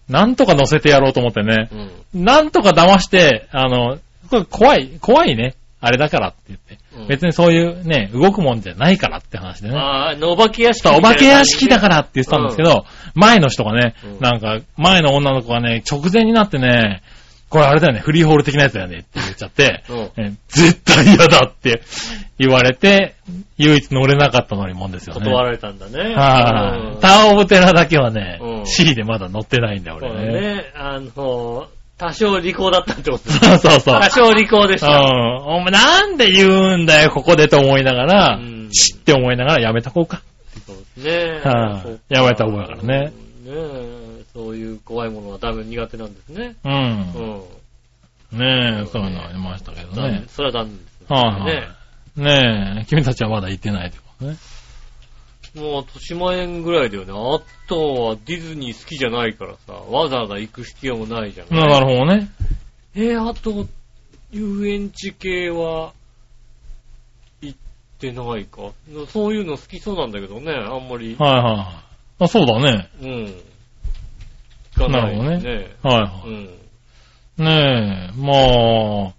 Speaker 3: なんとか乗せてやろうと思ってね
Speaker 2: う、ん。うん
Speaker 3: なんとか騙して、あの、これ怖い、怖いね、あれだからって言って、
Speaker 2: うん
Speaker 3: 別にそういうね、動くもんじゃないからって話でね。
Speaker 2: ああ、お化け屋敷
Speaker 3: そうお化け屋敷だからって言ってたんですけど、前の人がね、
Speaker 2: うん
Speaker 3: なんか、前の女の子がね、直前になってね、これあれだよね、フリーホール的なやつだよねって言っちゃって、
Speaker 2: う
Speaker 3: ね絶対嫌だって言われて、唯一乗れなかった乗り物ですよね。
Speaker 2: 断られたんだね。
Speaker 3: は
Speaker 2: う
Speaker 3: い。
Speaker 2: ん
Speaker 3: タワーオブテラだけはね
Speaker 2: う、ん
Speaker 3: C でまだ乗ってないんだよ、
Speaker 2: そう
Speaker 3: 俺
Speaker 2: だ
Speaker 3: ね。
Speaker 2: ね。あの、多少利口だったってことだ
Speaker 3: そうそうそう。
Speaker 2: 多少利口でし
Speaker 3: うん
Speaker 2: た。。
Speaker 3: お前なんで言うんだよ、ここでと思いながら
Speaker 2: うん、
Speaker 3: 知って思いながらやめとこうか。
Speaker 2: そうですね。
Speaker 3: はい
Speaker 2: そうか
Speaker 3: やばいと思うからね。
Speaker 2: うんねえそういう怖いものは多分苦手なんですね。
Speaker 3: う。
Speaker 2: うんん。
Speaker 3: ねえ、そういうのありましたけどね。
Speaker 2: それは残念ですね。
Speaker 3: はいはい
Speaker 2: ね
Speaker 3: ねえ、君たちはまだ行ってないってことね。
Speaker 2: もう、豊島園ぐらいだよね。あとはディズニー好きじゃないからさ、わざわざ行く必要もないじゃん。
Speaker 3: なるほどね。
Speaker 2: えー、あと、遊園地系は、行ってないか。そういうの好きそうなんだけどね、あんまり。
Speaker 3: はいはいはい。あ、そうだね。
Speaker 2: うん。行かない
Speaker 3: なる
Speaker 2: ね。
Speaker 3: ほどはいはい。
Speaker 2: うん。
Speaker 3: ねえ、まあ、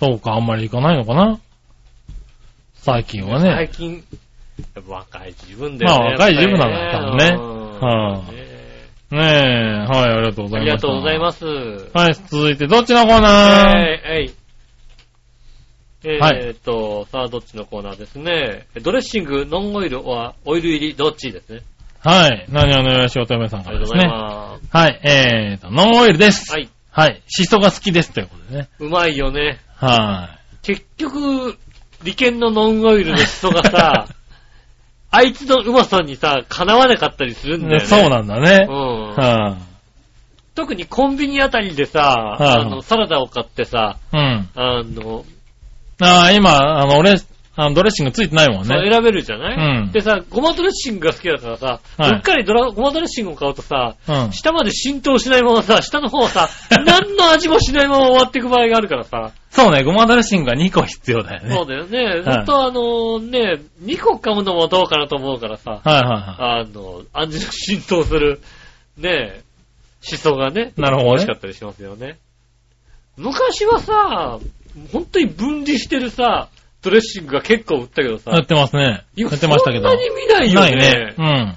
Speaker 3: そうか、あんまり行かないのかな最近はね。
Speaker 2: 最近、やっぱ若い自分だ
Speaker 3: ま
Speaker 2: よ
Speaker 3: あ
Speaker 2: ね。
Speaker 3: 若い自分な
Speaker 2: やっぱ
Speaker 3: んだ
Speaker 2: り
Speaker 3: よ、多
Speaker 2: う
Speaker 3: 分ね。
Speaker 2: んね
Speaker 3: ねえ、はい、ありがとうござ
Speaker 2: あり
Speaker 3: います。。
Speaker 2: がとうございますす。
Speaker 3: はい、続いて、どっちのコーナー
Speaker 2: はい、
Speaker 3: はい
Speaker 2: えーっと、さあ、どっちのコーナーですね。ドレッシング、ノンオイルは、オイル入り、どっちですね。
Speaker 3: はい、何をのよしおとめさん
Speaker 2: あ
Speaker 3: か
Speaker 2: り
Speaker 3: ら
Speaker 2: が
Speaker 3: で
Speaker 2: と
Speaker 3: す
Speaker 2: うござい
Speaker 3: ね。
Speaker 2: ます。
Speaker 3: はい、えーと、ノンオイルです。
Speaker 2: はい。
Speaker 3: はい、シソが好きですということでね。
Speaker 2: うまいよね。
Speaker 3: は
Speaker 2: 結局、利権のノンオイルのシソが さ、あいつのうまさにさ、かなわなかったりする
Speaker 3: い。
Speaker 2: んだよね。
Speaker 3: そうなんだね。
Speaker 2: うん
Speaker 3: は
Speaker 2: 特にコンビニあたりでさ、
Speaker 3: い
Speaker 2: あの、サラダを買ってさ、
Speaker 3: い。うん。
Speaker 2: あの、
Speaker 3: ああ、今、あの、俺、あのドレッシングついてないもん
Speaker 2: そう
Speaker 3: ね。
Speaker 2: 選べるじゃない、
Speaker 3: うん
Speaker 2: でさ、ごまドレッシングが好きだからさ、
Speaker 3: はいう
Speaker 2: っかりドラごまドレッシングを買うとさ、
Speaker 3: うん。
Speaker 2: 下まで浸透しないままさ、下の方は さ、何の味もしないまま終わっていく場合があるからさ、
Speaker 3: そうね、ごまドレッシングが2個必要だよね。
Speaker 2: そうだよね。ずっとあのね、2個噛むのもどうかなと思うからさ、
Speaker 3: はいはいは
Speaker 2: あの、味の浸透する、ね、思想がね
Speaker 3: い。、なるほ
Speaker 2: 美
Speaker 3: ど
Speaker 2: 味し
Speaker 3: ね
Speaker 2: か。ったりしますよね。昔はさ、本当に分離してるさ、ドレッシングが結構売ったけどさ、
Speaker 3: やってますね。や
Speaker 2: 今
Speaker 3: ってましたけど。
Speaker 2: そんなに見ないよ
Speaker 3: な
Speaker 2: ね。
Speaker 3: いね。うん。
Speaker 2: ね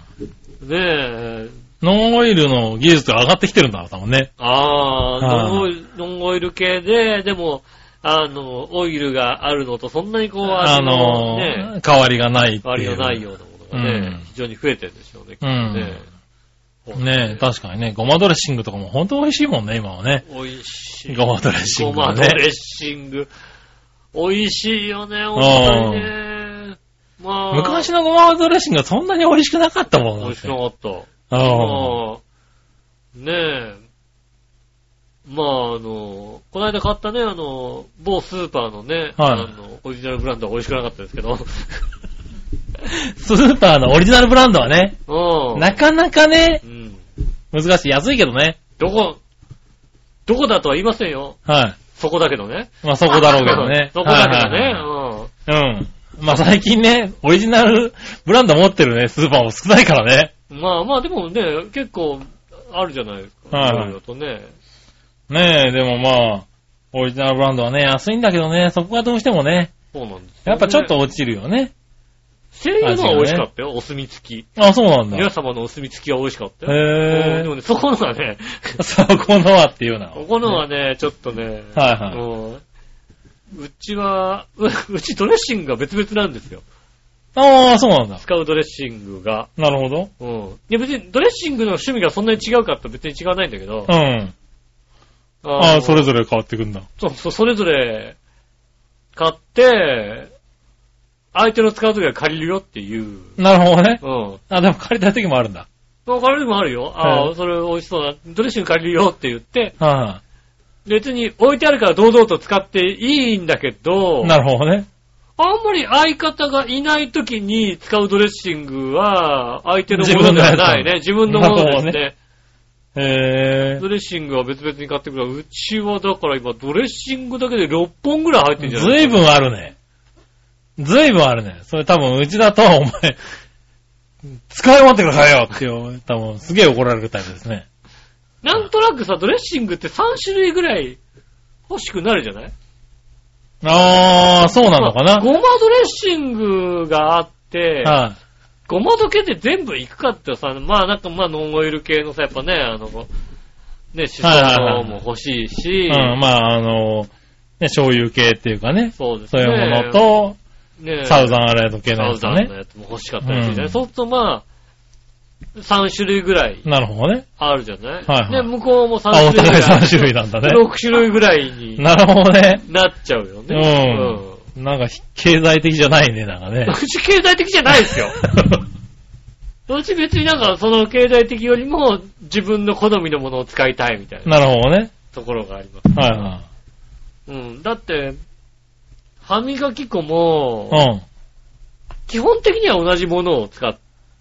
Speaker 2: え。
Speaker 3: ノンオイルの技術が上がってきてるんだろう、多分ね。
Speaker 2: ああ、ノ
Speaker 3: は
Speaker 2: ンオイルノンオイル系で、でも、あの、オイルがあるのと、そんなにこう、
Speaker 3: あ
Speaker 2: 味のね、
Speaker 3: の、変わりがないっていう。
Speaker 2: 変わりのないようなものがね、
Speaker 3: うん
Speaker 2: 非常に増えてるんでしょうね、きっとね。
Speaker 3: ねえ、確かにね、ごまドレッシングとかも本当美味しいもんね、今はね。
Speaker 2: 美味しい。
Speaker 3: ごまドレッシング
Speaker 2: ごま
Speaker 3: は
Speaker 2: ド
Speaker 3: ね。
Speaker 2: レッシング。美味しいよね、本当にね。まあ、
Speaker 3: 昔のごまドレッシングはそんなに美味しくなかったもん
Speaker 2: 美
Speaker 3: だ
Speaker 2: 味しくなかった。
Speaker 3: あ
Speaker 2: まあ、ねえ。まあ、あの、この間買ったね、あの、某スーパーのね、
Speaker 3: はい
Speaker 2: あの、オリジナルブランドは美味しくなかったですけ ど。
Speaker 3: スーパーのオリジナルブランドはね、
Speaker 2: うん。
Speaker 3: なかなかね
Speaker 2: う、ん。
Speaker 3: 難しい。安いけどね。
Speaker 2: どこ、どこだとは言いませんよ。
Speaker 3: は
Speaker 2: そこだけどね。。
Speaker 3: い。まあそこだろうけどね
Speaker 2: そこだけど
Speaker 3: はいはい
Speaker 2: ね。
Speaker 3: はい
Speaker 2: うん。
Speaker 3: うん。まあ最近ね、オリジナルブランド持ってるね、スーパーも少ないからね。
Speaker 2: まあまあ、でもね、結構、あるじゃないですか。
Speaker 3: はい
Speaker 2: い
Speaker 3: はい
Speaker 2: ろいろとね。
Speaker 3: ねえ、でもまあ、オリジナルブランドはね、安いんだけどね、そこがどうしてもね、
Speaker 2: そうなんですよね
Speaker 3: やっぱちょっと、落ちるよね。
Speaker 2: セリのは美味しかったよ、お墨付き。
Speaker 3: あ、そうなんだ。
Speaker 2: 皆様のお墨付きは美味しかったよ。うん
Speaker 3: へ
Speaker 2: でもね、そこのは ね、
Speaker 3: ぇそこのはっていうな。
Speaker 2: ここのはね、ちょっとね、
Speaker 3: はいはい
Speaker 2: うんうちは、ううちドレッシングが別々なんですよ。
Speaker 3: ああ、そうなんだ。
Speaker 2: 使うドレッシングが。
Speaker 3: なるほど。
Speaker 2: うん。いや別にドレッシングの趣味がそんなに違うかって別に違わないんだけど
Speaker 3: う。ん。
Speaker 2: あ
Speaker 3: ああ、それ
Speaker 2: ぞ
Speaker 3: ぞれ変わってくんだ。
Speaker 2: れ。そう、それぞれ買って、相手の使うときは借りるよっていう。
Speaker 3: なるほどね。
Speaker 2: うん。
Speaker 3: あ、でも借りた時もあるんだ。
Speaker 2: そう借りるもあるよ。あ
Speaker 3: は
Speaker 2: あ、それ美味しそうだ。ドレッシング借りるよって言って、
Speaker 3: は
Speaker 2: 別に置いてあるから堂々と使っていいんだけ
Speaker 3: い、
Speaker 2: ど、
Speaker 3: なるほどね。
Speaker 2: あんまり相方がいない時に使うドレッシングは、相手のもの
Speaker 3: 自分
Speaker 2: で
Speaker 3: の
Speaker 2: は
Speaker 3: やつ
Speaker 2: ないね。自分のものですね。
Speaker 3: へえ
Speaker 2: ド。レッシングは別々に買ってくるから、うちはだから今ドレッシングだけで6本ぐらい入ってんじゃない
Speaker 3: ずいぶんあるね。ずいぶんあるね。それ多分うちだと、お前、使い終わってくださいよっていう、多分すげえ怒られるタイプですね。
Speaker 2: なんとなくさ、ドレッシングって3種類ぐらい欲しくなるじゃない
Speaker 3: ああ、そうなのかな。
Speaker 2: ごまドレッシングがあって、
Speaker 3: は
Speaker 2: ごまだけで全部いくかってさ、まあなんかまあノンオイル系のさ、やっぱね、あの、ね、しそも欲しい
Speaker 3: い。
Speaker 2: し、
Speaker 3: うん、まあ、あの、ね、醤油系っていうかね。
Speaker 2: そうです
Speaker 3: そう
Speaker 2: ね。
Speaker 3: いうものと、
Speaker 2: ね
Speaker 3: サウザンアレード系の
Speaker 2: サ
Speaker 3: や
Speaker 2: ウ
Speaker 3: つ
Speaker 2: ザ
Speaker 3: だ
Speaker 2: ンの
Speaker 3: ね。
Speaker 2: やつも欲しかったりするじゃない、
Speaker 3: うん
Speaker 2: そうするとまあ、3種類ぐらい
Speaker 3: なるほどね。
Speaker 2: あるじゃない、
Speaker 3: はいはい
Speaker 2: で、向こうも3
Speaker 3: あ、
Speaker 2: 種
Speaker 3: お
Speaker 2: 類ぐらい。
Speaker 3: 互い3種類なん だね。
Speaker 2: 6種類ぐらいに
Speaker 3: なるほどね。
Speaker 2: なっちゃうよね。
Speaker 3: うんなんか、経済的じゃないね、なんかね
Speaker 2: うん。う。ち経済的じゃ ないですよ。うち別になんかその経済的よりも自分の好みのものを使いたいみたいな
Speaker 3: なるほどね。
Speaker 2: ところがあります。
Speaker 3: はいは
Speaker 2: うん。だって、歯磨き粉も、
Speaker 3: い。
Speaker 2: 基本的には同じものを使っ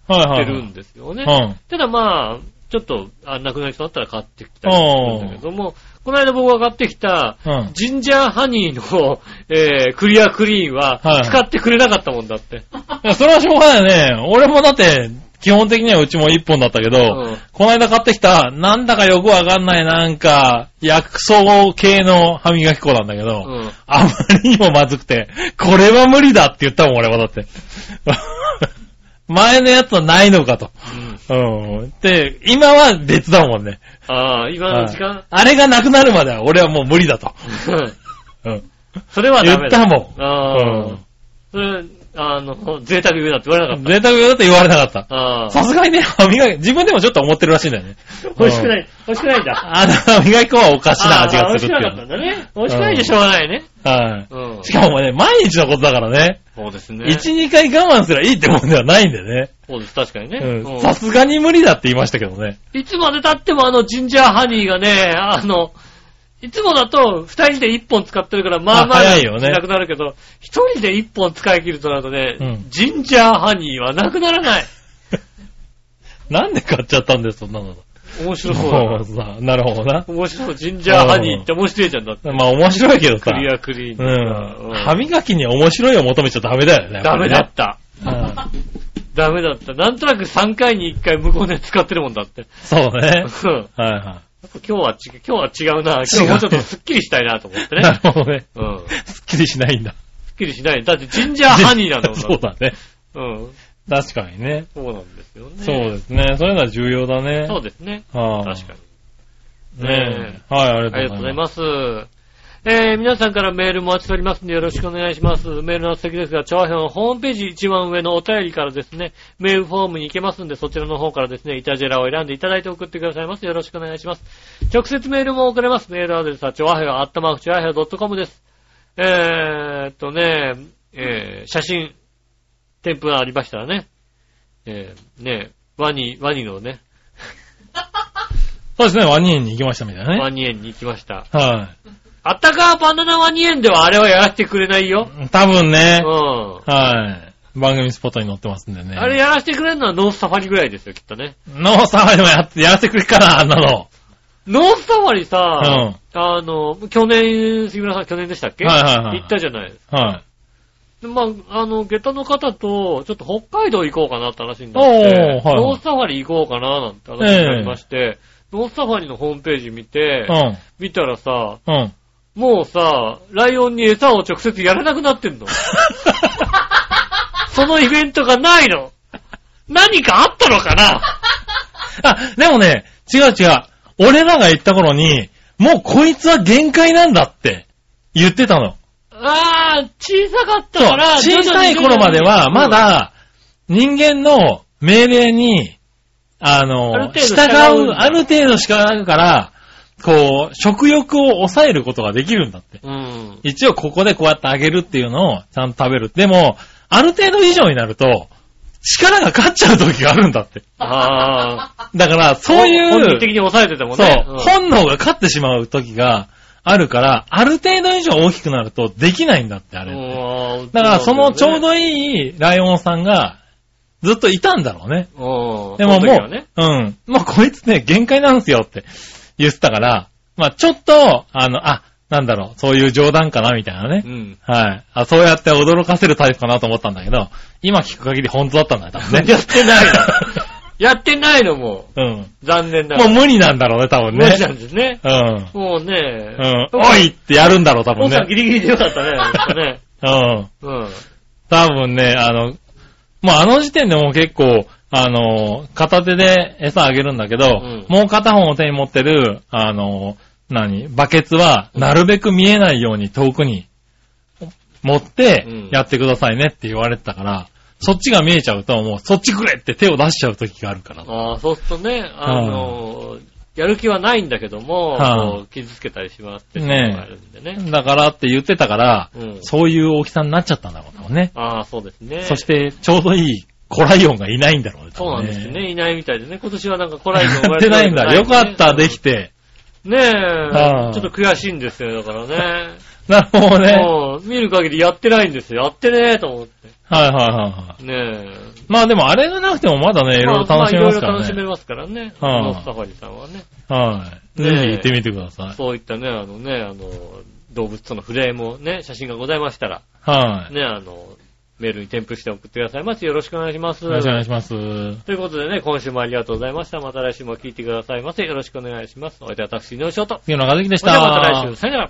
Speaker 3: うん。はいは
Speaker 2: て
Speaker 3: い。
Speaker 2: るんですよね。
Speaker 3: うん。
Speaker 2: ただまあ、ちょっと、あ、なくなりそうだったら買ってきたりするんだけども、この間僕が買ってきた、
Speaker 3: うん。
Speaker 2: ジンジャーハニーの、えー、クリアクリーンは
Speaker 3: はい、
Speaker 2: 使ってくれなかったもんだって。
Speaker 3: いや、それはしょうがないよね。俺もだって、基本的にはうちも一本だったけど、
Speaker 2: うん
Speaker 3: この間買ってきた、なんだかよくわかんない、なんか、薬草系の歯磨き粉なんだけど、
Speaker 2: うん。
Speaker 3: あまりにもまずくて、これは無理だって言ったもん、俺はだって。 前のやつはないのかと。うん。で、今は別だもんね。
Speaker 2: ああ、今の時間、
Speaker 3: あれがなくなるまでは俺はもう無理だと。うん。
Speaker 2: それはダ
Speaker 3: 言
Speaker 2: メ
Speaker 3: っ
Speaker 2: だ。
Speaker 3: たも
Speaker 2: ああ、
Speaker 3: うん
Speaker 2: それ、あの、贅沢言うなって言われなか
Speaker 3: ん。
Speaker 2: っ。
Speaker 3: 贅沢だって言われなかった
Speaker 2: あ
Speaker 3: た。
Speaker 2: あ、
Speaker 3: さすがにね、歯磨き、自分でもちょっと思ってるらしいんだよね。
Speaker 2: 美味しくない、美味しくないんだ。
Speaker 3: あの歯磨き粉はおかしな味
Speaker 2: ああ
Speaker 3: が
Speaker 2: 美
Speaker 3: す
Speaker 2: 味
Speaker 3: る
Speaker 2: し
Speaker 3: っ
Speaker 2: く
Speaker 3: て
Speaker 2: なか
Speaker 3: い
Speaker 2: った
Speaker 3: うん
Speaker 2: だね。美味しくないでしょうがないね。
Speaker 3: は
Speaker 2: うん
Speaker 3: い。し。かもね、毎日のことだからね。
Speaker 2: そうですね。
Speaker 3: 1、2回我慢すりゃいいってもんではないんでね。
Speaker 2: そうです、確かにね。
Speaker 3: う。
Speaker 2: うんん
Speaker 3: さすがに無理だって言いましたけどね。
Speaker 2: いつまで経ってもあのジンジャーハニーがね、あの、いつもだと二人で一本使ってるから、まあまあ、
Speaker 3: あ早いよね
Speaker 2: なくなるけど、一人で一本使い切るとなるとね、
Speaker 3: うん
Speaker 2: ジンジャーハニーはなくならない。
Speaker 3: なんで買っちゃったんだよ、そんなの。
Speaker 2: 面白そうだな。
Speaker 3: さなるほどな。
Speaker 2: 面白そう。ジンジャーハニーって面白いじゃんだって。
Speaker 3: まあ面白いけどさ。
Speaker 2: クリアクリーン
Speaker 3: う
Speaker 2: とか。
Speaker 3: ん
Speaker 2: うん。
Speaker 3: 歯磨きに面白いを求めちゃダメだよね。やっぱ
Speaker 2: ダメ
Speaker 3: り
Speaker 2: だ
Speaker 3: ね
Speaker 2: った。
Speaker 3: うん
Speaker 2: ダメだった。なんとなく3回に1回向こうで使ってるもんだって。
Speaker 3: そう
Speaker 2: う ん
Speaker 3: ね。はいは
Speaker 2: 今日は違う、今日は違うな。今日もうちょっとスッキリしたいなと思って
Speaker 3: い。な
Speaker 2: ね。
Speaker 3: るほどね。
Speaker 2: うん。
Speaker 3: すっきりしないんだ。
Speaker 2: すっきりしない。だってジンジャーハニーなんだもんだって
Speaker 3: そうだね。
Speaker 2: うん。
Speaker 3: 確かにね。
Speaker 2: そうなんですよね。
Speaker 3: そうですね。そういうのは重要だね。
Speaker 2: そうですね。
Speaker 3: はあ
Speaker 2: 確かに。
Speaker 3: ね
Speaker 2: ね
Speaker 3: え。はい、あ
Speaker 2: え。
Speaker 3: り
Speaker 2: あり
Speaker 3: が
Speaker 2: がと
Speaker 3: と
Speaker 2: うご
Speaker 3: うご
Speaker 2: ざ
Speaker 3: ざ
Speaker 2: い
Speaker 3: います。
Speaker 2: ます。えー、皆さんからメールも扱いますんでよろしくお願いします。メールの先ですが、長編ホームページ一番上のお便りからですね、メールフォームに行けますんで、そちらの方からですね、イタジェラを選んでいただいて送ってくださいます。よろしくお願いします。直接メールも送れます。メールアドレスは、長編アットマーク、長編 .com です。えーっとね、えー写真、添付がありましたらね、えーね、ワニ、ワニのね、
Speaker 3: そうですね、ワニ園に行きましたみたいな
Speaker 2: ワ
Speaker 3: ね。
Speaker 2: ニ園に行きました。
Speaker 3: は
Speaker 2: あったかバナナワニ園ではあれはやらせてくれないよ。
Speaker 3: い。多分ね、
Speaker 2: うん。
Speaker 3: はい。番組スポットに載ってますんでね。
Speaker 2: あれやらせてくれるのはノースサファリぐらいですよ、きっとね。
Speaker 3: ノーサファリもやって、やらせてくれっから、あんなの。
Speaker 2: ノースサファリ
Speaker 3: うん。
Speaker 2: さ、
Speaker 3: は
Speaker 2: あの、去年、杉村さん去年でしたっけ
Speaker 3: いはいはい
Speaker 2: 行ったじゃないですか。
Speaker 3: い。はい。
Speaker 2: でまあ、あの、下駄の方と、ちょっと北海道行こうかなって話になっ
Speaker 3: お
Speaker 2: て、
Speaker 3: ーはい
Speaker 2: ノースサファリ行こうかななんて話になりまして、ノースサファリのホームページ見て、
Speaker 3: う
Speaker 2: 見たらさ、
Speaker 3: ん。うん。
Speaker 2: もうさ、ライオンに餌を直接やらなくな ってんの。そのイベントがないの。何かあったのかな
Speaker 3: あ、でもね、違う違う。俺らが行った頃に、もうこいつは限界なんだって言ってたの。
Speaker 2: ああ、小さかった
Speaker 3: そう
Speaker 2: から、
Speaker 3: 小さい頃までは、まだ、人間の命令に、あ
Speaker 2: ある
Speaker 3: の、
Speaker 2: 程度
Speaker 3: 従
Speaker 2: 従うん
Speaker 3: う、
Speaker 2: だ
Speaker 3: ある程度しかなから、こう、食欲を抑えることができるんだって。
Speaker 2: 徐々にね。
Speaker 3: 一応ここでこうやってあげるっていうのをちゃんと食べる。でも、ある程度以上になると、力が勝っちゃう時があるんだって。
Speaker 2: うん。あ あ。
Speaker 3: だから、そういう、
Speaker 2: 本人的に抑えてても
Speaker 3: そ
Speaker 2: ね。
Speaker 3: う、
Speaker 2: ん
Speaker 3: 本能が勝ってしまう時があるから、ある程度以上大きくなるとできないんだって、あれって。
Speaker 2: う
Speaker 3: だから、そのちょう
Speaker 2: い
Speaker 3: どいいライオンさんが、ずっといたんだろうね。
Speaker 2: い。うん。
Speaker 3: でも
Speaker 2: その
Speaker 3: も
Speaker 2: 時は
Speaker 3: う、
Speaker 2: ね
Speaker 3: うん。もうこいつね、限界なんですよって言ってたから、まあちょっと、あの、あ、なんだろう、そういう冗談かな、みたいなね。
Speaker 2: うん。
Speaker 3: はい。あ、そうやって驚かせるタイプかなと思ったんだけど、今聞く限り本当だったんだよ、多分ね。
Speaker 2: やってないの。 やってないのも、
Speaker 3: うん。
Speaker 2: 残念なが
Speaker 3: もう
Speaker 2: ら。
Speaker 3: 無理なんだろうね、多分
Speaker 2: 無
Speaker 3: ね。
Speaker 2: 理なんですね。
Speaker 3: うん。
Speaker 2: もう
Speaker 3: う
Speaker 2: ね。
Speaker 3: ん。おいってやるんだろう、多
Speaker 2: お
Speaker 3: 分
Speaker 2: 父さん
Speaker 3: ね。
Speaker 2: ギリギリでよかったねなん かね。
Speaker 3: うん。
Speaker 2: うん。
Speaker 3: 多分ね、あの、もうあの時点でもう結構、あの、片手で餌あげるんだけど、
Speaker 2: ん
Speaker 3: もう片方を手に持ってる、あの、何バケツは、なるべく見えないように遠くに持っ
Speaker 2: う
Speaker 3: て
Speaker 2: ん、
Speaker 3: やってくださいねって言われてたから、そっちが見えちゃうと、もうそっちくれって手を出しちゃう時があるから。
Speaker 2: ああ、そうするとね、あの、やる気はないんだけども、
Speaker 3: はい
Speaker 2: こう傷つけたりしますっていうのがあるんでね。
Speaker 3: だからって言ってたから、
Speaker 2: うん。
Speaker 3: そういう大きさになっちゃったんだろう多分ね。
Speaker 2: ああ、そうですね。
Speaker 3: そして、ちょうどいいコライオンがいないんだろうね。多
Speaker 2: そうなん
Speaker 3: 分
Speaker 2: ですね。いないみたいですね。今年はなんかコライズ
Speaker 3: やってないんだ。よかった、でき
Speaker 2: て。
Speaker 3: て。
Speaker 2: ね
Speaker 3: は
Speaker 2: え。
Speaker 3: い
Speaker 2: ちょっと悔しいんですよ、だからね。
Speaker 3: なるほど ね。はい
Speaker 2: もう見る限りやってないんですよ。やってねえと思って。
Speaker 3: はいはいはい。
Speaker 2: ね
Speaker 3: まあでもあれがなくてもまだね、
Speaker 2: え。
Speaker 3: いろいろ
Speaker 2: まあま
Speaker 3: 楽
Speaker 2: あ
Speaker 3: しめますから
Speaker 2: いろいろ楽しめ
Speaker 3: ね。
Speaker 2: ますからね。
Speaker 3: はい
Speaker 2: ノスサファリさんはね。
Speaker 3: はい。ぜ
Speaker 2: ね
Speaker 3: ひ行ってみてください。
Speaker 2: そういったね、あのね、あの、動物との触れ合いもね、写真がございましたら、
Speaker 3: はい。
Speaker 2: ね、あの、メールに添付して送ってくださいませ。よろしくお願いします。
Speaker 3: よろしくお願いします。
Speaker 2: ということでね、今週もありがとうございました。また来週も聞いてくださいませ。よろしくお願いします。お相手は私、井上翔と。
Speaker 3: 杉野和樹でし
Speaker 2: それで
Speaker 3: た。
Speaker 2: はまた来週。さよなら。